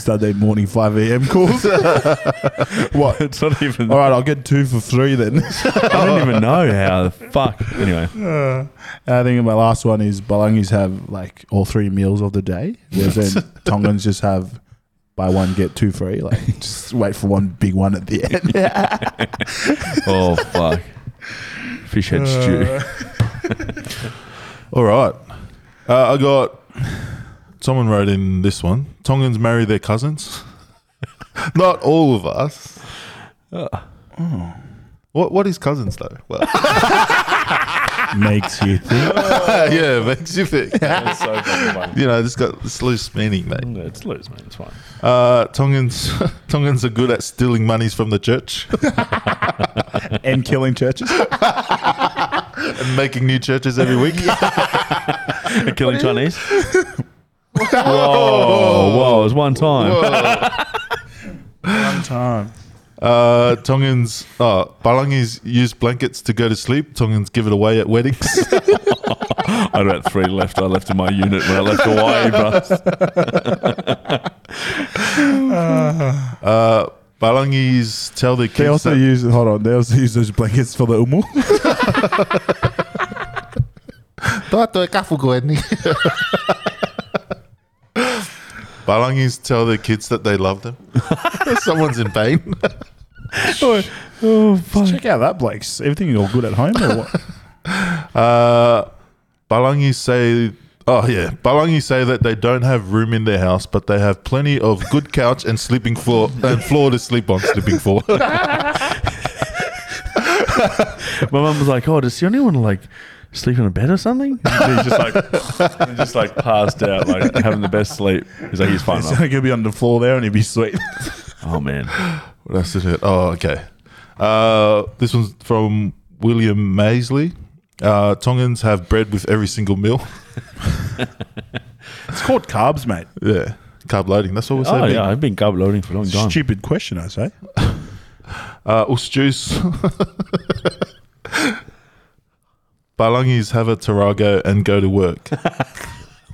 Speaker 3: Saturday morning five a.m. calls. what?
Speaker 2: It's not even,
Speaker 3: All right, I'll get two for three then.
Speaker 2: I don't even know how the fuck. Anyway,
Speaker 3: Uh. I think my last one is Balangis have like all three meals of the day. Whereas then Tongans just have buy one get two free. Like just wait for one big one at the end.
Speaker 2: oh, fuck. Fish head
Speaker 3: Uh.
Speaker 2: stew.
Speaker 1: All right. Uh, I got someone wrote in this one. Tongans marry their cousins. Not all of us. Uh. Hmm. What what is cousins though? Well,
Speaker 3: Makes you think.
Speaker 1: yeah, makes you think.
Speaker 2: That's so fucking funny.
Speaker 1: You know, this got this loose meaning, mate.
Speaker 2: No, It's loose, man. It's fine.
Speaker 1: Uh, Tongans Tongans are good at stealing monies from the church
Speaker 3: And killing churches.
Speaker 1: and making new churches every week.
Speaker 2: Killing Chinese. whoa, whoa! It was one time.
Speaker 3: Time.
Speaker 1: Uh, Tongans, oh, Balangis use blankets to go to sleep. Tongans give it away at weddings.
Speaker 2: I had about three left. I left in my unit when I left Hawaii, bro.
Speaker 1: Uh, Balangis tell their kids
Speaker 3: They also
Speaker 1: that-
Speaker 3: use hold on. They also use those blankets for the umu.
Speaker 1: Balangis tell their kids that they love them. Someone's in pain.
Speaker 3: Check out that Blake's. Everything all good at home or what?
Speaker 1: Uh, Balangis say, oh yeah, Balangis say that they don't have room in their house, but they have plenty of good couch and sleeping floor and floor to sleep on. Sleeping floor.
Speaker 2: My mum was like, "Oh, does Sione want to like sleep in a bed or something?" And he's just like, he's just like passed out, like having the best sleep. He's like, "He's fine."
Speaker 3: It's
Speaker 2: Mum."
Speaker 3: gonna be on the floor there and it'd be sweet.
Speaker 2: oh man,
Speaker 1: What else did it? Oh, okay. Uh, this one's from William Maisley. Uh, Tongans have bread with every single meal.
Speaker 3: It's called carbs, mate.
Speaker 1: Yeah, carb loading. That's what we're saying.
Speaker 2: oh yeah, I've been carb loading for a long time.
Speaker 3: Stupid question, I say.
Speaker 1: Uh, Us juice. Balangis have a Tarago and go to work.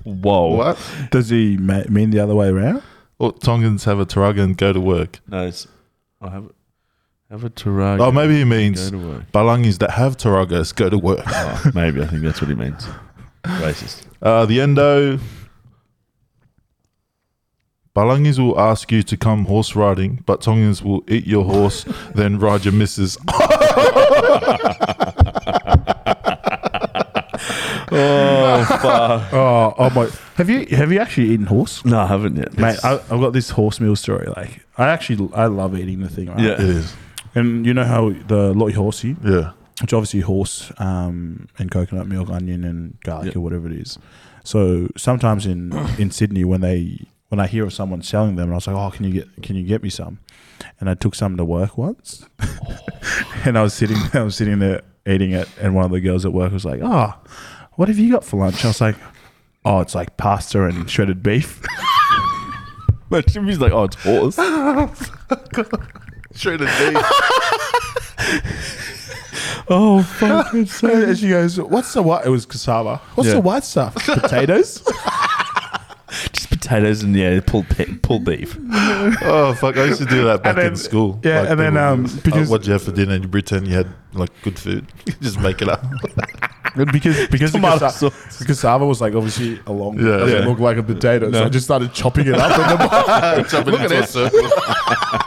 Speaker 2: Whoa,
Speaker 1: what?
Speaker 3: Does he ma- mean the other way around?
Speaker 1: Or Tongans have a Tarago and go to work.
Speaker 2: no, it's I have have a tarago.
Speaker 1: Oh, maybe he
Speaker 2: go
Speaker 1: means
Speaker 2: to work.
Speaker 1: Balangis that have Taragos go to work.
Speaker 2: Oh, maybe I think that's what he means. Racist.
Speaker 1: Uh, the endo. Balangis will ask you to come horse riding, but Tongans will eat your horse, then ride your missus.
Speaker 2: Oh fuck!
Speaker 3: Oh, oh my! Have you have you actually eaten horse,
Speaker 2: no, I haven't yet.
Speaker 3: mate? I, I've got this horse meal story. Like, I actually I love eating the thing, right?
Speaker 2: yeah,
Speaker 1: It is.
Speaker 3: And you know how the lottie horsey,
Speaker 1: Yeah.
Speaker 3: which obviously horse um, and coconut milk, onion and garlic
Speaker 2: Yeah.
Speaker 3: or whatever it is. So sometimes in in Sydney when they when I hear of someone selling them, and I was like, oh, can you get can you get me some? And I took some to work once,
Speaker 2: Oh.
Speaker 3: and I was sitting I was sitting there eating it, and one of the girls at work was like, oh, what have you got for lunch? I was like, oh, it's like pasta and shredded beef.
Speaker 2: But Jimmy's like, "Oh, it's horse."
Speaker 1: Shredded beef.
Speaker 3: Oh fuck! It's so. And she goes, "What's the white?" It was cassava. What's
Speaker 2: Yeah.
Speaker 3: the white stuff? Potatoes.
Speaker 2: Just potatoes and yeah, pulled pe- pulled beef.
Speaker 1: Oh fuck! I used to do that back
Speaker 3: then-
Speaker 1: in school.
Speaker 3: yeah, and then,
Speaker 1: people-
Speaker 3: um, because-
Speaker 1: uh, what you have for dinner, and you pretend you had like good food. You just make it up.
Speaker 3: because because the
Speaker 2: Tomato
Speaker 3: cassava, the cassava was like obviously a long.
Speaker 1: Yeah.
Speaker 3: doesn't
Speaker 1: Yeah.
Speaker 3: look like a potato, so I just started chopping it up. And
Speaker 1: Look at this.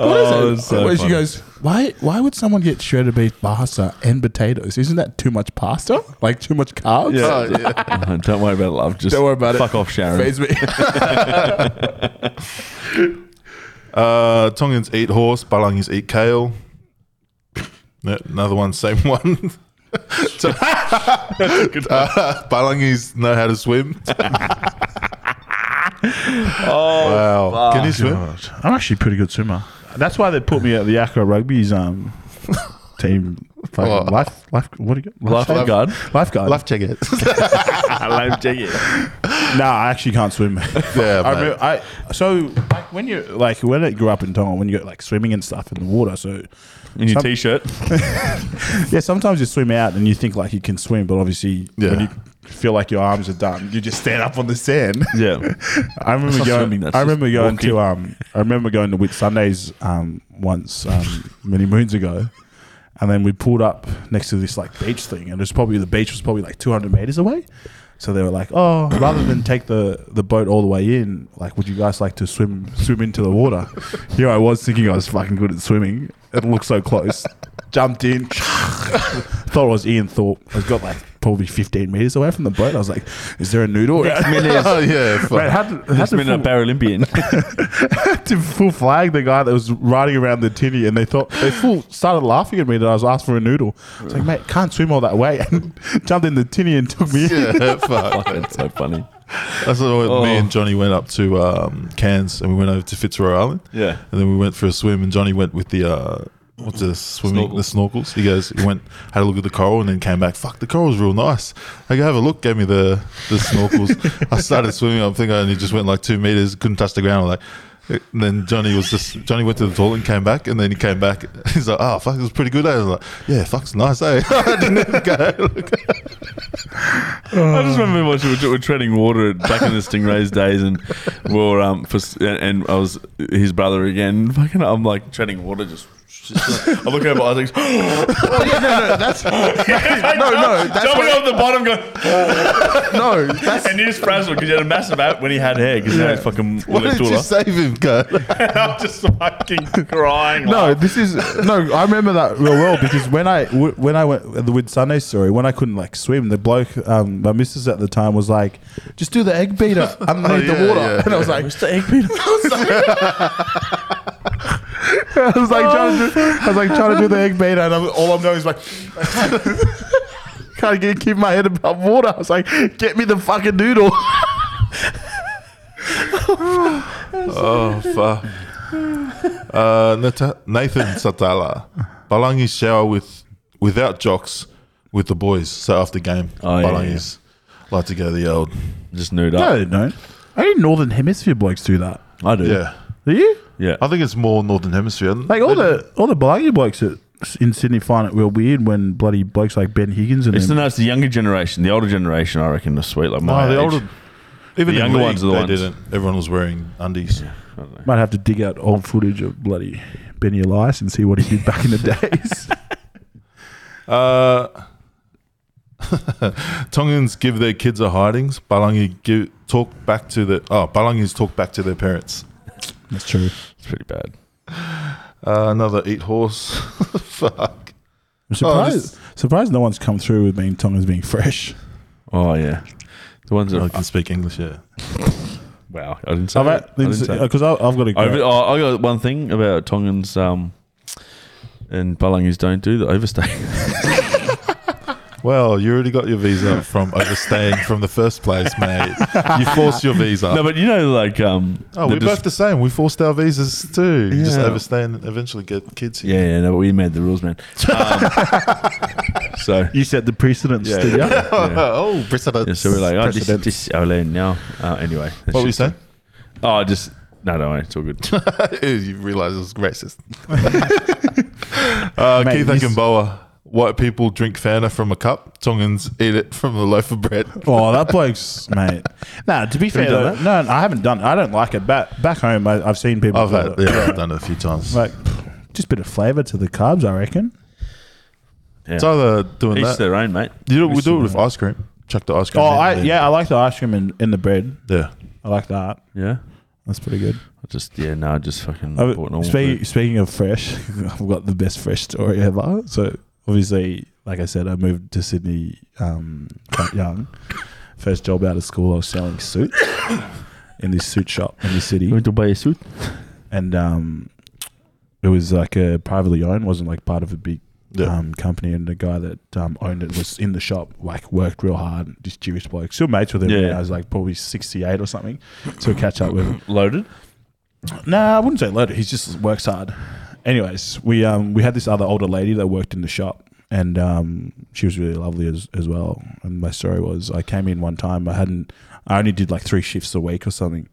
Speaker 2: Oh,
Speaker 3: then,
Speaker 2: it's so
Speaker 3: where she
Speaker 2: funny.
Speaker 3: goes, "Why why would someone get shredded beef pasta and potatoes? Isn't that too much pasta? Like too much carbs?"
Speaker 2: Yeah.
Speaker 1: Oh, yeah.
Speaker 2: Uh, Don't worry about it, love. Just
Speaker 3: Don't worry about it.
Speaker 2: Fuck off, Sharon.
Speaker 3: Feeds me.
Speaker 1: Uh, Tongans eat horse. Balangis eat kale. No, another one, same one. So- uh, Balangis know how to swim.
Speaker 2: Oh,
Speaker 1: Wow, can you swim?
Speaker 3: I'm actually a pretty good swimmer. That's why they put me at the Acro Rugby's um team fucking
Speaker 1: Oh.
Speaker 3: life life what do you got?
Speaker 2: Life- lifeguard.
Speaker 3: lifeguard.
Speaker 1: Life check it.
Speaker 2: Life jacket.
Speaker 3: no, I actually can't swim.
Speaker 1: yeah,
Speaker 3: I
Speaker 1: mate.
Speaker 3: remember, I so like when you like when I grew up in Tonga when you go like swimming and stuff in the water. So
Speaker 2: In your
Speaker 3: Some-
Speaker 2: t-shirt.
Speaker 3: yeah, sometimes you swim out and you think like you can swim, but obviously when
Speaker 1: Yeah.
Speaker 3: you feel like your arms are done, you just stand up on the sand.
Speaker 2: Yeah.
Speaker 3: I remember
Speaker 2: not
Speaker 3: going.
Speaker 2: swimming, that's
Speaker 3: I
Speaker 2: just
Speaker 3: remember going
Speaker 2: walking.
Speaker 3: to. Um, I remember going to Whit Sundays um, once um, many moons ago, and then we pulled up next to this like beach thing, and it was probably the beach was probably like 200 meters away. So they were like, "Oh, rather than take the, the boat all the way in, like, would you guys like to swim swim into the water?" Here I was thinking I was fucking good at swimming. It looked so close. Jumped in. Thought it was Ian Thorpe. I was got like probably 15 meters away from the boat. I was like, "Is there a noodle?"
Speaker 1: oh yeah, fuck.
Speaker 3: Mate, how did- how
Speaker 2: That's
Speaker 3: did
Speaker 2: been a
Speaker 3: full-
Speaker 2: Paralympian.
Speaker 3: to full flag the guy that was riding around the tinny, and they thought they full started laughing at me that I was asked for a noodle. I was like, mate, can't swim all that way, and jumped in the tinny and took me. in.
Speaker 1: yeah, fuck.
Speaker 2: That's so funny.
Speaker 1: That's what
Speaker 2: Oh.
Speaker 1: me and Johnny went up to um, Cairns and we went over to Fitzroy Island.
Speaker 2: Yeah.
Speaker 1: And then we went for a swim, and Johnny went with the uh, what's the swimming the snorkels. He goes, he went had a look at the coral, and then came back. Fuck, the coral's real nice. I go have a look. Gave me the the snorkels. I started swimming. I'm thinking I only just went like two meters, couldn't touch the ground. I'm like. And then Johnny was just Johnny went to the toilet and came back, and then he came back. He's like, "Oh fuck, it was pretty good." eh?" I was like, "Yeah, fuck's nice, eh?" I didn't even go.
Speaker 2: I just remember watching, we were treading water back in the Stingrays days, and we were um for, and I was his brother again. Fucking, I'm like treading water, just. just I look over Isaac's.
Speaker 5: Oh, yeah, no, no, that's
Speaker 2: no,
Speaker 5: no, that's
Speaker 2: jumping
Speaker 5: what-
Speaker 2: off the bottom, going,
Speaker 5: no, that's
Speaker 2: and you just frazzled because you had a massive out when he had hair because now he's fucking
Speaker 1: Why did you
Speaker 2: Willis
Speaker 1: save him, go?
Speaker 2: I'm just fucking crying.
Speaker 3: No, this is no. I remember that real well because when I w- when I went at the Wid Sunday story, when I couldn't like swim, the bloke, um, my missus at the time was like, "Just do the egg beater underneath
Speaker 1: Oh, yeah,
Speaker 3: the water,"
Speaker 1: yeah.
Speaker 3: and I was like,
Speaker 2: Where's the egg beater?
Speaker 3: I was like trying to do, I was like trying to do the egg beater, and I'm, all I'm doing is like, can't get, keep my head above water. I was like, get me the fucking noodle.
Speaker 1: Oh fuck. Uh, Nata- Nathan Satala, Balangi's shower with without jocks with the boys. So after game,
Speaker 2: Oh, yeah,
Speaker 1: Balangi's like to go to the old.
Speaker 2: Just nude up.
Speaker 3: No, they don't. Only Northern Hemisphere blokes do that.
Speaker 2: I do.
Speaker 1: Yeah,
Speaker 3: Do you?
Speaker 2: Yeah.
Speaker 1: I think it's more northern hemisphere.
Speaker 3: Like all the all the bloody blokes that s- in Sydney find it real weird when bloody blokes like Ben Higgins and
Speaker 2: It's the,
Speaker 3: them.
Speaker 2: no, it's the younger generation. The older generation, I reckon, are sweet. Like my
Speaker 1: no, Oh, the
Speaker 2: age.
Speaker 1: older, even in
Speaker 2: The younger
Speaker 1: league,
Speaker 2: ones are the
Speaker 1: they
Speaker 2: ones.
Speaker 1: didn't. Everyone was wearing undies.
Speaker 3: might have to dig out old footage of bloody Benny Elias and see what he did back in the days.
Speaker 1: Uh, Tongans give their kids a hidings. Balangi give talk back to the oh Balangi's talk back to their parents.
Speaker 3: That's true.
Speaker 2: It's pretty bad.
Speaker 1: Uh, another eat horse. Fuck. Oh,
Speaker 3: I'm surprised.
Speaker 1: this-
Speaker 3: surprised no one's come through with being Tonga's being fresh.
Speaker 2: Oh yeah, the ones that.
Speaker 1: I can speak English. Yeah.
Speaker 2: wow, I didn't say.
Speaker 3: Because
Speaker 2: that. I didn't say that.
Speaker 3: I've got a go.
Speaker 2: Over, oh, I got one thing about Tongans um, and Balangis don't do the overstay.
Speaker 1: Well, you already got your visa from overstaying from the first place, mate. You forced your visa.
Speaker 2: no, but you know, like um,
Speaker 1: oh,
Speaker 2: the
Speaker 1: we're
Speaker 2: dis-
Speaker 1: both the same. We forced our visas too. You just
Speaker 2: Yeah.
Speaker 1: overstay and eventually get kids here.
Speaker 2: yeah, yeah, no, but we made the rules, man. Um, so
Speaker 3: you set the precedence.
Speaker 2: yeah,
Speaker 3: did ya?
Speaker 2: yeah, yeah.
Speaker 1: Oh, precedent.
Speaker 2: Yeah, so we're like, oh, this, this I learned now. Uh, anyway,
Speaker 1: what
Speaker 2: that's
Speaker 1: were you
Speaker 2: just-
Speaker 1: saying?
Speaker 2: Oh, just no, no, it's all good.
Speaker 1: you realize it was racist. uh,
Speaker 3: Mate,
Speaker 1: Keith
Speaker 3: this-
Speaker 1: Akinboa. White people drink Fanta from a cup. Tongans eat it from a loaf of bread.
Speaker 3: Oh, that bloke's mate. Nah, to be fair,
Speaker 1: done
Speaker 3: though, no, no, I haven't done. I don't like it. Back back home, I, I've seen people.
Speaker 1: I've
Speaker 3: do
Speaker 1: had,
Speaker 3: it.
Speaker 1: yeah, I've done it a few times.
Speaker 3: Like, just a bit of flavour to the carbs, I reckon.
Speaker 1: It's either doing
Speaker 2: Each
Speaker 1: that.
Speaker 2: their own, mate.
Speaker 1: You do, we do it with ice cream. Chuck the ice cream.
Speaker 3: Oh,
Speaker 1: in
Speaker 3: I,
Speaker 1: there.
Speaker 3: yeah, I like the ice cream in, in the bread.
Speaker 1: yeah.
Speaker 3: I like that.
Speaker 2: Yeah,
Speaker 3: That's pretty good.
Speaker 2: I just yeah, no, I just fucking
Speaker 3: I-
Speaker 2: bought normal.
Speaker 3: Speaking,
Speaker 2: food.
Speaker 3: speaking of fresh, I've got the best fresh story ever. So obviously, like I said, I moved to Sydney um, quite young. First job out of school, I was selling suits in this suit shop in the city.
Speaker 2: You want to buy a suit?
Speaker 3: and um, it was like a privately owned, wasn't like part of a big
Speaker 1: Yeah.
Speaker 3: um, company. And the guy that um, owned it was in the shop, like worked real hard. This Jewish bloke, still mates with him.
Speaker 2: Yeah.
Speaker 3: Yeah, I was like probably sixty eight or something. So catch up with him.
Speaker 2: Loaded.
Speaker 3: Nah, I wouldn't say loaded. He just works hard. anyways, we um we had this other older lady that worked in the shop, and um she was really lovely as as well. And my story was I came in one time I hadn't I only did like three shifts a week or something,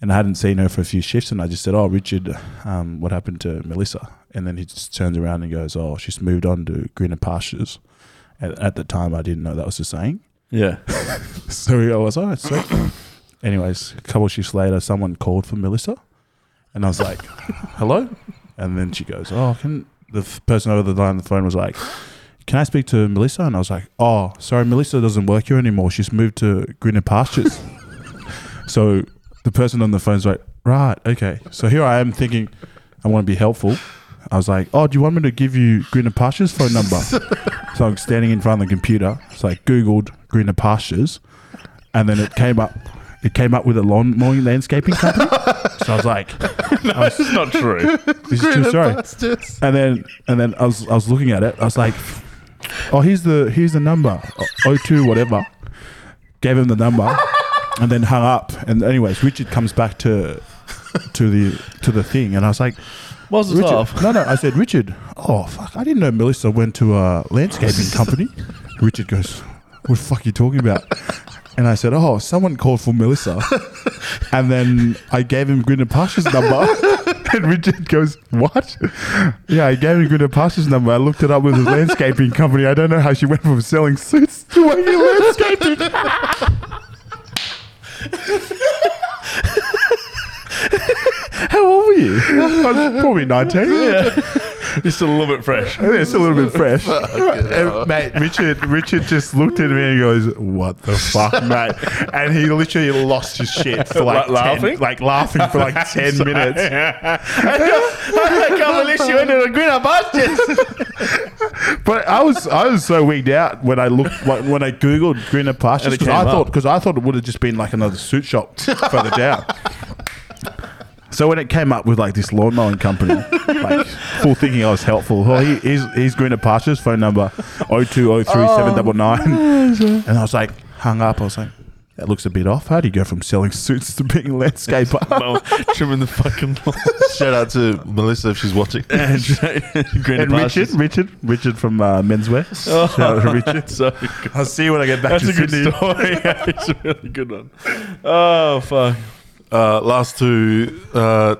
Speaker 3: and I hadn't seen her for a few shifts, and I just said, "Oh, Richard, um, what happened to Melissa?" And then he just turns around and goes, "Oh, she's moved on to greener pastures." At, at the time, I didn't know that was the saying.
Speaker 2: Yeah.
Speaker 3: So I was all right. Sweet. Anyways, a couple of shifts later, someone called for Melissa, and I was like, "Hello," and then she goes, "Oh, can the f- person over the line on the phone was like." Can I speak to Melissa? And I was like, "Oh, sorry, Melissa doesn't work here anymore. She's moved to greener pastures." so the person on the phone's like, "Right, okay." So here I am thinking, I want to be helpful. I was like, "Oh, do you want me to give you greener pastures phone number?" So I'm standing in front of the computer. So I googled greener pastures, and then it came up. It came up with a lawn mowing landscaping company. so I was like,
Speaker 2: This is not true.
Speaker 3: "This is true story."
Speaker 5: Bastards.
Speaker 3: And then and then I was I was looking at it. I was like, "Oh, here's the here's the number, O two whatever." Gave him the number, and then hung up. And anyways, Richard comes back to to the to the thing, and I was like.
Speaker 2: Was it
Speaker 3: Richard,
Speaker 2: off?
Speaker 3: no, no. I said, Richard. Oh fuck! I didn't know Melissa went to a landscaping company. Richard goes, "What the fuck are you talking about?" And I said, "Oh, someone called for Melissa." And then I gave him Gwyneth Paltrow's number. And Richard goes, "What?" Yeah, I gave him Gwyneth Paltrow's number. I looked it up with his landscaping company. I don't know how she went from selling suits to working landscaping. How old were you? I was probably nineteen.
Speaker 2: Just a little bit fresh.
Speaker 3: Yeah, It's a little bit fresh. And, mate, Richard Richard just looked at me and goes, What the fuck, mate? And he literally lost his shit for like,
Speaker 2: Like
Speaker 3: 10
Speaker 2: laughing?
Speaker 3: like laughing for like ten minutes.
Speaker 2: I can't believe she went to the greener pastures.
Speaker 3: But I was I was so wigged out when I looked like, when I googled greener pastures
Speaker 2: And it
Speaker 3: because I
Speaker 2: came
Speaker 3: thought
Speaker 2: up.
Speaker 3: because I thought it would have just been like another suit shop further down. So when it came up with like this lawn mowing company, like full thinking I was helpful. Well, he, he's he's greener pastures phone number 0203799. and I was like hung up. I was like. That looks a bit off. How do you go from selling suits to being a landscaper?
Speaker 2: Trimming the fucking
Speaker 1: Shout out to Melissa if she's watching.
Speaker 2: lawn. greener
Speaker 3: and Richard, Richard, Richard from uh, Menswear. Shout out to Richard.
Speaker 2: So good.
Speaker 3: I'll see you when I get back
Speaker 2: That's
Speaker 3: to
Speaker 2: a good
Speaker 3: Sydney.
Speaker 2: story. it's a really good one. Oh fuck.
Speaker 1: Uh, last two. Uh,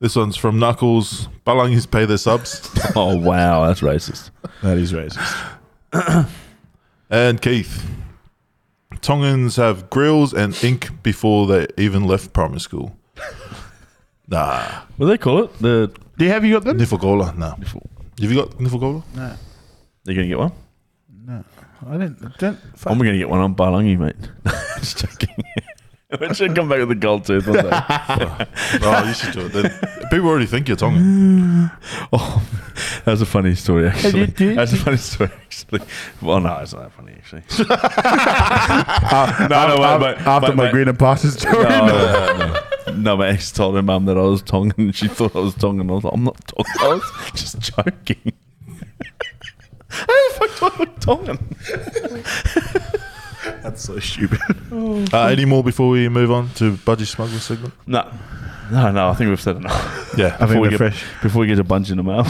Speaker 1: this one's from Knuckles. Balangis pay their subs.
Speaker 2: Oh wow, that's racist.
Speaker 3: That is racist.
Speaker 1: and Keith. Tongans have grills and ink before they even left primary school. Nah.
Speaker 2: What do they call it? The
Speaker 3: Do you have you got them?
Speaker 1: Nifagola? Nah. Have you got Nifagola?
Speaker 2: They're gonna get one.
Speaker 3: I don't. don't fuck.
Speaker 2: I'm gonna get one on Balangi, mate. Just joking. I should come back with a gold tooth one day.
Speaker 1: Oh, you should do it. Then. People already think you're Tongan.
Speaker 2: Oh, that's a funny story, actually.
Speaker 3: Hey, did- did-
Speaker 2: that's a funny story, actually. Well, no, it's not that funny, actually.
Speaker 3: Uh,
Speaker 2: no,
Speaker 3: af-
Speaker 2: wait, but-
Speaker 3: after
Speaker 2: but-
Speaker 3: my
Speaker 2: but-
Speaker 3: green and passes story.
Speaker 2: No, no, no, no. No, my ex told her mum that I was Tongan. She thought I was Tongan. I was like, I'm not Tongan. I was just joking. How the fuck do I look Tongan?
Speaker 3: That's so stupid.
Speaker 1: Uh, any more before we move on to budgie smuggler segment?
Speaker 2: No. No, no, I think we've said enough.
Speaker 1: Yeah.
Speaker 3: I think
Speaker 2: we
Speaker 3: we're
Speaker 2: get-
Speaker 3: fresh.
Speaker 2: Before we get a bunch in the mouth.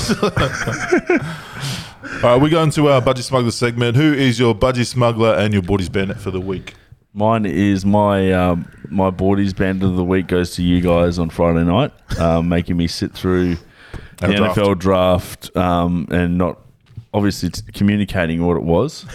Speaker 1: All right, we're going to our budgie smuggler segment. Who is your budgie smuggler and your boardies bandit for the week?
Speaker 2: Mine is my um, my boardies band of the week goes to you guys on Friday night, um, making me sit through the
Speaker 1: And a draft.
Speaker 2: NFL draft um, and not obviously t- communicating what it was.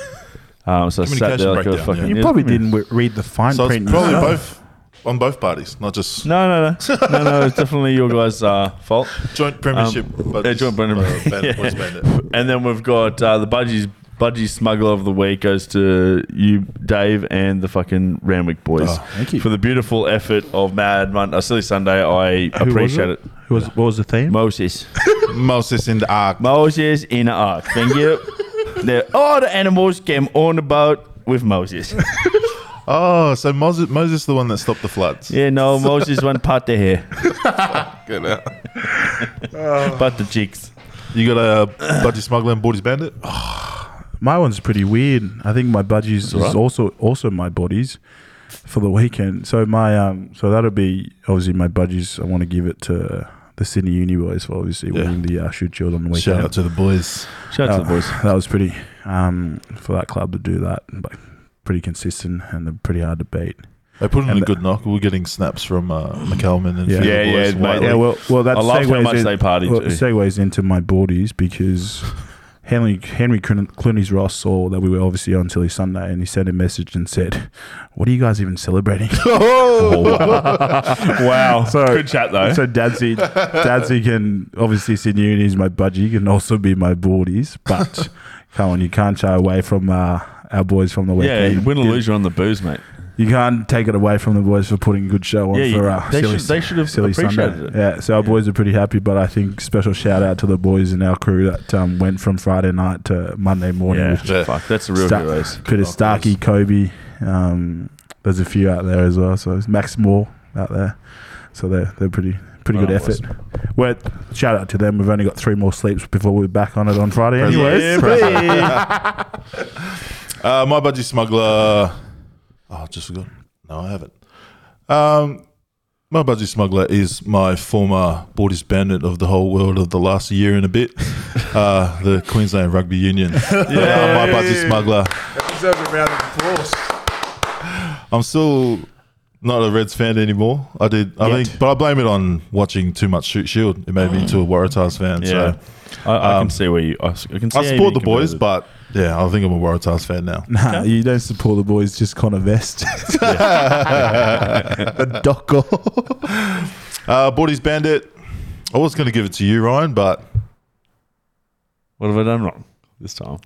Speaker 2: Um, so I sat there
Speaker 1: Communication
Speaker 2: like a
Speaker 1: breakdown,
Speaker 2: fucking
Speaker 1: yeah.
Speaker 3: You
Speaker 2: yeah,
Speaker 3: probably
Speaker 2: commu-
Speaker 3: didn't w- read the fine
Speaker 1: So
Speaker 3: print.
Speaker 1: it's probably
Speaker 3: yourself.
Speaker 1: both on both parties, not just
Speaker 2: No, no, no, no, no. It's definitely your guys' uh, fault.
Speaker 1: joint premiership. budgies,
Speaker 2: Um, yeah, joint premier-
Speaker 1: uh, bandit,
Speaker 2: yeah.
Speaker 1: boardies bandit.
Speaker 2: And then we've got uh, the budgies. Budgie smuggler of the week goes to you, Dave, and the fucking Randwick boys
Speaker 3: Oh, thank you.
Speaker 2: for the beautiful effort of Mad Monday, uh, Silly Sunday. I
Speaker 3: Who was
Speaker 2: appreciate it.
Speaker 3: Who was, what was the theme?
Speaker 2: Moses.
Speaker 1: Moses in the arc.
Speaker 2: Moses in the ark. Thank you. the, all the animals came on the boat with Moses.
Speaker 1: Oh, so Moses, Moses the one that stopped the floods.
Speaker 2: Yeah, no, Moses won't part the hair,
Speaker 1: Good out.
Speaker 2: but the chicks.
Speaker 1: You got a budgie smuggler and boardies bandit?
Speaker 3: My one's pretty weird. I think my budgies is also also my bodies for the weekend. So my um so that'll be obviously my budgies. I want to give it to the Sydney Uni boys for obviously winning the uh, shoot shield on the weekend.
Speaker 1: Shout out to the boys.
Speaker 2: Shout out to the
Speaker 3: Uh,
Speaker 2: boys.
Speaker 3: That was pretty um, for that club to do that, but pretty consistent and they're pretty hard to beat.
Speaker 1: They put in
Speaker 3: And
Speaker 1: a good knock. We We're getting snaps from uh, McElman and
Speaker 3: Yeah.
Speaker 1: Field
Speaker 2: Yeah,
Speaker 1: boys
Speaker 2: yeah,
Speaker 1: from
Speaker 2: mate,
Speaker 1: Whiteley.
Speaker 3: yeah, well, well, that
Speaker 2: I love how
Speaker 3: segues
Speaker 2: much
Speaker 3: in-
Speaker 2: they partied
Speaker 3: well, it
Speaker 2: too.
Speaker 3: segues into my boardies because Henry Henry Clooney- Clooney's Ross saw that we were obviously on Tilly Sunday, and he sent a message and said, "What are you guys even celebrating?" Oh. wow, so
Speaker 2: Good chat though.
Speaker 3: So Dadsy, Dadsy can obviously Sydney Uni is my budgie, can also be my boardies, but come on, you can't shy away from uh, our boys from the
Speaker 2: yeah,
Speaker 3: weekend.
Speaker 2: win or lose, you're on the booze, mate.
Speaker 3: You can't take it away from the boys for putting a good show on
Speaker 2: Yeah, you-
Speaker 3: for uh,
Speaker 2: they
Speaker 3: silly,
Speaker 2: should- they should have
Speaker 3: silly
Speaker 2: appreciated
Speaker 3: Sunday.
Speaker 2: it.
Speaker 3: Yeah, so our boys are pretty happy, but I think special shout out to the boys in our crew that um, went from Friday night to Monday morning.
Speaker 2: Yeah,
Speaker 3: with
Speaker 1: Yeah.
Speaker 2: fuck, that's the real
Speaker 3: Sta-
Speaker 2: heroes.
Speaker 3: Peter
Speaker 1: Good luck,
Speaker 3: Starkey, Kobe. Um, there's a few out there as well. So it's Max Moore out there. So they're they're pretty pretty good
Speaker 2: Oh,
Speaker 3: effort. Well, shout out to them. We've only got three more sleeps before we're back on it on Friday. Anyways,
Speaker 1: Uh, my budgie smuggler. Oh, I just forgot. No, I haven't. Um, my budgie smuggler is my former Borders bandit of the whole world of the last year and a bit, uh, the Queensland Rugby Union. Uh, my budgie smuggler. I'm still not a Reds fan anymore. I did, I
Speaker 3: Yet.
Speaker 1: think, but I blame it on watching too much Shoot Shield. It made me into a Waratahs fan.
Speaker 2: Yeah,
Speaker 1: So
Speaker 2: I, I
Speaker 1: um,
Speaker 2: can see where you. I, s- I can see
Speaker 1: I
Speaker 2: how you
Speaker 1: support the
Speaker 2: being
Speaker 1: boys,
Speaker 2: competitive.
Speaker 1: but yeah, I think I'm a Waratahs fan now.
Speaker 3: nah, you don't support the boys, just Connor Vest.
Speaker 1: a doco. uh, Bordy's Bandit. I was going to give it to you, Ryan, but
Speaker 2: what have I done wrong this time?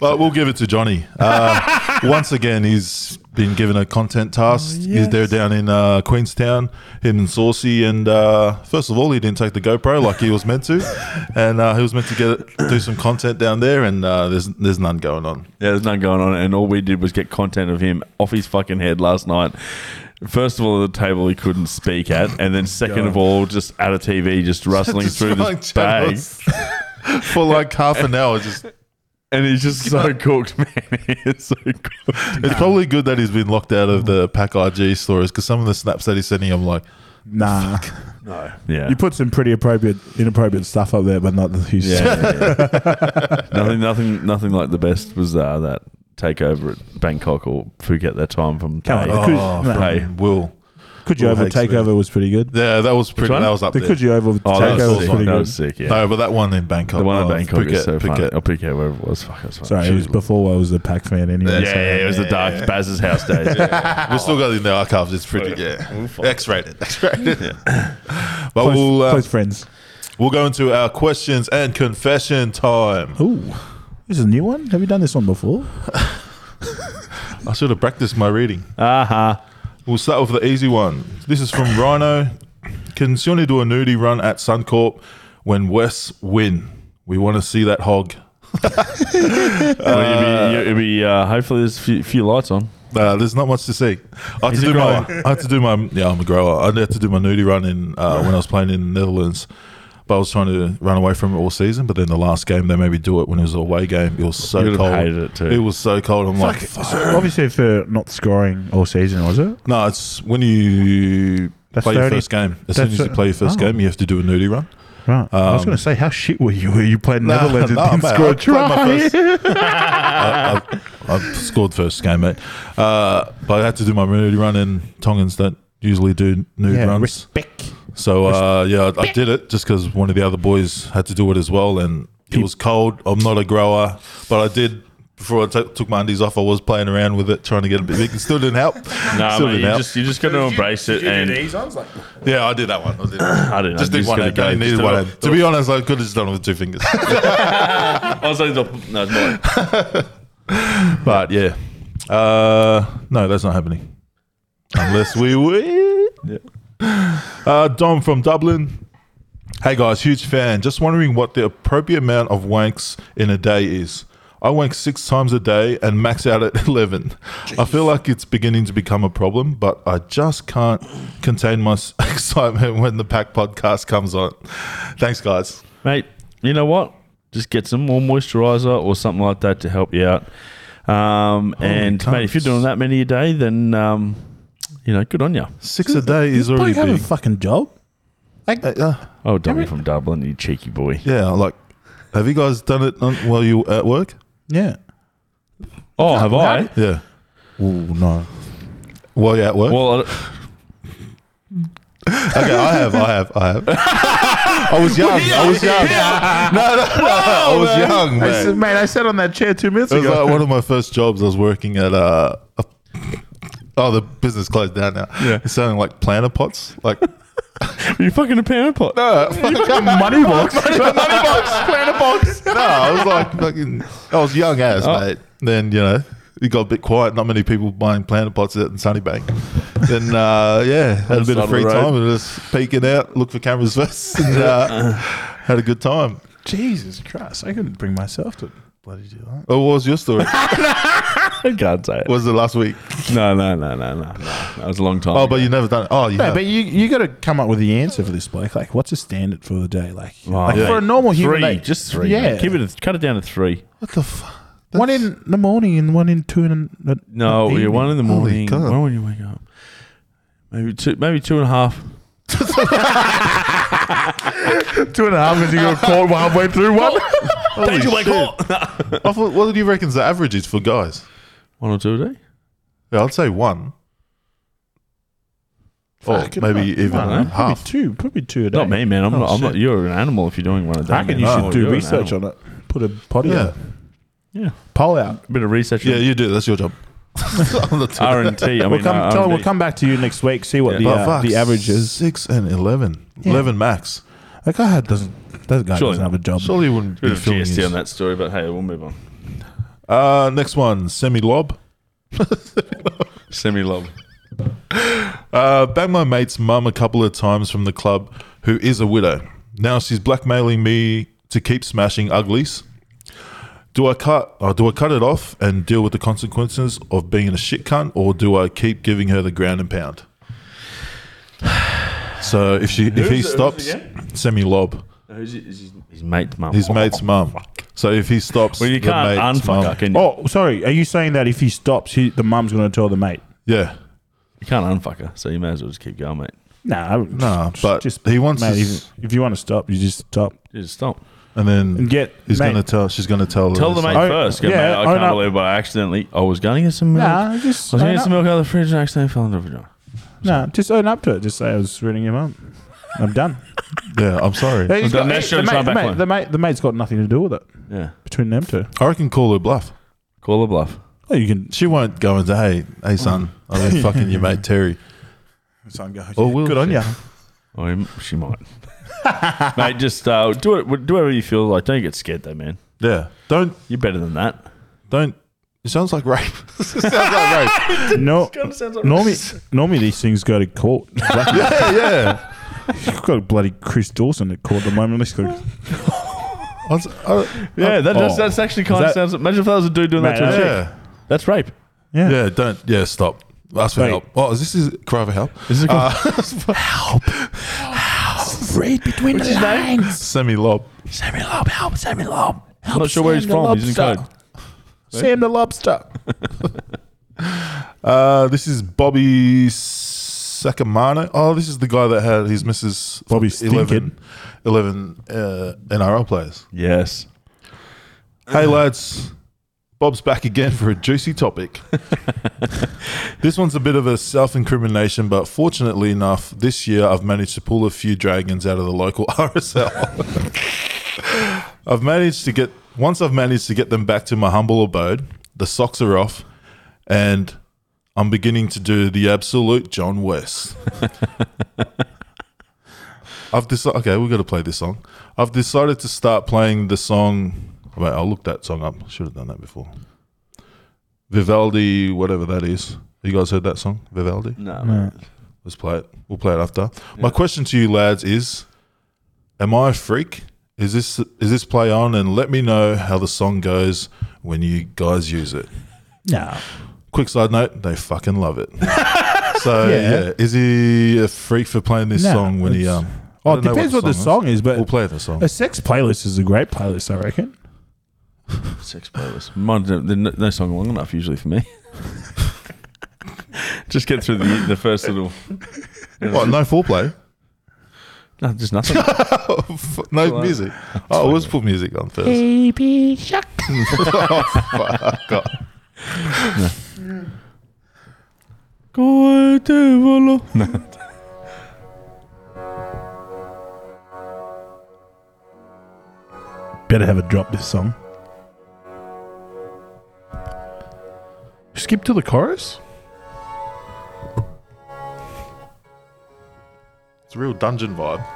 Speaker 1: but we'll give it to Johnny. Uh, once again, he's been given a content task. He's there down in uh, Queenstown, him and Saucy. And uh, first of all, he didn't take the GoPro like he was meant to, and uh, he was meant to get do some content down there, and uh, there's there's none going on.
Speaker 2: Yeah, there's none going on, and all we did was get content of him off his fucking head last night. First of all, at the table he couldn't speak at, and then second of all, just at a TV, just rustling
Speaker 1: Just
Speaker 2: through
Speaker 1: throwing
Speaker 2: this bag,
Speaker 1: channels for like half an hour. Just
Speaker 2: and he's just so cooked, man. It's so cooked.
Speaker 1: it's probably good that he's been locked out of the Pack IG stories because some of the snaps that he's sending, I'm like.
Speaker 3: nah,
Speaker 2: Yeah,
Speaker 3: you put some pretty appropriate, inappropriate stuff up there, but not the huge.
Speaker 2: yeah, yeah, yeah. nothing, nothing, nothing like the best was uh, that takeover at Bangkok or Phuket that time from.
Speaker 3: Come on,
Speaker 2: Tay.
Speaker 3: the
Speaker 1: Oh,
Speaker 3: Could, nah,
Speaker 2: Hey.
Speaker 1: fucking Will.
Speaker 3: could you
Speaker 1: Will
Speaker 3: over
Speaker 1: Hicks, man.
Speaker 3: takeover was pretty good.
Speaker 1: Yeah, that was pretty.
Speaker 2: one?
Speaker 1: That was up
Speaker 3: The
Speaker 1: there.
Speaker 3: could you over
Speaker 2: Oh, that
Speaker 1: was sick.
Speaker 2: was
Speaker 3: takeover was,
Speaker 2: sick.
Speaker 3: pretty
Speaker 2: That
Speaker 3: good.
Speaker 2: was sick. Yeah,
Speaker 1: No, but that one in Bangkok.
Speaker 2: the one
Speaker 1: oh,
Speaker 2: in Bangkok
Speaker 1: Phuket,
Speaker 2: is so funny. Oh.
Speaker 1: Phuket.
Speaker 2: Or Phuket, wherever it was. Fuck, it was fun.
Speaker 3: Sorry, it was before I was a pack fan anyway.
Speaker 2: Yeah,
Speaker 3: so-
Speaker 2: yeah, it was the dark Baz's house days.
Speaker 1: We still got it in the archives. It's pretty. Yeah, X-rated. X-rated. But
Speaker 3: Close,
Speaker 1: we'll uh,
Speaker 3: close friends.
Speaker 1: we'll go into our questions and confession time.
Speaker 3: Ooh, this is a new one. Have you done this one before?
Speaker 1: I should have practiced my reading.
Speaker 2: Uh huh.
Speaker 1: We'll start with the easy one. This is from Rhino. Can Sione do a nudie run at Suncorp when West win? We want to see that hog.
Speaker 2: Well, it'll be, it'll be uh, hopefully there's a few, few lights on.
Speaker 1: Uh, there's not much to see. I had
Speaker 2: He's
Speaker 1: to
Speaker 2: a
Speaker 1: do my,
Speaker 2: grower.
Speaker 1: I had to do my, yeah, I'm a grower. I had to do my nudie run in uh, when I was playing in the Netherlands, but I was trying to run away from it all season. But then the last game, they made me do it when it was an away game. It was so
Speaker 2: You'd have
Speaker 1: cold.
Speaker 2: hated it too.
Speaker 1: It was so cold. I'm like, Oh, fuck.
Speaker 3: Obviously, for not scoring all season, was it?
Speaker 1: no, it's when you
Speaker 3: That's
Speaker 1: play your
Speaker 3: 30
Speaker 1: first game. As soon
Speaker 3: that's
Speaker 1: as you
Speaker 3: it.
Speaker 1: play your first
Speaker 3: Oh.
Speaker 1: game, you have to do a nudie run.
Speaker 3: Right. I was
Speaker 1: Um,
Speaker 3: going to say, how shit were you? Were you playing
Speaker 1: Nah,
Speaker 3: Netherlands and
Speaker 1: nah,
Speaker 3: didn't
Speaker 1: mate,
Speaker 3: score
Speaker 1: I
Speaker 3: a
Speaker 1: played my
Speaker 3: try?
Speaker 1: I, I, I scored first game, mate. Uh, but I had to do my nudie run, and Tongans don't usually do nude runs.
Speaker 3: respect.
Speaker 1: So uh, yeah, I, I did it just because one of the other boys had to do it as well, and it was cold. I'm not a grower, but I did. Before I t- took my undies off, I was playing around with it, trying to get a bit big. It still didn't help.
Speaker 2: No,
Speaker 1: still
Speaker 2: mate,
Speaker 1: didn't
Speaker 2: you
Speaker 1: help.
Speaker 2: just you just got to embrace it, and
Speaker 1: yeah, I did that one. I did. that.
Speaker 2: I don't know.
Speaker 1: Just
Speaker 2: you
Speaker 1: did one
Speaker 2: gotta
Speaker 1: hand. I only
Speaker 2: just
Speaker 1: needed
Speaker 2: do
Speaker 1: one
Speaker 2: it.
Speaker 1: hand. To be honest, I could have just done it with two fingers. Oh,
Speaker 2: I was like, no, it's mine.
Speaker 1: but yeah, uh, no, that's not happening unless we win. Uh, Dom from Dublin. Hey guys, huge fan. Just wondering what the appropriate amount of wanks in a day is. I wank six times a day and max out at 11. I feel like it's beginning to become a problem, but I just can't contain my s- excitement when the pack podcast comes on. Thanks, guys.
Speaker 2: mate. You know what? Just get some more moisturizer or something like that to help you out. Um, and mate, if you're
Speaker 1: cunts.
Speaker 2: doing that many a day, then um, you know, good on you.
Speaker 1: Six a day is
Speaker 3: Bloke
Speaker 1: already
Speaker 3: have a
Speaker 1: big.
Speaker 3: fucking job.
Speaker 1: Like, uh,
Speaker 2: Oh, dummy from Dublin, you cheeky boy.
Speaker 1: yeah, like, have you guys done it on, while you were at work?
Speaker 3: Yeah.
Speaker 2: Oh, have I?
Speaker 1: Yeah.
Speaker 3: Oh no.
Speaker 1: While you're at work?
Speaker 2: Well,
Speaker 1: okay, I have, I have, I have. I was young. I was young. No, no, no. I was young,
Speaker 3: I said,
Speaker 1: man.
Speaker 3: mate, I sat on that chair two minutes
Speaker 1: It was
Speaker 3: ago.
Speaker 1: like one of my first jobs. I was working at uh, a. Oh, the business closed down now. Yeah. It's selling like planter pots. Like,
Speaker 2: you fucking a pan pot.
Speaker 1: no,
Speaker 3: money box.
Speaker 1: no, I was like fucking. I was young as
Speaker 2: Oh.
Speaker 1: mate. Then you know it got a bit quiet. Not many people buying planter pots out in Sunnybank. Then uh, yeah, had a bit of free time and just peeking out, look for cameras first, and uh, had a good time.
Speaker 3: Jesus Christ, I couldn't bring myself to bloody do that.
Speaker 1: Oh, what was your story?
Speaker 2: I can't say it.
Speaker 1: was it last week?
Speaker 2: No, no, no, no, no, no. That was a long time.
Speaker 1: Oh, but you never done it. Oh, you
Speaker 3: No,
Speaker 1: have.
Speaker 3: but you you got to come up with the answer for this, Blake. Like, what's a standard for the day? Like, like
Speaker 2: Oh, yeah.
Speaker 3: for a normal
Speaker 2: three,
Speaker 3: human day,
Speaker 2: just three.
Speaker 3: Yeah,
Speaker 2: mate. keep it. Cut it down to three.
Speaker 1: what the fuck?
Speaker 3: one in the morning and one in two in the
Speaker 2: No,
Speaker 3: evening.
Speaker 2: yeah, one in the
Speaker 1: Holy
Speaker 2: morning.
Speaker 1: God.
Speaker 2: When would you wake up? Maybe two, maybe two and a half.
Speaker 3: two and a half because you got caught halfway through one.
Speaker 2: Did you wake up?
Speaker 1: I thought, what do you reckon's the average is for guys?
Speaker 2: One or two a day.
Speaker 1: Yeah, I'd say one. Or
Speaker 3: Fucking
Speaker 1: maybe
Speaker 3: hell.
Speaker 1: even
Speaker 2: I don't know.
Speaker 1: half.
Speaker 3: Probably two, probably two a day.
Speaker 2: Not me, man. I'm
Speaker 1: Oh,
Speaker 2: not. I'm not.
Speaker 1: shit.
Speaker 2: You're an animal if you're doing one a day.
Speaker 3: I
Speaker 2: man.
Speaker 3: reckon you
Speaker 2: Oh,
Speaker 3: should do
Speaker 2: you're an
Speaker 3: research
Speaker 2: animal.
Speaker 3: on it. Put a potty
Speaker 1: Yeah.
Speaker 3: out, poll out.
Speaker 2: Yeah, a bit of research.
Speaker 1: Yeah, you do. That's your job. On the top.
Speaker 2: R and T. I mean,
Speaker 3: We'll come,
Speaker 2: uh,
Speaker 3: tell,
Speaker 2: R&D.
Speaker 3: we'll come back to you next week. See what
Speaker 2: Yeah.
Speaker 3: the
Speaker 1: But
Speaker 3: uh,
Speaker 1: fuck,
Speaker 3: the average is.
Speaker 1: Six and 11. 11 max.
Speaker 3: That guy had- doesn't. That guy
Speaker 2: Surely
Speaker 3: doesn't
Speaker 2: not.
Speaker 3: have a job.
Speaker 1: Surely you wouldn't
Speaker 2: Bit
Speaker 1: be
Speaker 2: of
Speaker 1: filming
Speaker 2: GST on
Speaker 1: this.
Speaker 2: that story, but hey, we'll move on.
Speaker 1: Uh, next one, Semi Lob.
Speaker 2: Semi lob.
Speaker 1: Uh, banged my mate's mum a couple of times from the club, who is a widow. Now she's blackmailing me to keep smashing uglies. Do I cut? Or do I cut it off and deal with the consequences of being a shit cunt, or do I keep giving her the ground and pound? So if she, if he
Speaker 2: Who's- who's
Speaker 1: stops,
Speaker 2: again?
Speaker 1: semi lob
Speaker 2: Who's his, his, his mate's mum?
Speaker 1: his mate's mum. So if he stops,
Speaker 2: Well, you
Speaker 1: the
Speaker 2: can't
Speaker 1: mate's
Speaker 2: unfuck her,
Speaker 1: mum-
Speaker 2: can you?
Speaker 3: Oh, sorry. Are you saying that if he stops, he, the mum's going to tell the mate?
Speaker 1: yeah,
Speaker 2: You can't unfuck her, so you may as well just keep going, mate.
Speaker 3: Nah, no,
Speaker 1: Nah, but he wants
Speaker 3: Mate,
Speaker 1: his-
Speaker 3: if, if you want to stop, you just stop
Speaker 2: Just stop.
Speaker 1: and then
Speaker 3: and get.
Speaker 1: he's
Speaker 3: mate,
Speaker 1: gonna tell. She's gonna tell. her
Speaker 2: Tell the
Speaker 1: this,
Speaker 2: mate
Speaker 1: like,
Speaker 3: own-
Speaker 2: first. Go,
Speaker 3: yeah,
Speaker 2: mate, I
Speaker 3: own
Speaker 2: can't
Speaker 3: up.
Speaker 2: believe I accidentally. I was going to get some milk.
Speaker 3: Nah, just
Speaker 2: I was going
Speaker 3: own
Speaker 2: to get
Speaker 3: up.
Speaker 2: some milk out of the fridge and I accidentally fell into the fridge.
Speaker 3: Nah, just own up to it. Just say I was reading your mum. I'm done.
Speaker 1: Yeah, I'm sorry.
Speaker 3: He's
Speaker 2: done.
Speaker 3: got-
Speaker 2: That's your
Speaker 3: the, mate,
Speaker 2: sign
Speaker 3: the,
Speaker 2: back
Speaker 3: mate,
Speaker 2: line.
Speaker 3: the mate, the mate's got nothing to do with it
Speaker 2: Yeah.
Speaker 3: between them two.
Speaker 1: I reckon call her bluff.
Speaker 2: Call the bluff.
Speaker 3: Oh, you can.
Speaker 1: She won't go and say, "Hey, hey, son, I mean, fucking your mate Terry."
Speaker 3: Oh,
Speaker 1: Or will
Speaker 3: good on
Speaker 1: she?
Speaker 3: you.
Speaker 2: Or he- she might. mate, just uh, do it. Do whatever you feel like. Don't get scared, though, man.
Speaker 1: Yeah, don't,
Speaker 2: You're better than that.
Speaker 1: don't. It sounds like rape. it sounds like rape.
Speaker 3: No, normally, normally these things go to court.
Speaker 1: Yeah, yeah.
Speaker 3: You've got bloody Chris Dawson at court at the moment. Let's go. Mate,
Speaker 1: I was- I-
Speaker 2: Yeah, that,
Speaker 1: Oh.
Speaker 2: that's, that's actually kind
Speaker 1: that-
Speaker 2: of sounds. Imagine if that was a dude doing that to a
Speaker 3: that's-
Speaker 2: chick.
Speaker 1: yeah,
Speaker 2: That's rape.
Speaker 3: yeah.
Speaker 1: yeah. Don't. Yeah, stop. Ask for
Speaker 3: Wait.
Speaker 1: help. Oh, is this his cry for help?
Speaker 2: This is a
Speaker 1: Uh,
Speaker 3: Read between the lines.
Speaker 1: Semi lob.
Speaker 2: Sammy Lob, help Sammy Lob. I'm not sure where he's
Speaker 3: Sammy
Speaker 2: from.
Speaker 3: Lob,
Speaker 2: He's in
Speaker 3: sir.
Speaker 2: code.
Speaker 3: Sam the Lobster.
Speaker 1: Uh, this is Bobby Sakamano. Oh, this is the guy that had his missus
Speaker 3: Bobby
Speaker 1: 11, 11 uh, NRL players.
Speaker 2: Yes.
Speaker 1: Hey lads, Bob's back again for a juicy topic. this one's a bit of a self incrimination, but fortunately enough, this year I've managed to pull a few dragons out of the local RSL. I've managed to get, once I've managed to get them back to my humble abode, the socks are off, and I'm beginning to do the absolute John West. I've decided. Okay, we've got to play this song. I've decided to start playing the song. Wait, I'll look that song up. Should have done that before. Vivaldi, whatever that is. You guys heard that song, Vivaldi?
Speaker 2: No.
Speaker 1: Let's play it. We'll play it after. My question to you lads is: Am I a freak? Is this is this play on? And let me know how the song goes when you guys use it.
Speaker 3: No.
Speaker 1: Quick side note: They fucking love it. so
Speaker 3: Yeah.
Speaker 1: yeah. is he a freak for playing this
Speaker 3: No,
Speaker 1: song when he
Speaker 3: it's-
Speaker 1: um? I
Speaker 3: Oh, it
Speaker 1: don't know
Speaker 3: depends what the
Speaker 1: is.
Speaker 3: song is,
Speaker 1: We'll
Speaker 3: but
Speaker 1: play the song.
Speaker 3: a sex playlist is a great playlist, I reckon.
Speaker 2: Six playlist. Mine, don't- they're no, no song long enough usually for me. Just get through the, the first little.
Speaker 1: What, no foreplay?
Speaker 2: No, just nothing.
Speaker 1: no music. Oh, let's put music on first.
Speaker 2: Baby shark.
Speaker 1: oh, fuck off.
Speaker 2: Go devil. No.
Speaker 3: Better have a drop this song.
Speaker 1: Skip to the chorus. It's a real dungeon vibe.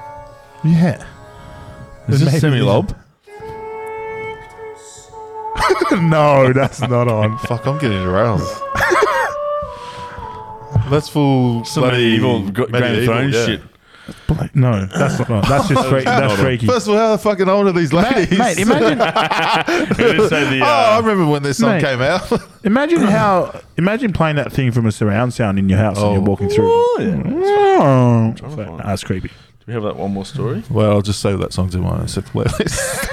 Speaker 3: Yeah.
Speaker 2: Is
Speaker 3: Maybe.
Speaker 2: this semi lob?
Speaker 3: no, that's not on.
Speaker 1: Fuck, I'm getting aroused. That's full
Speaker 2: Some medieval Gr- Grand
Speaker 1: medieval,
Speaker 2: Throne
Speaker 1: yeah.
Speaker 2: shit.
Speaker 3: No, that's not on. That's just freak, that's freaky.
Speaker 1: First of all, how the fucking old are these ladies?
Speaker 3: Mate, imagine
Speaker 1: oh, I remember when this song
Speaker 3: Mate.
Speaker 1: came out.
Speaker 3: imagine how imagine playing that thing from a surround sound in your house and you're walking through. Oh, that's creepy.
Speaker 2: Do we have that one more story?
Speaker 1: well, I'll just save that song to my set playlist.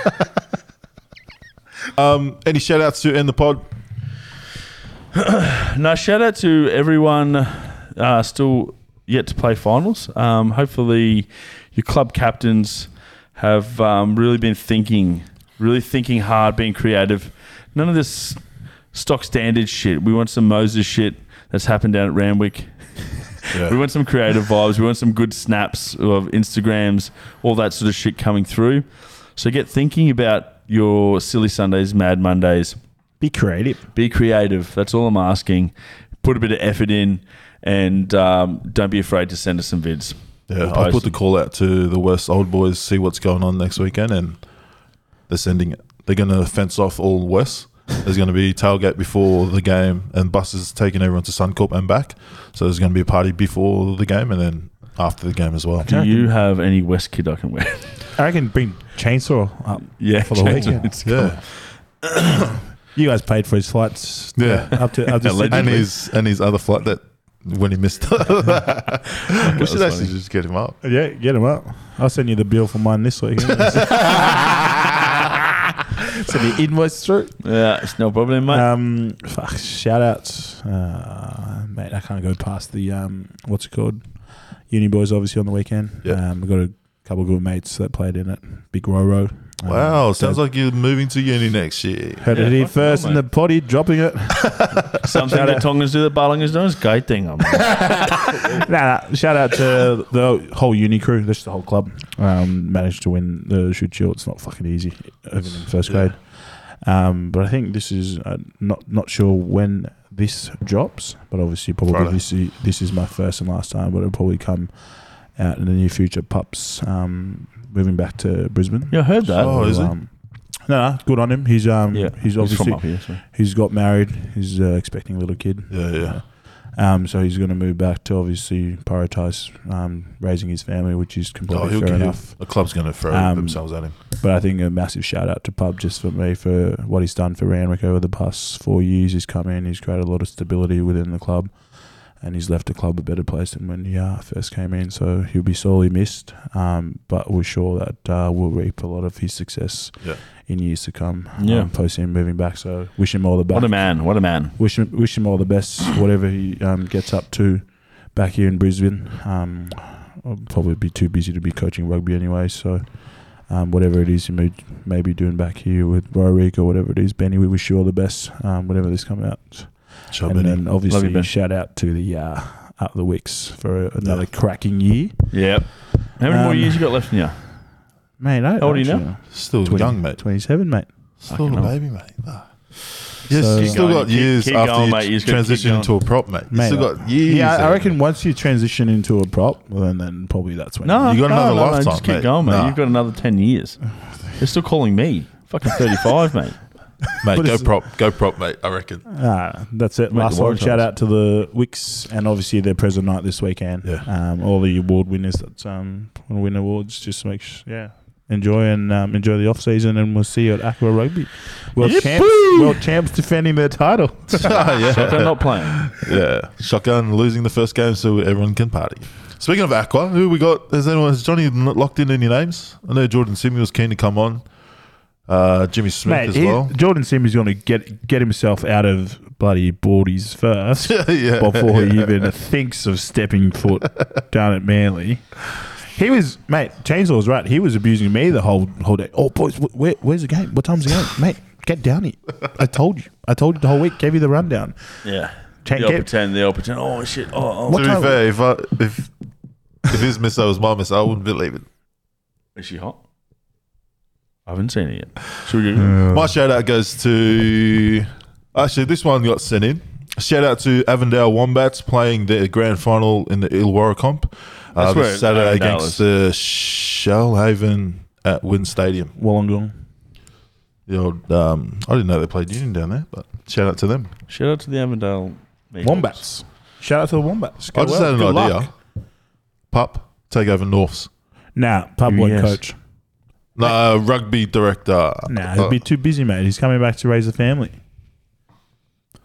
Speaker 1: um, any shout outs to end the pod?
Speaker 2: No, shout out to everyone uh, still yet to play finals. Um, hopefully, your club captains have um, really been thinking, really thinking hard, being creative. None of this stock standard shit. We want some Moses shit that's happened down at Ramwick. We want some creative vibes. We want some good snaps of Instagrams, all that sort of shit coming through. So get thinking about your silly Sundays, mad Mondays
Speaker 3: Be creative.
Speaker 2: be creative. That's all I'm asking. Put a bit of effort in, and um, don't be afraid to send us some vids.
Speaker 1: Yeah,
Speaker 2: Or
Speaker 1: I'll
Speaker 2: post
Speaker 1: put the
Speaker 2: them.
Speaker 1: call out to the West Old Boys, see what's going on next weekend, and they're sending it. They're going to fence off all West. There's going to be tailgate before the game, and buses taking everyone to Suncorp and back. So there's going to be a party before the game and then after the game as well.
Speaker 2: Do you have any West kid I can wear?
Speaker 3: I reckon bring chainsaw up.
Speaker 2: yeah,
Speaker 3: For the
Speaker 2: change
Speaker 3: weekend.
Speaker 2: it.
Speaker 1: Yeah,
Speaker 3: You guys paid for his flights.
Speaker 1: Yeah.
Speaker 3: uh, Up to up to
Speaker 1: and
Speaker 3: Sydney.
Speaker 1: his and his other flight that when he missed. we
Speaker 2: was
Speaker 1: should actually
Speaker 2: funny.
Speaker 1: just get him up.
Speaker 3: Yeah, get him up. I'll send you the bill for mine this week. send the invoice through.
Speaker 2: Yeah, it's no problem, mate.
Speaker 3: Um, fuck, shout outs. Uh, mate, I can't go past the, um, what's it called? Uni Boys, obviously, on the weekend.
Speaker 1: Yeah.
Speaker 3: Um, we've got a couple of good mates that played in it. Big Roro. Um,
Speaker 1: Wow,
Speaker 3: so
Speaker 1: sounds like you're moving to uni next year.
Speaker 3: Heard
Speaker 2: Yeah,
Speaker 3: it here
Speaker 2: fucking hell,
Speaker 3: first in the
Speaker 2: mate.
Speaker 3: potty, dropping it.
Speaker 2: Something that Tongans do that Balangans don't is gay thing. I'm
Speaker 3: nah, nah, shout out to the whole uni crew, just the whole club. Um, managed to win the shoot shield. It's not fucking easy, even in first grade. Um, but I think this is uh, not not sure when this drops, but obviously probably
Speaker 1: Friday.
Speaker 3: this is, this is my first and last time, but it'll probably come out in the near future. Pups um, moving back to Brisbane.
Speaker 2: yeah, I heard that.
Speaker 1: Oh, is he?
Speaker 3: Um, no, no, good on him. He's um,
Speaker 2: yeah,
Speaker 3: he's obviously
Speaker 2: from up here. So.
Speaker 3: he's got married. He's uh, expecting a little kid.
Speaker 1: Yeah, yeah.
Speaker 3: Um, so he's going to move back to obviously prioritise um, raising his family, which is
Speaker 1: Oh,
Speaker 3: completely
Speaker 1: he'll
Speaker 3: fair
Speaker 1: get
Speaker 3: enough.
Speaker 1: The club's going to throw
Speaker 3: Um,
Speaker 1: themselves at him.
Speaker 3: But I think a massive shout out to Pub just for me for what he's done for Ranwick over the past four years. He's come in, he's created a lot of stability within the club, and he's left the club a better place than when he uh, first came in. So he'll be sorely missed, um, but we're sure that uh, we'll reap a lot of his success
Speaker 1: Yeah.
Speaker 3: in years to come.
Speaker 2: Yeah.
Speaker 3: um, post him moving back. So wish him all the best
Speaker 2: What a man! What a man!
Speaker 3: wish him, wish him all the best, whatever he um, gets up to back here in Brisbane. Um, I'll probably be too busy to be coaching rugby anyway, so um, whatever it is he may, may be doing back here with Rorik or whatever it is, Benny, we wish you all the best, um, whatever this comes out.
Speaker 1: Chubb
Speaker 3: and
Speaker 1: in him.
Speaker 3: then obviously
Speaker 2: Love you, Ben.
Speaker 3: shout out to the uh, Up the Wicks for another cracking year.
Speaker 2: Yep. How many more
Speaker 3: Um,
Speaker 2: years you got left in you?
Speaker 3: Mate, I
Speaker 2: How old are you now?
Speaker 3: actually-
Speaker 1: Still
Speaker 3: 20.
Speaker 1: young, mate.
Speaker 3: 27, mate.
Speaker 1: Still
Speaker 2: Fucking
Speaker 1: a
Speaker 2: hell.
Speaker 1: baby, mate. Ah. Yes,
Speaker 3: So-
Speaker 1: you
Speaker 3: Keep
Speaker 1: still
Speaker 2: going,
Speaker 1: got
Speaker 2: keep-
Speaker 1: years
Speaker 2: keep
Speaker 1: after
Speaker 2: going,
Speaker 1: you
Speaker 2: mate. You just gotta keep
Speaker 1: transition
Speaker 2: going.
Speaker 1: into a prop, mate. You
Speaker 3: Mate,
Speaker 1: still got years.
Speaker 3: Yeah, I
Speaker 1: there.
Speaker 3: reckon once you transition into a prop, well, then, then probably that's when
Speaker 2: No,
Speaker 1: You got
Speaker 2: no,
Speaker 1: another
Speaker 2: no, no,
Speaker 1: lifetime,
Speaker 2: Just keep
Speaker 1: mate.
Speaker 2: going, mate.
Speaker 1: Nah.
Speaker 2: You've got another ten years. They're still calling me fucking thirty-five, mate.
Speaker 1: Mate, go
Speaker 3: it's-
Speaker 1: prop, go prop, mate. I reckon.
Speaker 3: Ah, that's it.
Speaker 2: Make
Speaker 3: Last
Speaker 2: the
Speaker 3: one.
Speaker 2: Waratahs.
Speaker 3: Shout out to the Wicks and obviously their present night this weekend.
Speaker 1: Yeah.
Speaker 3: Um, all the award winners that um, want to win awards. Just make sure, yeah. Enjoy and um, enjoy the off season, and we'll see you at Aqua Rugby. World champs, world champs defending their title.
Speaker 2: Shotgun
Speaker 1: yeah,
Speaker 2: not playing.
Speaker 1: yeah. Shotgun losing the first game so everyone can party. Speaking of Aqua, who we got? Has anyone has Johnny n- locked in any names? I know Jordan Samuel's keen to come on. Uh, Jimmy Smith
Speaker 3: Mate,
Speaker 1: as
Speaker 3: he-
Speaker 1: well.
Speaker 3: Jordan Sim is going to get get himself out of bloody boardies first
Speaker 1: yeah,
Speaker 3: before he even thinks of stepping foot down at Manly. He was, mate. Chainsaw was right. He was abusing me the whole whole day. Oh, boys, wh- where, where's the game? What time's the game, mate? Get down here. I told you. I told you the whole week. Gave you the rundown.
Speaker 2: Yeah.
Speaker 3: Tank
Speaker 2: the
Speaker 3: it.
Speaker 2: opportunity, the opportunity. Oh shit! Oh, oh.
Speaker 3: What
Speaker 1: To
Speaker 3: time-
Speaker 1: be fair, if I, if if his miss was my miss, I wouldn't believe it.
Speaker 2: is she hot? I haven't seen it yet. Should we?
Speaker 1: My shout out goes to actually this one got sent in. Shout out to Avondale Wombats playing their grand final in the Illawarra comp uh,
Speaker 2: That's where
Speaker 1: this Saturday
Speaker 2: Avondale
Speaker 1: against the Shellhaven at Wynn Stadium.
Speaker 3: Wollongong.
Speaker 1: The old, um, I didn't know they played Union down there, but shout out to them.
Speaker 2: Shout out to the Avondale Eagles.
Speaker 3: Wombats. Shout out to the Wombats.
Speaker 1: I just
Speaker 3: well.
Speaker 1: had an
Speaker 3: Good
Speaker 1: idea.
Speaker 3: luck.
Speaker 1: Pup take over Norths.
Speaker 3: Nah, pub won't
Speaker 2: Yes.
Speaker 3: coach.
Speaker 1: No, rugby director. Uh,
Speaker 3: Nah, he'd be too busy, mate. He's coming back to raise a family.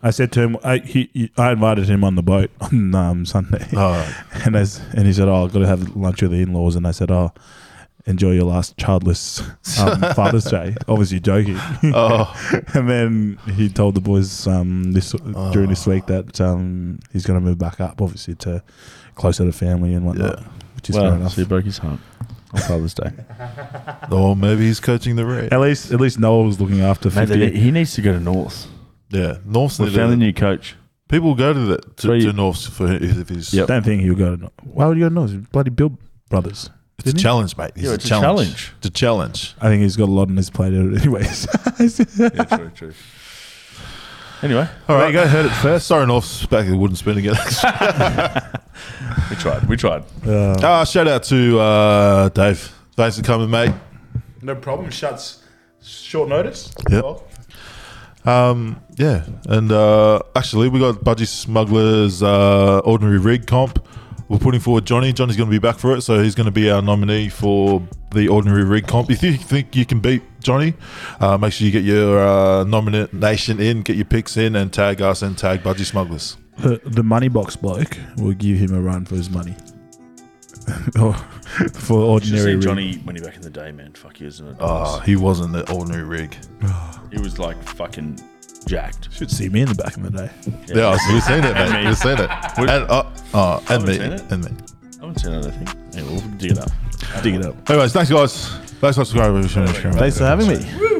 Speaker 3: I said to him, I, he, he- I invited him on the boat on um, Sunday,
Speaker 1: Oh,
Speaker 3: and I, s- and he said, "Oh, I've got to have lunch with the in-laws." And I said, "Oh, enjoy your last childless um, Father's Day." Obviously joking.
Speaker 1: oh,
Speaker 3: and then he told the boys um, this during
Speaker 2: Oh.
Speaker 3: this week that um, he's going to move back up, obviously to closer to family and whatnot, which is fair
Speaker 2: Well,
Speaker 3: enough.
Speaker 2: so he broke his heart on Father's Day.
Speaker 1: or maybe he's coaching the red.
Speaker 3: At least, at least Noel was looking after
Speaker 2: Mate,
Speaker 3: fifty.
Speaker 2: they- he needs to go to North.
Speaker 1: Yeah, Norths.
Speaker 2: We
Speaker 1: need
Speaker 2: found
Speaker 1: a-
Speaker 2: the new coach.
Speaker 1: People go to the to,
Speaker 2: Three-
Speaker 1: to Norths for if, if he's
Speaker 2: Yep.
Speaker 3: Don't think he'll go. To, why would he go to North? He's Bloody Bill Brothers.
Speaker 1: It's a
Speaker 3: Didn't he?
Speaker 1: challenge, mate. It's,
Speaker 2: Yeah,
Speaker 1: a,
Speaker 2: it's a
Speaker 1: challenge.
Speaker 2: challenge.
Speaker 1: It's a challenge.
Speaker 3: I think he's got a lot on his plate, anyways.
Speaker 2: yeah, true, true. Anyway,
Speaker 1: All right, go heard it first. Sorry, North's back at the wooden spoon again.
Speaker 2: we tried. We tried.
Speaker 3: Uh,
Speaker 1: Ah, shout out to uh, Dave. Thanks for coming, mate.
Speaker 3: no problem. Shuts short notice.
Speaker 1: Yep. Um, yeah, and uh, actually, we got Budgie Smuggler's uh, Ordinary Rig comp. We're putting forward Johnny. Johnny's going to be back for it, so he's going to be our nominee for the Ordinary Rig comp. If you think you can beat Johnny, uh, make sure you get your uh, nomination in, get your picks in, and tag us and tag Budgie Smugglers.
Speaker 3: The, the money box bloke will give him a run for his money. Or- for
Speaker 2: Should have
Speaker 3: ordinary.
Speaker 2: seen
Speaker 3: rig.
Speaker 2: Johnny when he back in the day, man. Fuck, he was an
Speaker 1: Oh, he wasn't the Ordinary Rig.
Speaker 2: He was like fucking jacked.
Speaker 3: should see me in the back of the day.
Speaker 1: Yeah, so we've seen it,
Speaker 2: And
Speaker 1: mate.
Speaker 2: me.
Speaker 1: We've seen it.
Speaker 2: Would-
Speaker 1: And, uh, oh, and
Speaker 2: Haven't
Speaker 1: me.
Speaker 2: seen it.
Speaker 1: And me.
Speaker 2: I haven't seen another thing. Yeah, we'll dig it up.
Speaker 3: Dig it up.
Speaker 1: Anyways, thanks, guys. Thanks, guys.
Speaker 3: Thanks for having me.